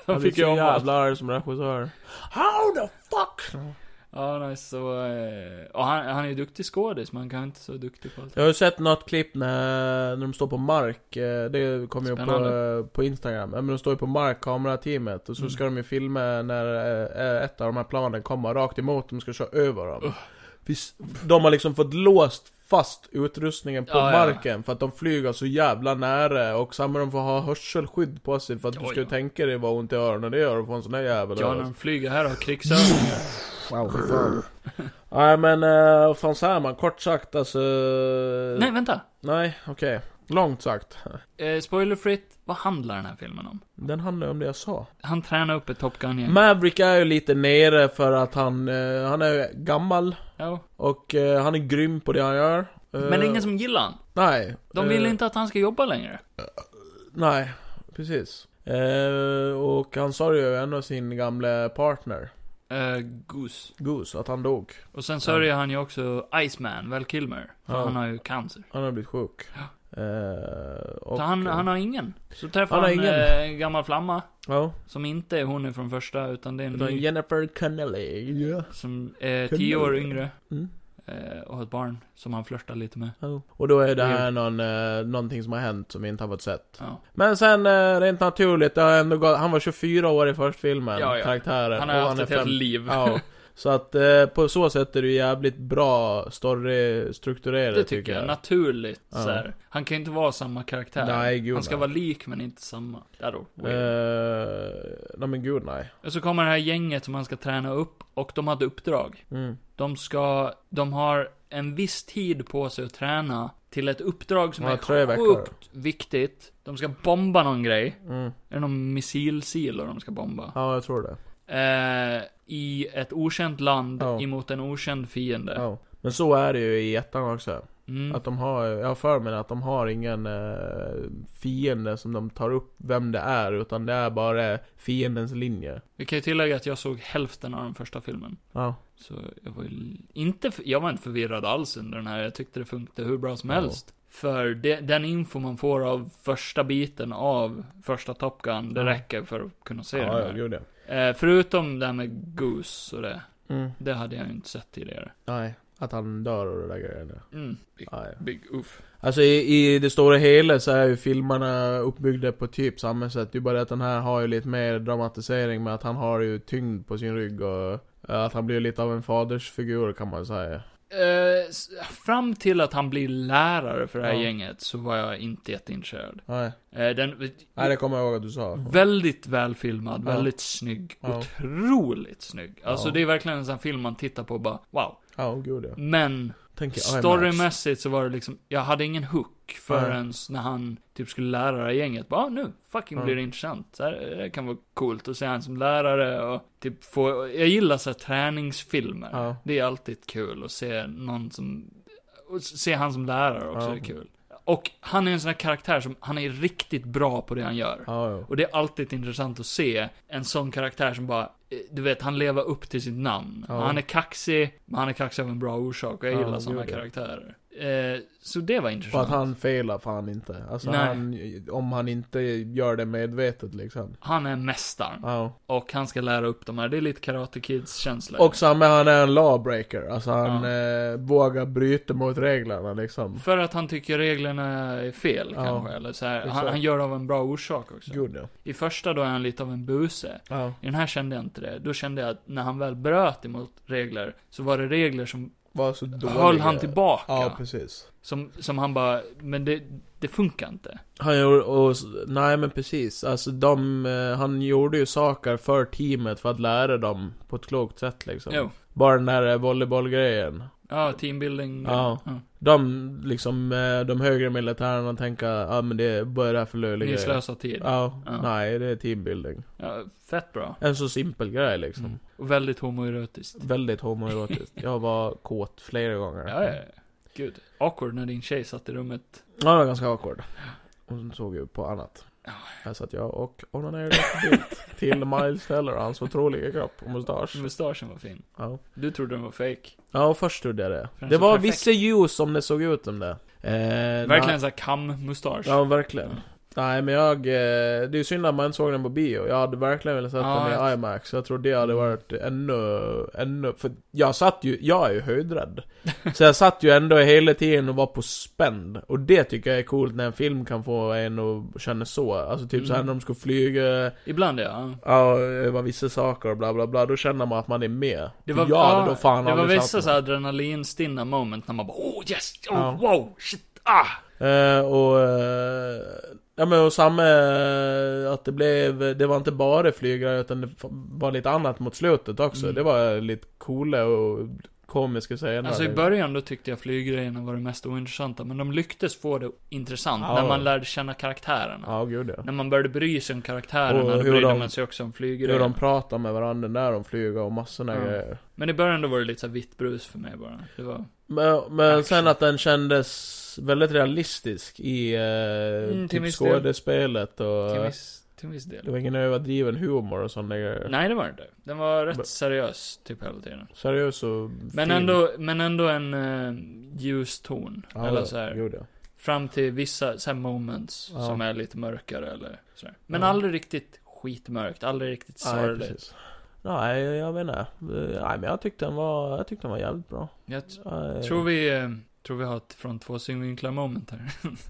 S2: Han
S1: De
S2: fick
S1: fick ju
S2: så
S1: om allt.
S2: jävla arg som regissör. How the fuck?
S1: Ja, nej, så, eh, och han, han är ju duktig skådis, men han kan inte så duktig på allt.
S2: Jag har ju sett något klipp när, när de står på mark. eh, Det kom ju upp
S1: Spännande.
S2: på, eh, på Instagram. Ja, Men de står ju på mark, kamerateamet. Och så
S1: Mm.
S2: ska de ju filma när eh, ett av de här planen kommer rakt emot dem och ska köra över dem. Visst, De har liksom fått låst fast utrustningen på
S1: Ja, ja.
S2: marken för att de flyger så jävla nära och samma de får ha hörselskydd på sig för att du
S1: Oj,
S2: ska ju
S1: ja.
S2: tänka dig vad ont i öronen det gör att få en sån där jävel Alltså.
S1: Ja, när
S2: över sig.
S1: de flyger här och har
S2: [laughs]
S1: krigsövningar.
S2: Wow, fy fan. Nej men, eh, vad fan säger man? Kort sagt alltså...
S1: Nej, vänta!
S2: Nej, okej. Långt sagt.
S1: Eh, spoilerfritt, vad handlar den här filmen om?
S2: Den handlar ju om det jag sa.
S1: Han tränar upp ett Top Gun-gäng.
S2: Maverick är ju lite nere för att han, eh, han är ju gammal
S1: Ja.
S2: och eh, han är grym på det han gör. Eh,
S1: Men det är ingen som gillar han.
S2: Nej.
S1: De vill
S2: eh,
S1: inte att han ska jobba längre.
S2: Nej, precis. Eh, och han sa ju en av sin gamla partner,
S1: Uh, Goose.
S2: eh, Goose, att han dog.
S1: Och sen sörjer han ju också Iceman, Val Kilmer. För
S2: Ja.
S1: han har ju cancer.
S2: Han har blivit sjuk. Eh, och,
S1: så han, han har ingen. Så träffar
S2: Han
S1: han,
S2: har ingen.
S1: eh, en gammal flamma.
S2: Ja,
S1: Som inte är hon från första, utan det är en
S2: utan
S1: ny.
S2: Jennifer Connelly. Ja.
S1: Som är
S2: Kunde
S1: tio år
S2: du?
S1: yngre.
S2: Mm.
S1: Eh, eh, och har ett barn som han flörtar lite med.
S2: Ja. Och då är det här någon, eh, någonting som har hänt som vi inte har fått sett.
S1: Ja.
S2: Men sen, eh, rent naturligt, det har ändå gått, han var 24 år i första filmen,
S1: Ja, ja.
S2: karaktären.
S1: Han har
S2: och
S1: haft ett helt
S2: fem-
S1: liv.
S2: Ja. Så att eh, på så sätt är det ju jävligt bra story-strukturerat
S1: Det tycker jag. Naturligt
S2: Ja.
S1: så här. Han kan ju inte vara samma karaktär.
S2: Nej, gud,
S1: han ska
S2: nej.
S1: vara lik men inte samma. Ja då. weird.
S2: Eh, nej men gud nej.
S1: Och så kommer det här gänget som han ska träna upp och de hade uppdrag.
S2: Mm.
S1: De ska, de har en viss tid på sig att träna till ett uppdrag som
S2: Ja,
S1: är
S2: tre
S1: sjukt
S2: veckor.
S1: viktigt. De ska bomba någon grej.
S2: Mm.
S1: Är det någon missilsilo de ska bomba?
S2: Ja, jag tror det.
S1: Eh, I ett okänt land
S2: Ja.
S1: emot en okänd fiende.
S2: Ja. Men så är det ju i ettan också.
S1: Mm.
S2: Att de har, jag har för mig att de har ingen eh, fiende som de tar upp vem det är, utan det är bara fiendens linje.
S1: Vi kan ju tillägga att jag såg hälften av den första filmen.
S2: Ja.
S1: Så jag var ju inte, f- jag var inte förvirrad alls under den här. Jag tyckte det funkade hur bra som
S2: Ja.
S1: helst. För det, den info man får av första biten av första Top Gun, det
S2: Ja.
S1: räcker för att kunna se den
S2: Ja, ja,
S1: här.
S2: gud ja.
S1: Eh, förutom det här med Goose och det.
S2: Mm.
S1: Det hade jag ju inte sett tidigare.
S2: Nej, att han dör och det där grejen.
S1: Mm. Big,
S2: Nej.
S1: big oof.
S2: Alltså i, i det stora hela så är ju filmerna uppbyggda på typ samma sätt. Det är bara det att den här har ju lite mer dramatisering med att han har ju tyngd på sin rygg och eh, att han blir lite av en fadersfigur kan man säga.
S1: Eh, s- fram till att han blir lärare för det här
S2: Ja.
S1: gänget så var jag inte jätteintresserad.
S2: Nej,
S1: Eh, den,
S2: Nej det kommer jag ihåg att du sa.
S1: Väldigt välfilmad,
S2: Ja.
S1: väldigt snygg.
S2: Ja.
S1: Otroligt snygg. Alltså
S2: Ja.
S1: det är verkligen en sån här film man tittar på och bara, wow.
S2: Ja, oh, gud ja.
S1: Men
S2: Tänk i IMAX.
S1: storymässigt så var det liksom, jag hade ingen hook förrän när han typ skulle lära det här gänget. Bara, ah, nu fucking
S2: Ja.
S1: blir det intressant. Det, här, det kan vara coolt att se han som lärare och typ få, jag gillar så här träningsfilmer.
S2: Ja.
S1: Det är alltid kul att se någon som, och se han som lärare också
S2: Ja.
S1: är kul. Och han är en sån här karaktär som, han är riktigt bra på det han gör.
S2: Ja, ja.
S1: Och det är alltid intressant att se en sån karaktär som bara, eh, du vet, han lever upp till sitt namn.
S2: Ja.
S1: Han är kaxig, men han är kaxig av en bra orsak och jag
S2: Ja,
S1: gillar
S2: gud,
S1: såna
S2: ja.
S1: karaktärer. Eh, så det var
S2: Och
S1: intressant.
S2: att han felar fan inte. Alltså
S1: Nej.
S2: han, om han inte gör det medvetet liksom.
S1: Han är mästaren.
S2: Ja.
S1: Och han ska lära upp de här, det är lite Karate Kids-känsla.
S2: Och samma, han är en lawbreaker. Alltså han eh, vågar bryta mot reglerna liksom.
S1: För att han tycker reglerna är fel
S2: Ja.
S1: kanske, eller så här. Han,
S2: Exakt.
S1: han gör det av en bra orsak också.
S2: Gud ja.
S1: I första då är han lite av en buse.
S2: Ja.
S1: I den här kände jag inte det. Då kände jag att när han väl bröt emot regler, så var det regler som
S2: Var så dålig.
S1: höll han tillbaka.
S2: Ja, precis.
S1: Som, som han bara, men det, det funkar inte.
S2: Han gjorde, och, s- nej men precis, alltså de, eh, han gjorde ju saker för teamet för att lära dem på ett klokt sätt liksom.
S1: Jo.
S2: Bara den där eh, volleybollgrejen.
S1: Ja, teambuilding.
S2: Ja. De, liksom, eh, de högre militärerna tänker, ja ah, men det, vad är det här för löjlig
S1: Ni
S2: grej?
S1: slösar tid.
S2: Ja,
S1: Ja.
S2: nej det är teambuilding.
S1: Ja, fett bra.
S2: En så simpel grej liksom.
S1: Mm. Och väldigt homoerotiskt.
S2: Väldigt homoerotiskt. Jag var kåt flera gånger.
S1: Ja, ja, ja. Gud. Awkward när din tjej satt i rummet.
S2: Ja, det var ganska awkward. Och sen såg vi på annat. Här satt jag och onanerade på bild till Miles Teller och hans otroliga kropp och mustasch.
S1: Mustaschen var fin.
S2: Ja.
S1: Du trodde den var fake.
S2: ja, och först trodde jag det.
S1: Den
S2: Det
S1: såg
S2: var
S1: perfekt.
S2: vissa ljus som det såg ut som det. Eh,
S1: Verkligen såhär kam-mustasch.
S2: Nej, ja, verkligen. Nej, men jag... Eh, det är ju synd att man inte såg den på bio. Jag hade verkligen velat sett
S1: Ja,
S2: den i
S1: jag- Mm.
S2: IMAX. Jag tror det hade varit ännu... ännu för jag satt ju... Jag är ju höjdrädd. [laughs] Så jag satt ju ändå hela tiden och var på spänd. Och det tycker jag är coolt när en film kan få en att känna så. Alltså typ
S1: Mm.
S2: så här när de ska flyga,
S1: Ibland ja.
S2: ja, över vissa saker och bla bla bla. Då känner man att man är med.
S1: Det
S2: För
S1: var,
S2: jag
S1: ja,
S2: hade då fan
S1: det var
S2: aldrig
S1: vissa
S2: satt
S1: såhär adrenalinstinna moment när man bara oh yes, oh,
S2: Ja.
S1: wow, shit, ah.
S2: Eh, och... Eh, ja men och samma... eh, Att det blev... Det var inte bara flygare utan det f- var lite annat mot slutet också.
S1: Mm.
S2: Det var lite coola och komiska scener.
S1: Alltså i början då tyckte jag flyggrejerna var det mest ointressanta, men de lycktes få det intressant
S2: Ja.
S1: när man lärde känna karaktärerna.
S2: Ja, gud ja.
S1: När man började bry sig om karaktärerna,
S2: Och
S1: då
S2: hur
S1: brydde
S2: de-
S1: man sig också om
S2: Hur de
S1: flyggrejerna.
S2: pratar med varandra när de flyger och massorna
S1: Ja.
S2: grejer.
S1: Men i början då var det lite så här vitt brus för mig bara. Det var...
S2: Men, men sen
S1: Action.
S2: att den kändes väldigt realistisk i eh,
S1: Mm, till
S2: typ
S1: viss del.
S2: skådespelet och...
S1: Till viss, till viss
S2: Det
S1: del.
S2: var ingen överdriven humor och sådana grejer.
S1: Nej, det var det inte. Den var rätt
S2: Men-
S1: seriös, typ hela tiden.
S2: Seriös och
S1: Men
S2: fin.
S1: ändå, men ändå en eh, ljus ton.
S2: Ja,
S1: eller
S2: ja,
S1: så här.
S2: Gud ja.
S1: Fram till vissa så här moments
S2: Ja.
S1: som är lite mörkare eller så här. Men
S2: Ja.
S1: aldrig riktigt skitmörkt, aldrig riktigt
S2: Nej,
S1: sorgligt.
S2: precis. Nej, jag vet inte. Eh, Nej, men jag tyckte den var, jag tyckte den var jävligt bra.
S1: Jag t-
S2: Eh,
S1: tror vi, eh, tror vi har ett från två synvinklar moment här.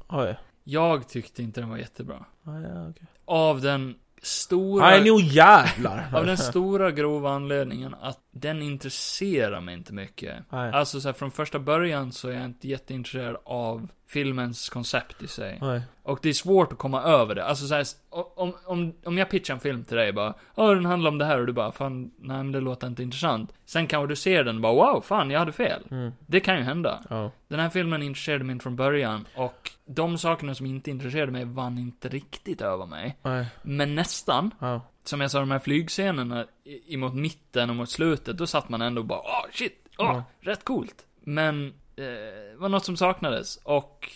S1: [laughs]
S2: Oj.
S1: Jag tyckte inte den var jättebra.
S2: Nej, ja, okej.
S1: Av den stora...
S2: Nej, nu
S1: [laughs]
S2: jävlar!
S1: Av den stora grova anledningen att den intresserar mig inte mycket.
S2: Nej.
S1: Alltså så här, från första början så är jag inte jätteintresserad av filmens koncept i sig.
S2: Nej.
S1: Och det är svårt att komma över det. Alltså så här, om, om, om jag pitchar en film till dig bara, ja den handlar om det här och du bara, fan, nej men det låter inte intressant. Sen kanske du ser den och bara, wow, fan jag hade fel.
S2: Mm.
S1: Det kan ju hända.
S2: Ja.
S1: Den här filmen intresserade mig inte från början och de sakerna som inte intresserade mig vann inte riktigt över mig.
S2: Nej.
S1: Men nästan
S2: Ja.
S1: som jag sa, de här flygscenerna i- emot mitten och mot slutet, då satt man ändå och bara ah shit, ah,
S2: Ja.
S1: rätt coolt. Men eh, det var något som saknades och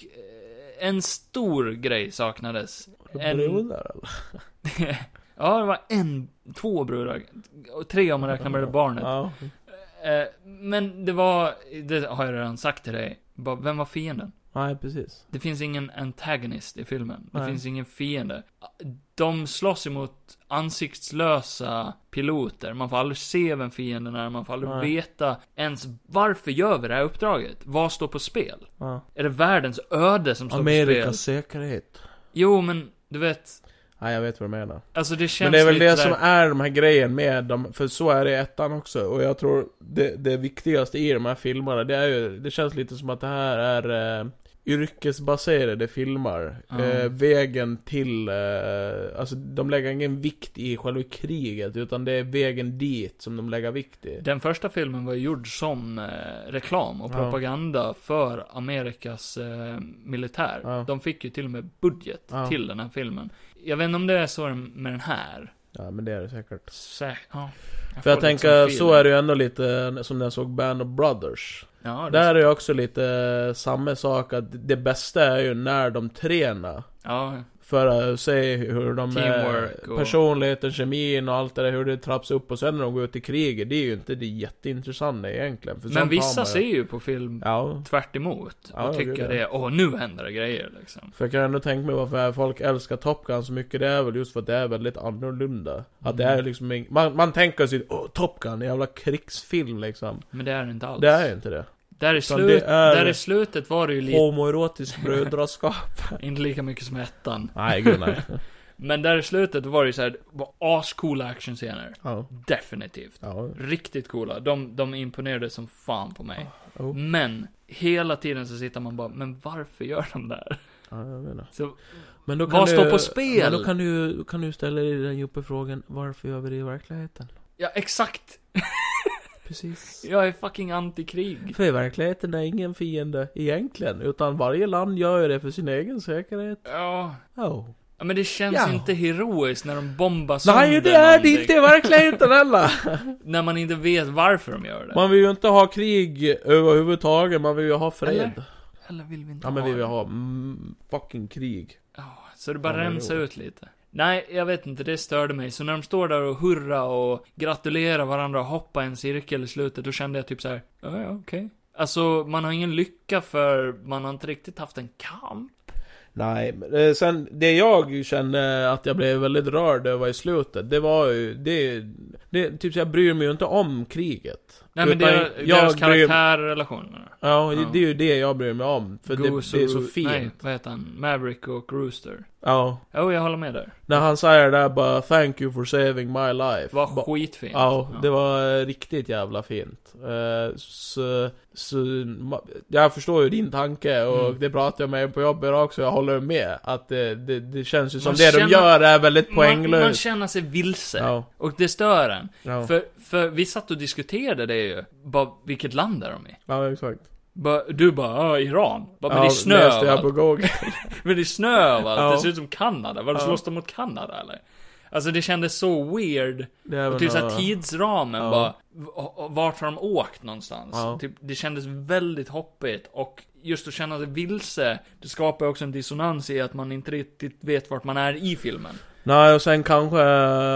S1: eh, en stor grej saknades.
S2: En... Brudar eller?
S1: ja, det var en, två brudar, och tre om man räknar med det barnet.
S2: Ja.
S1: Eh, men det var, det har jag redan sagt till dig, bara, vem var fienden?
S2: Nej, precis.
S1: Det finns ingen antagonist i filmen. Det
S2: Nej.
S1: finns ingen fiende. De slåss emot ansiktslösa piloter. Man får aldrig se vem fienden är. Man får aldrig
S2: Nej.
S1: veta ens varför gör vi det här uppdraget? Vad står på spel?
S2: Ja.
S1: Är det världens öde som står på
S2: Amerikas
S1: spel?
S2: säkerhet.
S1: Jo, men du vet.
S2: Nej, jag vet vad du menar.
S1: Alltså det känns
S2: Men det är väl
S1: lite
S2: det
S1: där-
S2: som är de här grejen med dem, för så är det i ettan också. Och jag tror det, det viktigaste i de här filmerna, det är ju, det känns lite som att det här är eh, yrkesbaserade filmer.
S1: Ja.
S2: Eh, vägen till, eh, alltså de lägger ingen vikt i själva kriget, utan det är vägen dit som de lägger vikt i.
S1: Den första filmen var ju gjord som eh, reklam och
S2: Ja.
S1: propaganda för Amerikas eh, militär.
S2: Ja.
S1: De fick ju till och med budget
S2: Ja.
S1: till den här filmen. Jag vet inte om det är så med den här.
S2: Ja, men det är det säkert.
S1: Sä- ja.
S2: För jag
S1: får liksom
S2: tänker,
S1: feeling.
S2: så är det ju ändå lite eh, som när jag såg Band of Brothers.
S1: Ja, det
S2: Där
S1: är...
S2: är ju också lite eh, samma sak att det bästa är ju när de tränar.
S1: Ja,
S2: För att se hur de... eh,
S1: Teamwork och-
S2: Personligheten, kemin och allt det där, hur det trapps upp och sen när de går ut i kriget, det är ju inte det jätteintressanta egentligen. För sånt har
S1: men vissa
S2: man
S1: ser ju på film
S2: Ja.
S1: tvärt emot
S2: Ja,
S1: och
S2: det
S1: tycker
S2: gör
S1: det, åh nu händer det grejer liksom.
S2: För jag kan ändå tänka mig varför folk älskar Top Gun så mycket, det är väl just för att det är väldigt annorlunda. Att det är
S1: Mm.
S2: liksom ing- man, man tänker sig åh Top Gun, en jävla krigsfilm liksom.
S1: Men det är det inte alls.
S2: Det är ju inte det.
S1: Där, i
S2: Utan
S1: slut...
S2: det är-
S1: där i slutet var det ju lite,
S2: Homoerotiskt brödraskap.
S1: inte lika mycket som ettan.
S2: nej, gud nej.
S1: Men där i slutet var det ju såhär, ascoola actionscener.
S2: [laughs] Ja.
S1: Definitivt.
S2: Ja.
S1: Riktigt coola. De, de imponerade som fan på mig.
S2: Oh.
S1: Men, hela tiden så sitter man bara, men varför gör de det här? [laughs]
S2: Ja, jag menar.
S1: Så,
S2: Men då
S1: Vad står på spel?
S2: Men då kan du, då kan du ställa dig den djupa frågan, varför gör vi det i verkligheten?
S1: ja exakt.
S2: Precis.
S1: Jag är fucking antikrig.
S2: För i verkligheten är ingen fiende egentligen, utan varje land gör ju det för sin egen säkerhet.
S1: Ja.
S2: Oh.
S1: Ja, men det känns
S2: Ja.
S1: inte heroiskt när de bombar sönder
S2: Nej, det är det
S1: någonting.
S2: inte i verkligheten heller!
S1: När man inte vet varför de gör det.
S2: [laughs] Man vill ju inte ha krig överhuvudtaget, man vill ju ha fred.
S1: Eller? Eller vill vi inte
S2: Ja, men vi vill
S1: det?
S2: ha mm, fucking krig.
S1: Ja, så det bara
S2: Ja, men
S1: rensar
S2: jo.
S1: ut lite. Nej, jag vet inte, det störde mig. Så när de står där och hurra och gratulerar varandra och hoppar i en cirkel i slutet, då kände jag typ så här, ja, ja, okej. Alltså, man har ingen lycka för man har inte riktigt haft en kamp.
S2: Nej, men, eh, sen det jag kände att jag blev väldigt rörd över i slutet, det var ju, det, det typ så jag bryr mig ju inte om kriget.
S1: Nej, men
S2: Utan
S1: deras,
S2: jag
S1: deras
S2: bryr-
S1: karaktärrelation. menar jag.
S2: Ja,
S1: Ja.
S2: det, det är ju det jag bryr mig om, för det,
S1: Goose
S2: det är
S1: och
S2: så
S1: Roo-
S2: fint.
S1: Nej, vad heter han? Maverick och Rooster.
S2: Ja,
S1: Jo, jag håller med där.
S2: när han säger det där bara 'Thank you for saving my life'
S1: Det var
S2: Ba-
S1: skitfint.
S2: Ja, det var eh, riktigt jävla fint. Eh, Så, så ma- jag förstår ju din tanke och
S1: Mm.
S2: det pratade jag med på jobbet också, jag håller med. Att det, det, det känns ju som
S1: Man
S2: det
S1: känner-
S2: de gör är väldigt
S1: Man, man
S2: poänglöst.
S1: känner sig vilse.
S2: Ja,
S1: Och det stör en.
S2: ja.
S1: För, för vi satt och diskuterade det ju. Bara, vilket land är de i?
S2: Ja, exakt.
S1: Bara, du bara, "Ja, Iran. Bara, men
S2: ja,
S1: det är snö
S2: läste jag på
S1: överallt. [laughs]
S2: Google.
S1: Men det är snö överallt.
S2: Ja.
S1: Det ser ut som Kanada. Varför
S2: Ja.
S1: slåss de mot Kanada eller? Alltså det kändes så weird.
S2: Det är
S1: Och
S2: väl
S1: typ
S2: några-
S1: såhär tidsramen
S2: Ja.
S1: bara. v- och- och Vart har de åkt någonstans?
S2: Ja.
S1: Typ, det kändes väldigt hoppigt. Och just att känna sig vilse. Det skapar också en dissonans i att man inte riktigt vet vart man är i filmen.
S2: Nej, och sen kanske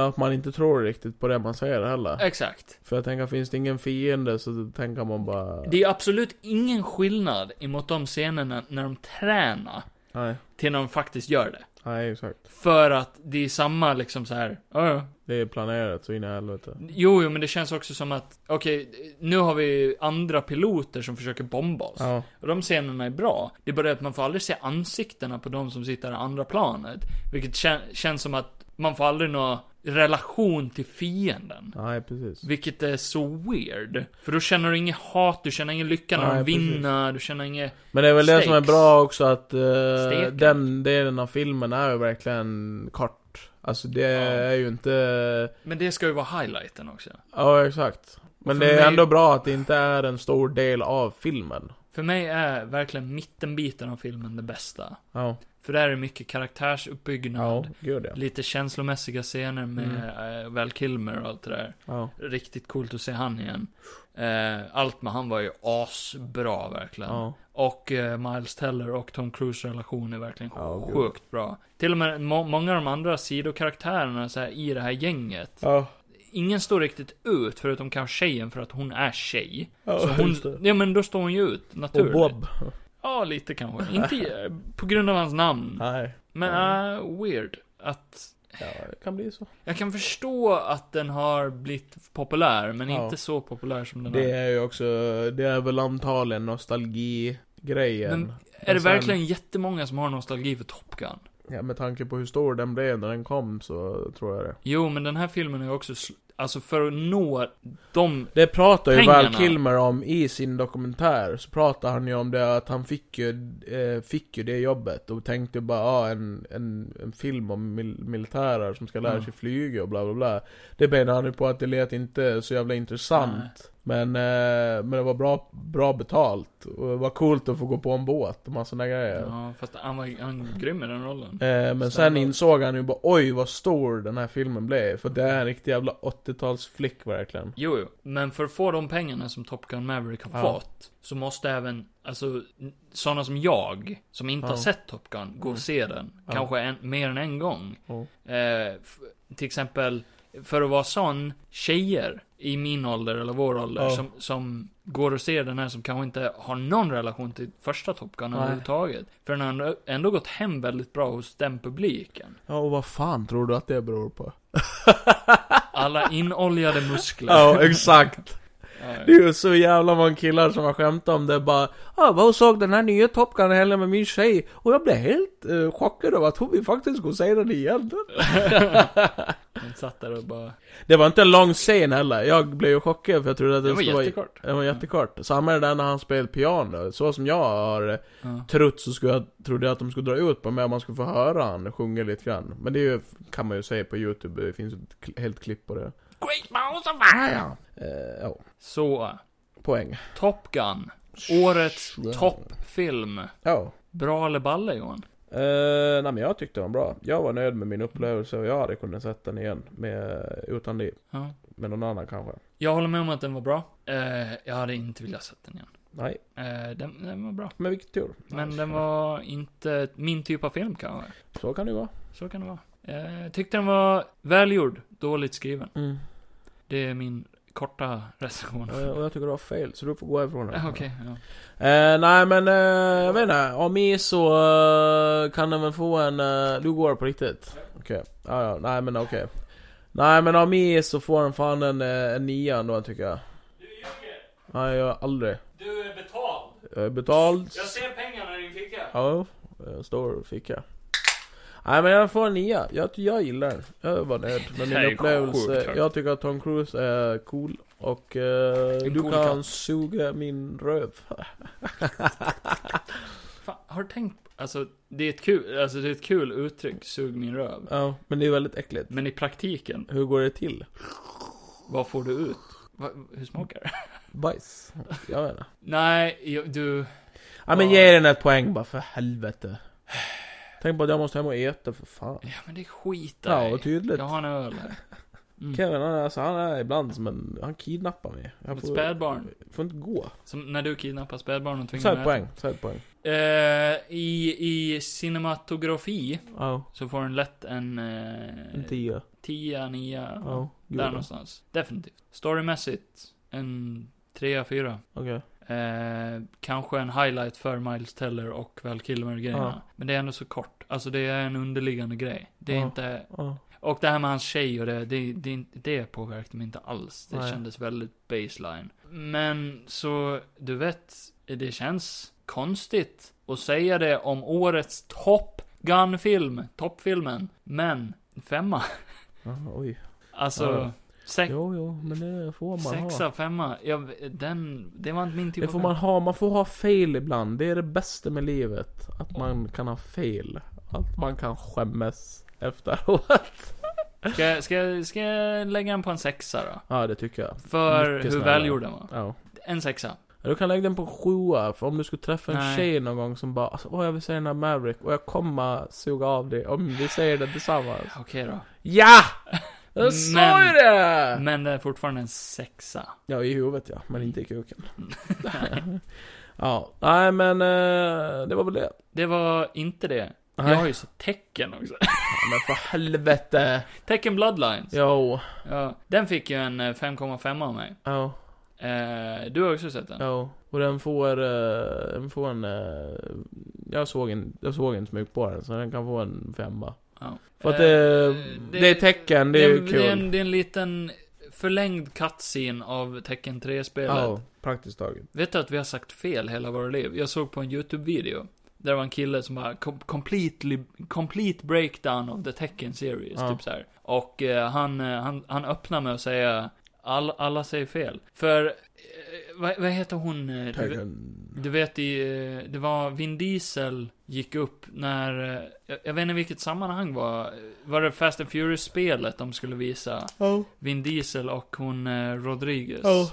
S2: att man inte tror riktigt på det man säger heller.
S1: Exakt.
S2: För jag tänker, finns det ingen fiende så tänker man bara...
S1: Det är absolut ingen skillnad emot de scenerna när de tränar
S2: Nej.
S1: till när de faktiskt gör det.
S2: Nej, exakt.
S1: För att det är samma liksom så här. ja, ja.
S2: Det är planerat så in i helvete.
S1: Jo, jo, men det känns också som att, okej, nu har vi andra piloter som försöker bomba oss.
S2: Ja.
S1: Och de scenerna är bra. Det är bara det att man får aldrig se ansiktena på de som sitter i andra planet. Vilket kän- känns som att man får aldrig någon relation till fienden.
S2: Nej, precis.
S1: Vilket är så weird. För då känner du inget hat, du känner ingen lycka när de
S2: Nej, precis.
S1: vinner, du känner inget...
S2: Men det är väl det som är
S1: Steaks.
S2: bra också att eh,
S1: Steken.
S2: den delen av filmen är ju verkligen kort. Alltså det är ju inte...
S1: Men det ska ju vara highlighten också.
S2: Ja, exakt. Men
S1: För
S2: det är
S1: mig-
S2: ändå bra att det inte är en stor del av filmen.
S1: För mig är verkligen mittenbiten av filmen det bästa.
S2: Ja.
S1: För där är mycket karaktärsuppbyggnad.
S2: Ja, gud ja. Mm.
S1: Lite känslomässiga scener med eh, Val Kilmer och allt det där.
S2: Ja.
S1: Riktigt coolt att se han igen. Eh, allt med han var ju asbra verkligen.
S2: ja.
S1: Och eh, Miles Teller och Tom Cruise relation är verkligen
S2: Ja, gud.
S1: sjukt bra. Till och med må- många av de andra sidokaraktärerna så här, i det här gänget.
S2: ja.
S1: Ingen står riktigt ut förutom kanske tjejen för att hon är tjej.
S2: ja.
S1: Så hon,
S2: just det.
S1: ja men då står hon ju ut
S2: Och
S1: naturligt.
S2: Bob.
S1: Ja lite kanske. Inte eh, på grund av hans namn.
S2: Nej.
S1: Men eh, weird. Att
S2: Ja, det kan bli så.
S1: jag kan förstå att den har blivit populär, men
S2: Ja.
S1: inte så populär som den
S2: Det
S1: är.
S2: är ju också, det är väl antagligen nostalgi-grejen.
S1: Men Är
S2: men
S1: det
S2: sen-
S1: verkligen jättemånga som har nostalgi för Top Gun?
S2: Ja, med tanke på hur stor den blev när den kom så tror jag det.
S1: Jo, men den här filmen är också, sl- alltså för att nå de,
S2: Det pratar ju
S1: Pengarna.
S2: Val Kilmer om i sin dokumentär, så pratar han ju om det att han fick ju, eh, fick ju det jobbet och tänkte bara ah, en, en, en film om mil militärer som ska lära
S1: Mm.
S2: sig flyga och bla bla bla. Det menar han ju på att det lät inte så jävla intressant. Men, eh, men det var bra, bra betalt och det var coolt att få gå på en båt och massa sådana grejer.
S1: ja, fast han var, han är grym i den rollen.
S2: Eh, men sen
S1: Standard.
S2: insåg han ju bara oj vad stor den här filmen blev, för det är en riktig jävla 80-talsflick verkligen.
S1: Jo, jo, men för att få de pengarna som Top Gun Maverick har
S2: Ja.
S1: fått, så måste även, alltså, n- sådana som jag, som inte
S2: Ja.
S1: har sett Top Gun, gå och se den.
S2: Ja.
S1: Kanske en, mer än en gång.
S2: Ja.
S1: Eh, f- till exempel, för att vara sån, tjejer i min ålder eller vår ålder
S2: Ja.
S1: som, som går och ser den här som kanske inte har någon relation till första Top Gun
S2: Nej.
S1: överhuvudtaget. För den har ändå- ändå gått hem väldigt bra hos den publiken.
S2: Ja, och vad fan tror du att det beror på? [laughs]
S1: Alla inoljade muskler.
S2: Ja, exakt.
S1: Ja,
S2: Det är ju så jävla många killar som har skämtat om det bara ah, vad såg den här nya Top Gun i helgen med min tjej? Och jag blev helt eh, chockad över att hon vill faktiskt gå och se den igen.
S1: Den satt där och bara...
S2: Det var inte en lång scen heller, jag blev ju chockad för jag trodde att
S1: Den
S2: den
S1: var
S2: skulle vara...
S1: jättekort.
S2: Den var jättekort. Samma är det där när han spelade piano. Så som jag har eh,
S1: Ja.
S2: trott så skulle jag, trodde jag att de skulle dra ut på mig om man skulle få höra han sjunga lite grann. Men det är ju, kan man ju se på youtube, det finns ett kl- helt klipp på det.
S1: Great balls of fire!
S2: Eh, ja,
S1: Så,
S2: poäng.
S1: Top Gun. Årets toppfilm.
S2: Ja.
S1: Bra eller balle Johan?
S2: Uh, nej men jag tyckte den var bra. Jag var nöjd med min upplevelse och jag hade kunnat sett den igen. Med, utan det.
S1: Ja.
S2: Med någon annan kanske.
S1: Jag håller med om att den var bra. Eh, jag hade inte velat sett den igen.
S2: Nej,
S1: Eh, den, den var bra.
S2: men vilken tur.
S1: Men
S2: Nej,
S1: den var inte min typ av film kanske.
S2: Så kan det ju vara.
S1: Så kan det vara. Eh, tyckte den var välgjord, dåligt skriven. Det är min korta recension.
S2: Eh, Och, jag, och jag tycker det var fel, så du får gå ifrån den.
S1: Eh, [laughs] Okej, ja.
S2: Eh, nej men, eh, jag vet inte. Om i så eh, kan den väl få en... eh, du går på riktigt? Okej. Ja, ja, nej men okej. Nej men om i så får den fan en, eh, en nia ändå tycker jag. Du ljuger! Nej, jag gör aldrig.
S1: Du är betald.
S2: Jag är betald.
S1: ser pengarna i din ficka.
S2: Ja, en stor ficka. Nej men jag får en nia. Jag, jag gillar den. Jag var nöjd med
S1: Det här är
S2: min upplevelse.
S1: sjukt högt.
S2: jag tycker att Tom Cruise är cool. Och eh,
S1: En
S2: du
S1: cool
S2: kan
S1: katt.
S2: suga min röv.
S1: Fan, har du tänkt Alltså, det är ett kul, alltså, det är ett kul uttryck, sug min röv.
S2: Ja, men det är väldigt äckligt.
S1: Men i praktiken,
S2: Hur går det till?
S1: vad får du ut? Va, hur smakar det?
S2: Bajs? Jag vet inte.
S1: Nej, jag, du...
S2: Ja men
S1: Ja.
S2: ge den ett poäng bara för helvete. Tänk på att jag måste hem och äta för fan.
S1: Ja, men det skiter jag
S2: Ja, typ
S1: i.
S2: tydligt.
S1: Jag har en öl här. Mm.
S2: Kevin han, är- alltså, han är ibland som en, han kidnappar mig. Jag
S1: Ett
S2: får,
S1: spädbarn.
S2: får inte gå.
S1: Som när du kidnappar spädbarn och
S2: Säg
S1: tvingar
S2: ett poäng, säg ett poäng.
S1: Eh, i, I cinematografi
S2: Ja,
S1: så får den lätt en...
S2: en
S1: Eh,
S2: tia.
S1: 10, 9.
S2: Ja, gud
S1: där
S2: ja.
S1: någonstans. Definitivt. Storymässigt, en 3, 4.
S2: Okej.
S1: Eh, Eh, kanske en highlight för Miles Teller och Val Kilmer-grejerna.
S2: Ja.
S1: Men det är ändå så kort. Alltså det är en underliggande grej. Det är
S2: Ja.
S1: inte...
S2: Ja.
S1: Och det här med hans tjej och det, det, det, det påverkade mig inte alls. Det
S2: Nej.
S1: kändes väldigt baseline. Men så, du vet, det känns konstigt att säga det om årets Top Gun-film, toppfilmen. Men, femma.
S2: Ja, oj.
S1: Alltså,
S2: Ja.
S1: sex,
S2: Jo, jo, men det får man ha.
S1: sexa, femma. Jag, den, det var inte min typ
S2: Det får man ha. Man får ha fel ibland. Det är det bästa med livet. Att man kan ha fel. Att man kan skämmas efteråt. [laughs]
S1: Ska, jag- ska, jag- ska jag lägga den på en sexa då?
S2: Ja, det tycker jag.
S1: För
S2: Mycket
S1: hur
S2: snällare.
S1: välgjord den var.
S2: Ja.
S1: En sexa.
S2: Ja, Du kan lägga den på en sjua, för om du skulle träffa en
S1: Nej.
S2: tjej någon gång som bara alltså, Åh jag vill se den här Maverick och jag kommer suga av dig om vi säger det tillsammans.
S1: Okej då. [laughs]
S2: Ja! Jag sa
S1: Men-
S2: ju det!
S1: Men det är fortfarande en sexa.
S2: Ja, i huvudet ja, men inte
S1: [laughs]
S2: i kuken. ja, nej men eh, det var väl det.
S1: Det var inte det.
S2: Nej.
S1: Jag har ju sett tecken också. [laughs]
S2: Ja, men för helvete!
S1: Tecken Bloodlines. Ja.
S2: Jo,
S1: den fick ju en eh, 5,5 av mig.
S2: jo,
S1: Eh, du har också sett den?
S2: jo. Och den får, eh, den får en, eh, jag såg en, jag såg inte så mycket på den så den kan få en femma.
S1: Ja.
S2: För att
S1: Eh,
S2: det, det är tecken, det är ju
S1: Det är,
S2: kul.
S1: en, det är en liten förlängd cutscene av tecken 3-spelet.
S2: Ja, praktiskt taget.
S1: Vet du att vi har sagt fel hela våra liv? Jag såg på en YouTube-video. Där det var en kille som bara "Com- completely, complete breakdown of the Tekken series,
S2: Ja.
S1: typ så här. Och eh, han, eh, han, han öppnar med att säga all, alla säger fel. För, eh, vad, vad heter hon? eh, Du, du vet i, eh, det var Vin Diesel gick upp när, eh, jag, jag vet inte vilket sammanhang var, var det Fast and Furious-spelet de skulle visa?
S2: Oh.
S1: Vin Diesel och hon eh, Rodriguez.
S2: Oh.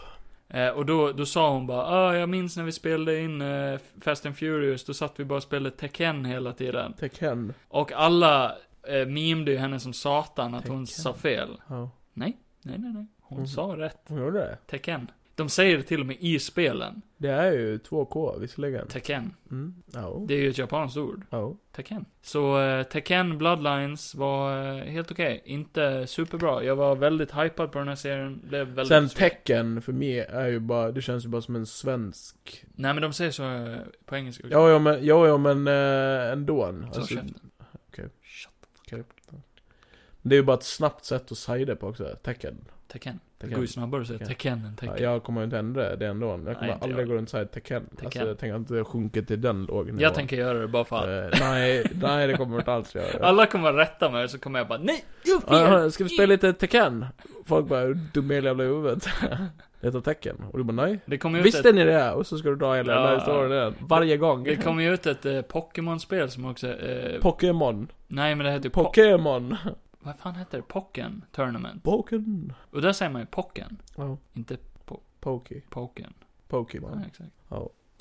S1: Eh, och då, då sa hon bara, ah, jag minns när vi spelade in eh, Fast and Furious, då satt vi bara och spelade Tekken hela tiden.
S2: Tekken.
S1: Och alla eh, memade ju henne som satan att hon
S2: Tekken.
S1: sa fel.
S2: Ja.
S1: Nej, nej, nej. Hon
S2: Mm.
S1: sa rätt.
S2: Hon gjorde det?
S1: Tekken. De säger det till och med i spelen.
S2: Det är ju 2K visserligen.
S1: Tekken.
S2: Mm. Ja.
S1: Det är ju ett japanskt ord.
S2: Ja.
S1: Tekken. Så eh, Tekken Bloodlines var eh, helt okej. Inte superbra. Jag var väldigt hypad på den här serien. Blev väldigt
S2: Sen
S1: besviken.
S2: tecken för mig är ju bara, det känns ju bara som en svensk.
S1: Nej men de säger så eh, på engelska också.
S2: Ja, ja men, ja, ja, men äh, ändå.
S1: Så
S2: Alltså,
S1: käften.
S2: okej.
S1: Shut the fuck
S2: Okej.
S1: up.
S2: det är ju bara ett snabbt sätt att säga det på också, tecken.
S1: Tekken. Det går ju
S2: tecken.
S1: snabbare att säga
S2: Tekken.
S1: Tekken än Tekken.
S2: Ja, jag kommer ju inte ändra det ändå. Jag kommer
S1: inte jag.
S2: aldrig gå runt och säga tecken. Alltså,
S1: Tekken.
S2: jag tänker inte sjunka till den låga nivån.
S1: Jag tänker göra det bara för att.
S2: Eh, nej, nej det kommer jag inte alls göra.
S1: Alla kommer att rätta mig och så kommer jag bara nej, du har fel!
S2: Aha, ska vi spela lite Tekken? Folk bara, "Är du dum i hela jävla huvudet. [laughs] Det heter Tekken. Och du bara, nej.
S1: Det kommer ju ut
S2: Visste
S1: ett,
S2: ni det? Och så ska du dra hela
S1: Ja.
S2: den här historien igen. Varje gång.
S1: det kom ju ut ett eh, Pokémon-spel som också, eh,
S2: Pokémon.
S1: nej men det heter ju po-
S2: Pokémon.
S1: vad fan heter det? Pocken Tournament.
S2: Pokémon.
S1: Och där säger man ju Pocken,
S2: Ja.
S1: inte
S2: Poké.
S1: Poken.
S2: Pokémon.
S1: Nej, exakt.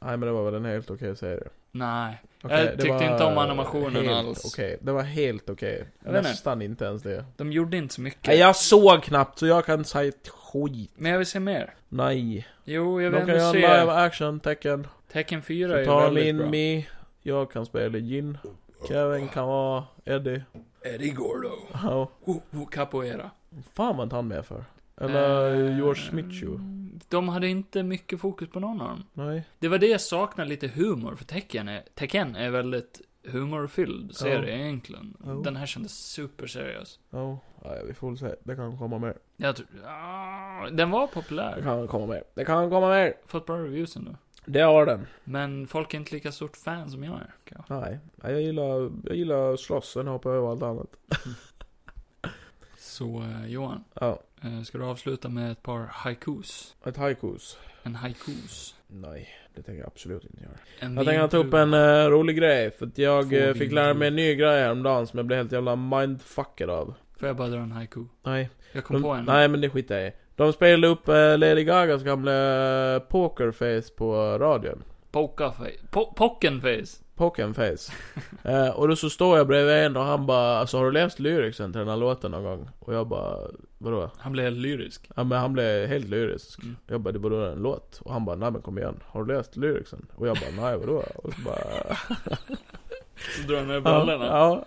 S2: Nej men det var väl en helt okej serie.
S1: Nej.
S2: Okej,
S1: Jag
S2: det
S1: tyckte
S2: var
S1: inte om animationen
S2: helt
S1: alls.
S2: Okej, det var helt okej.
S1: Jag vet inte.
S2: Nästan inte ens det.
S1: De gjorde inte så mycket.
S2: Nej, jag såg knappt så jag kan säga ett skit.
S1: Men jag vill se mer.
S2: Nej.
S1: Jo, jag
S2: De
S1: vill
S2: kan
S1: ändå
S2: göra
S1: se.
S2: live action, Tekken.
S1: Tekken
S2: Så
S1: 4 är ju
S2: tar de
S1: väldigt bra.
S2: in mig, jag kan spela Jin. Kevin kan vara Eddie.
S1: Eddie Gordo.
S2: Ja.
S1: Oh, oh, capoeira.
S2: Fan vad inte han med för? Eller
S1: Eh,
S2: George Smitchu?
S1: De hade inte mycket fokus på någon av dem.
S2: Nej.
S1: Det var det jag saknade lite humor, för Tekken är, Tekken är väldigt humorfylld serie egentligen.
S2: Ja.
S1: Den här kändes superseriös.
S2: Ja, nej, vi får väl se. Det kan komma mer.
S1: Jag tror, ah, den var
S2: Det
S1: populär.
S2: kan komma mer. Det kan komma mer.
S1: Fått bra reviews ändå.
S2: Det har den.
S1: Men folk är inte lika stort fan som jag är. kanske.
S2: Nej, nej, jag gillar, jag gillar slåss. Sen hoppar jag över allt annat.
S1: Så eh, Johan,
S2: Ja,
S1: eh, ska du avsluta med ett par haikus?
S2: ett haikus.
S1: En haikus?
S2: Nej, det tänker jag absolut inte göra.
S1: En
S2: Jag tänker ta upp
S1: vindruva.
S2: en eh, rolig grej. För att jag
S1: Få
S2: eh, fick lära
S1: vindruvor.
S2: mig en ny grej häromdagen som jag blev helt jävla mindfuckad av.
S1: Får jag bara dra en haiku?
S2: Nej.
S1: Jag kom
S2: De,
S1: på en.
S2: Nej men det skiter jag i. De spelade upp eh, Lady Gagas gamla eh, pokerface på eh, radion.
S1: Pokaface. Po- pockenface. [laughs]
S2: Pokenface. eh, och då så står jag bredvid en och han bara alltså, har du läst lyricsen till den här låten någon gång? Och jag bara vadå?
S1: Han blev helt lyrisk.
S2: Ja, men han blev helt lyrisk.
S1: Mm.
S2: Jag bara det var då en låt. Och han bara nej men kom igen. Har du läst lyricsen? Och jag bara nej vadå? Och så bara...
S1: Så drar han ner [laughs]
S2: Ja,
S1: brallorna.
S2: ja.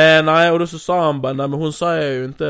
S2: Eh, nej och då så sa han bara nej men hon säger ju inte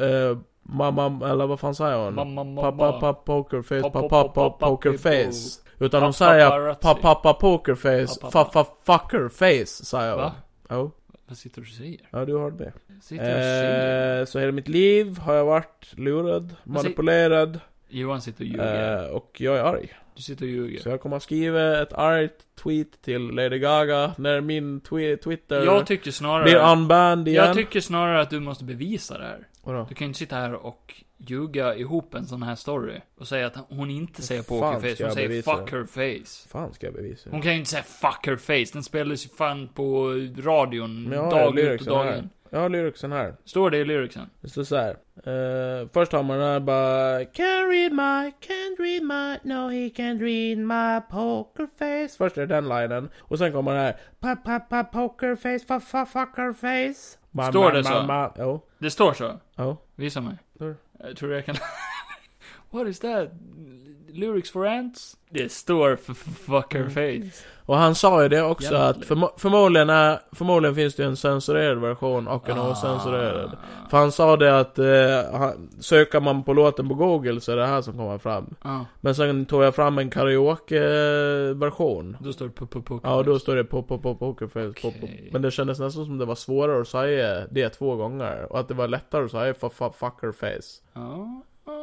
S2: eh, Mamma, eller vad fan säger hon?
S1: Mamma, mamma.
S2: Pappa, pappa, pokerface,
S1: Pa-
S2: pappa,
S1: pa- pa-
S2: pappa,
S1: pa-
S2: pokerface. Utan hon
S1: Pa-
S2: säger
S1: paparazzi.
S2: pappa, pappa, pokerface,
S1: Pa-
S2: fa,
S1: pa-
S2: fa, fuckerface, säger hon.
S1: Va?
S2: Ja,
S1: Vad sitter du och säger?
S2: ja, du hörde det.
S1: Sitter du och säger?
S2: Eh, så hela mitt liv har jag varit lurad, manipulerad
S1: Johan sitter och ljuger.
S2: eh, och jag är arg.
S1: Du sitter och ljuger.
S2: Så jag kommer att skriva ett argt tweet till Lady Gaga när min twi- Twitter
S1: Jag tycker snarare...
S2: blir unbanned igen.
S1: Jag tycker snarare att du måste bevisa det här.
S2: Vadå?
S1: Du kan ju inte sitta här och ljuga ihop en sån här story och säga att hon inte säger
S2: fan ska
S1: pokerface,
S2: jag
S1: hon säger
S2: bevisa?
S1: fuck her face.
S2: fan ska jag bevisa?
S1: Hon kan ju inte säga fuck her face, den spelas ju fan på radion
S2: Men jag har
S1: dag ut och
S2: lyricsen
S1: dag
S2: här.
S1: in.
S2: Jag har lyricsen här.
S1: Står det i lyricsen?
S2: Det står såhär. Eh, först har man den här bara Can't read my, can't read my, no he can't read my poker face. Först är det den linen. Och sen kommer den här pa pa pa poker face, fa fa fucker face. Ma,
S1: Står det så?
S2: ma. Jo,
S1: Det står så.
S2: jo.
S1: Visa mig.
S2: Där.
S1: Jag tror jag kan... [laughs] What is that? Lyrics for ants? Det står för fuck
S2: Mm.
S1: her face.
S2: Och han sa ju det också
S1: Jävligt.
S2: att förmo- förmodligen, är, förmodligen finns det ju en censurerad version och en
S1: Ah.
S2: ocensurerad. För han sa det att eh, han, söker man på låten på google så är det här som kommer fram.
S1: Ja,
S2: Men sen tog jag fram en karaoke-version.
S1: då står det på på på.
S2: Ja, då står det pop, pop, pop, pokerface, pop, pop.
S1: Okej.
S2: Men det kändes nästan som det var svårare att säga det två gånger. Och att det var lättare att säga fa, fa, fuckerface.
S1: Ja, ja.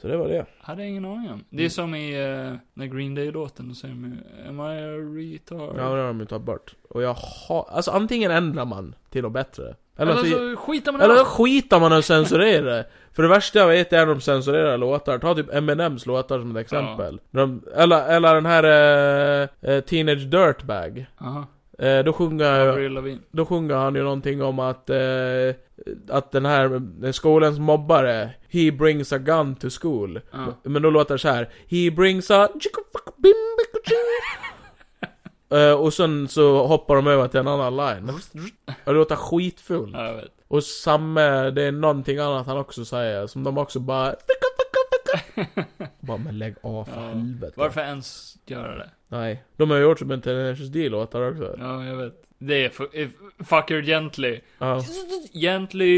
S2: Så det var det.
S1: Hade jag ingen aning om.
S2: Mm.
S1: Det är som i eh, när Green Day-låten, då säger de ju, Am I a retard?
S2: Ja, det har de ju tagit bort. Och jag har... Alltså antingen ändrar man till något bättre. Eller,
S1: eller,
S2: eller,
S1: så
S2: så...
S1: skiter man i
S2: eller så
S1: allt.
S2: skitar man och censurerar det. För det värsta jag vet är när de censurerar låtar. Ta typ Eminems låtar som ett exempel. De, eller, eller den här eh, eh, Teenage Dirtbag.
S1: Jaha,
S2: Eh, då sjunger...
S1: Avril Lavigne.
S2: Då sjunger han ju någonting om att, eh, att den här eh, skolans mobbare, he brings a gun to school.
S1: Ja.
S2: Men då låter det så här, he brings a... Eh, och sen så hoppar de över till en annan line. Och det låter skitfult.
S1: Ja, jag vet.
S2: Och samma, det är någonting annat han också säger, som de också bara... bara men lägg av för
S5: Oh.
S1: Ja.
S2: helvete.
S1: Varför ens göra det?
S2: Nej. De har ju gjort som en Tenacious D-låtar också.
S1: Ja, jag vet. Det är fu- if, fuck her gently.
S2: Ja.
S1: Gently.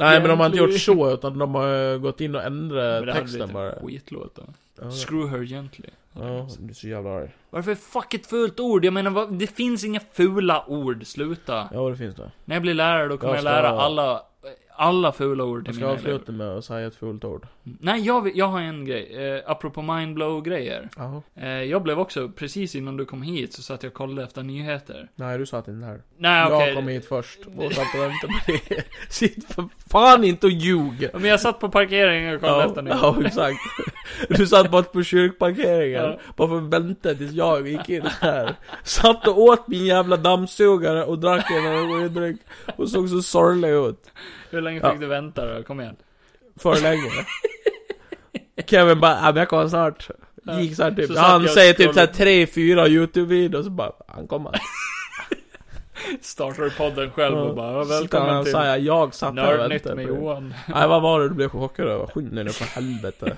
S2: Nej men de har inte
S1: gently.
S2: gjort så utan de har eh, gått in och ändrat
S1: Men det hade blivit
S2: texten
S1: en
S2: bara.
S1: Skitlåt då.
S2: Ja, ja.
S1: Screw her gently.
S2: Ja, du är så jävla arg.
S1: Varför är fuck ett fult ord? Jag menar, vad, det finns inga fula ord. Sluta.
S2: Ja det finns det.
S1: När jag blir lärare då kommer
S2: Jag
S1: jag,
S2: ska-
S1: lära alla, alla fula ord
S2: Jag
S1: till
S2: ska
S1: mina elever.
S2: avsluta med att säga ett fult ord.
S1: Nej, jag, vill- jag har en grej. Eh, apropå mindblow-grejer.
S2: Jaha.
S1: Eh, jag blev också, precis innan du kom hit, så satt jag och kollade efter nyheter.
S2: Nej du satt inte här.
S1: Nej, okej.
S2: Jag kom hit först och satt och väntade på [laughs] dig. Sitt för fan inte och ljug!
S1: Ja, Men jag satt på parkeringen och kollade
S2: Ja,
S1: efter nyheter.
S2: ja exakt. Du satt bort på kyrkparkeringen.
S1: Ja.
S2: Bara för att vänta tills jag gick in här. Satt och åt min jävla dammsugare och drack en energidryck. Och såg så sorglig ut.
S1: Hur länge
S2: Ja.
S1: fick du vänta då? Kom igen.
S2: för länge. Kevin bara, ja men jag kommer snart. Gick så här typ,
S1: Så satt
S2: han
S1: jag och
S2: säger typ såhär
S1: scrollade.
S2: tre, fyra youtube-videos och bara, han kommer.
S1: Startar du podden själv och bara, ja,
S2: Så kan
S1: välkommen
S2: han
S1: till
S2: säga, jag satt här och
S1: Nördnytt
S2: väntade
S1: med
S2: på det."
S1: Johan.
S2: Nej vad var det du blev chockad över? Skynda nu för
S1: [laughs]
S2: helvete.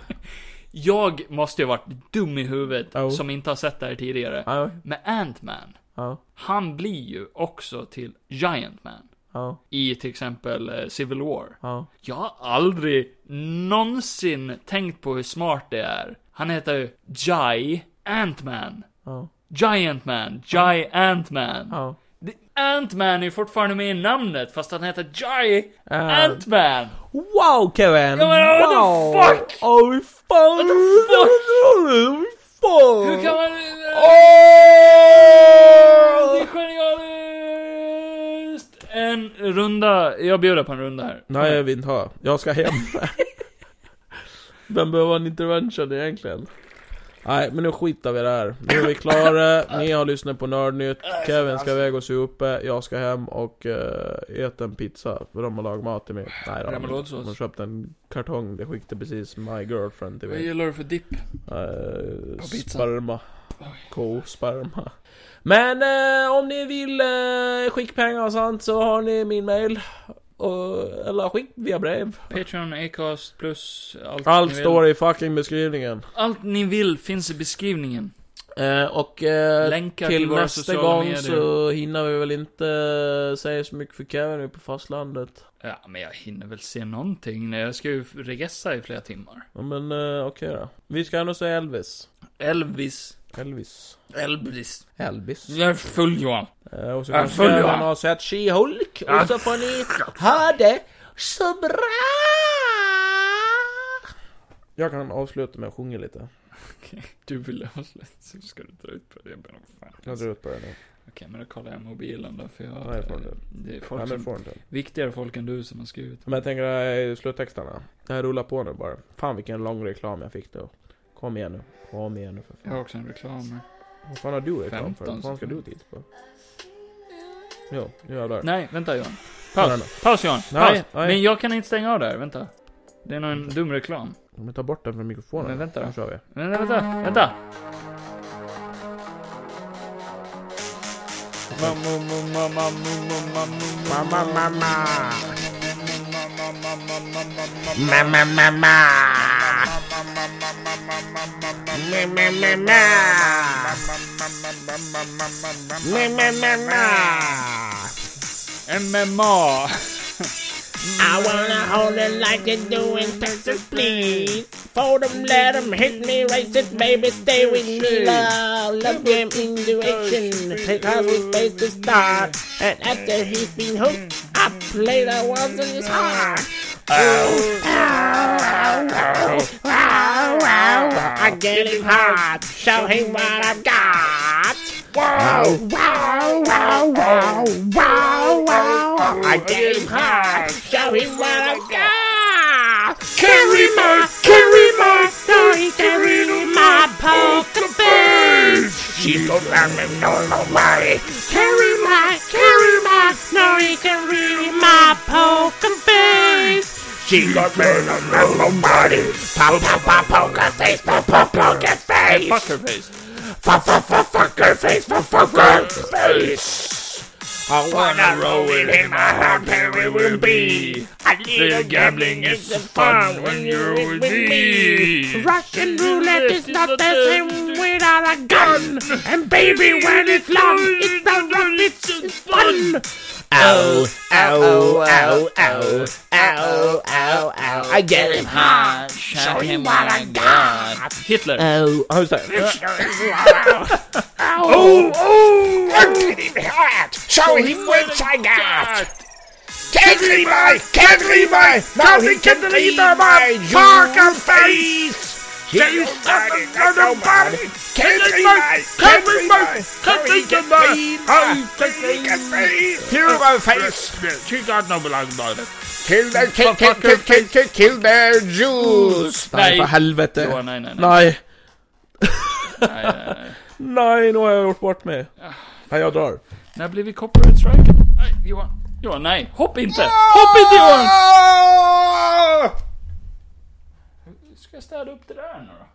S1: Jag måste ju ha varit dum i huvudet
S2: Oh.
S1: som inte har sett det här tidigare.
S2: Ja,
S1: Men Ant-Man,
S2: ja,
S1: han blir ju också till Giant Man.
S2: ja,
S1: I till exempel eh, Civil War.
S2: ja.
S1: Jag har aldrig någonsin tänkt på hur smart det är. Han heter ju Jai Ant-Man.
S2: Ja,
S1: Giant Man, Jai Ant-Man.
S2: ja.
S1: Det- Ant-Man är ju fortfarande med i namnet fast han heter Jai
S2: Eh,
S1: Ant-Man.
S2: Wow Kevin!
S1: Ja, men what the
S2: wow!
S1: fuck?
S2: Åh fy fan! What
S1: the
S2: [laughs]
S1: fuck?
S2: fan!
S1: Hur kan man... Det
S2: Åh!
S1: är genialiskt! En runda, jag bjuder på en runda här.
S2: Nej, jag vill inte ha. Jag ska hem. [laughs] Vem behöver en intervention egentligen? Nej, men nu skitar vi i det här. Nu är vi klara. Ni har lyssnat på Nördnytt. Kevin ska iväg och se uppe. Jag ska hem och uh, äta en pizza. För de har lagat mat till mig. Nej, de, har-
S1: Remouladsås.
S2: de har köpt en kartong. Det skickade precis my girlfriend till
S1: Vad
S2: mig.
S1: gillar du för dipp?
S2: Uh,
S1: På pizzan.
S2: sperma. Ko-sperma. Men eh, om ni vill eh, skicka pengar och sånt så har ni min mail. Och, eller skick via brev.
S1: Patreon, Acast, plus allt
S2: Allt
S1: ni
S2: står
S1: vill.
S2: i fucking beskrivningen.
S1: Allt ni vill finns i beskrivningen.
S2: Eh, och eh,
S1: Länkar till
S2: till
S1: våra
S2: nästa
S1: sociala
S2: gång
S1: medier.
S2: så hinner vi väl inte eh, säga så mycket för Kevin nu på fastlandet.
S1: Ja, men jag hinner väl se någonting. när Jag ska ju resa i flera timmar.
S2: Ja, men eh, okej då. Vi ska ändå säga Elvis.
S1: Elvis.
S2: Elvis.
S1: Elvis.
S2: Elvis.
S1: Jag är full Johan.
S2: Eh, och så
S1: Ja,
S2: kanske
S1: full,
S2: Kevin
S1: ja.
S2: har sett She-Hulk.
S1: Ja.
S2: Och så får ni ha det så bra! Jag kan avsluta med att sjunga lite.
S1: [laughs] Du vill avsluta så ska du dra ut på det. Jag ber om fan.
S2: Jag drar ut på det nu.
S1: Okej, men då kollar jag mobilen då för jag...
S2: Ja, jag får det.
S1: Det är
S2: Nej,
S1: folk
S2: men
S1: som,
S2: får inte.
S1: viktigare folk än du som har skrivit.
S2: Men jag tänker, eh, sluttexterna. Det här rullar på nu bara. Fan vilken lång reklam jag fick då. Kom igen nu. Kom igen nu för
S1: Jag
S2: fan.
S1: har också en reklam här.
S2: Vad fan har du reklam för?
S1: 15
S2: Vad fan ska du
S1: sekunder.
S2: titta på? Jo, nu jävlar.
S1: Nej, vänta Johan.
S2: Nej, nej.
S1: Paus, paus Johan.
S2: Nej,
S1: Paus.
S2: nej.
S1: Men jag kan inte stänga av där, vänta. Det är nog en dum reklam.
S2: Men ta bort den från mikrofonen.
S1: Men vänta då.
S2: Nu kör vi.
S1: Vänta, vänta, vänta. Mamma, mamma, mamma, mamma, mamma.
S2: Mamma, mamma!
S5: Mamma, mamma. Mamma, mamma. Mamma, mamma.
S1: MMA!
S5: I wanna hold it like they do in Texas, please. Fold 'em, let 'em hit me, race it, baby, stay with me. Love, love them into action. Take off his face to start. And after he's been hooked, I play the ones in his heart. Wow, wow, I get him hot. Show him what I've got. Wow, wow, wow, wow, wow, wow. I get him hot. Show him what I've got. Carry my, carry my, carry, carry my poker face. She's so round and no nobody. Carry my, carry my, no, he can read my poker face. She got me in a mellow body. Pop, pop, pop, poker face, pop, pop, poker face.
S1: Fuckerface!
S5: Fuck, fuck, fuck, fucker face, fuck, fucker face. I wanna roll with him, I have Perry will be. I need a gambling is the fun when you're with me. Russian roulette is not the same without a gun. And baby, when it's long, it's not run, it's just fun. Oh, Ow, ow, ow, ow, ow, ow, ow. I get him hot, show him what I got.
S1: Hitler!
S2: Oh, just det.
S5: Oh, oh! Look at him hot! Show him what I got! Can't leave my, can't leave my, now he can leave my fucking face! You fucking nobody! Can't leave my, can't leave my, can't leave my, oh, fucking face! Kill my face! She got no belong about it. Kill the, kill, kill, kill, kill, kill, kill the Jews!
S2: Nej, för
S1: Johan,
S2: helvete.
S1: nej, nej, nej.
S2: Nej,
S1: nej, nej, Ah. nej.
S2: [laughs] nej, nu har jag gjort bort mig. Nej, jag drar.
S1: När blir vi copyright striken? Nej, Johan. Johan, nej. Hopp inte! Hopp inte Johan! Hur ska jag städa upp det där nu då?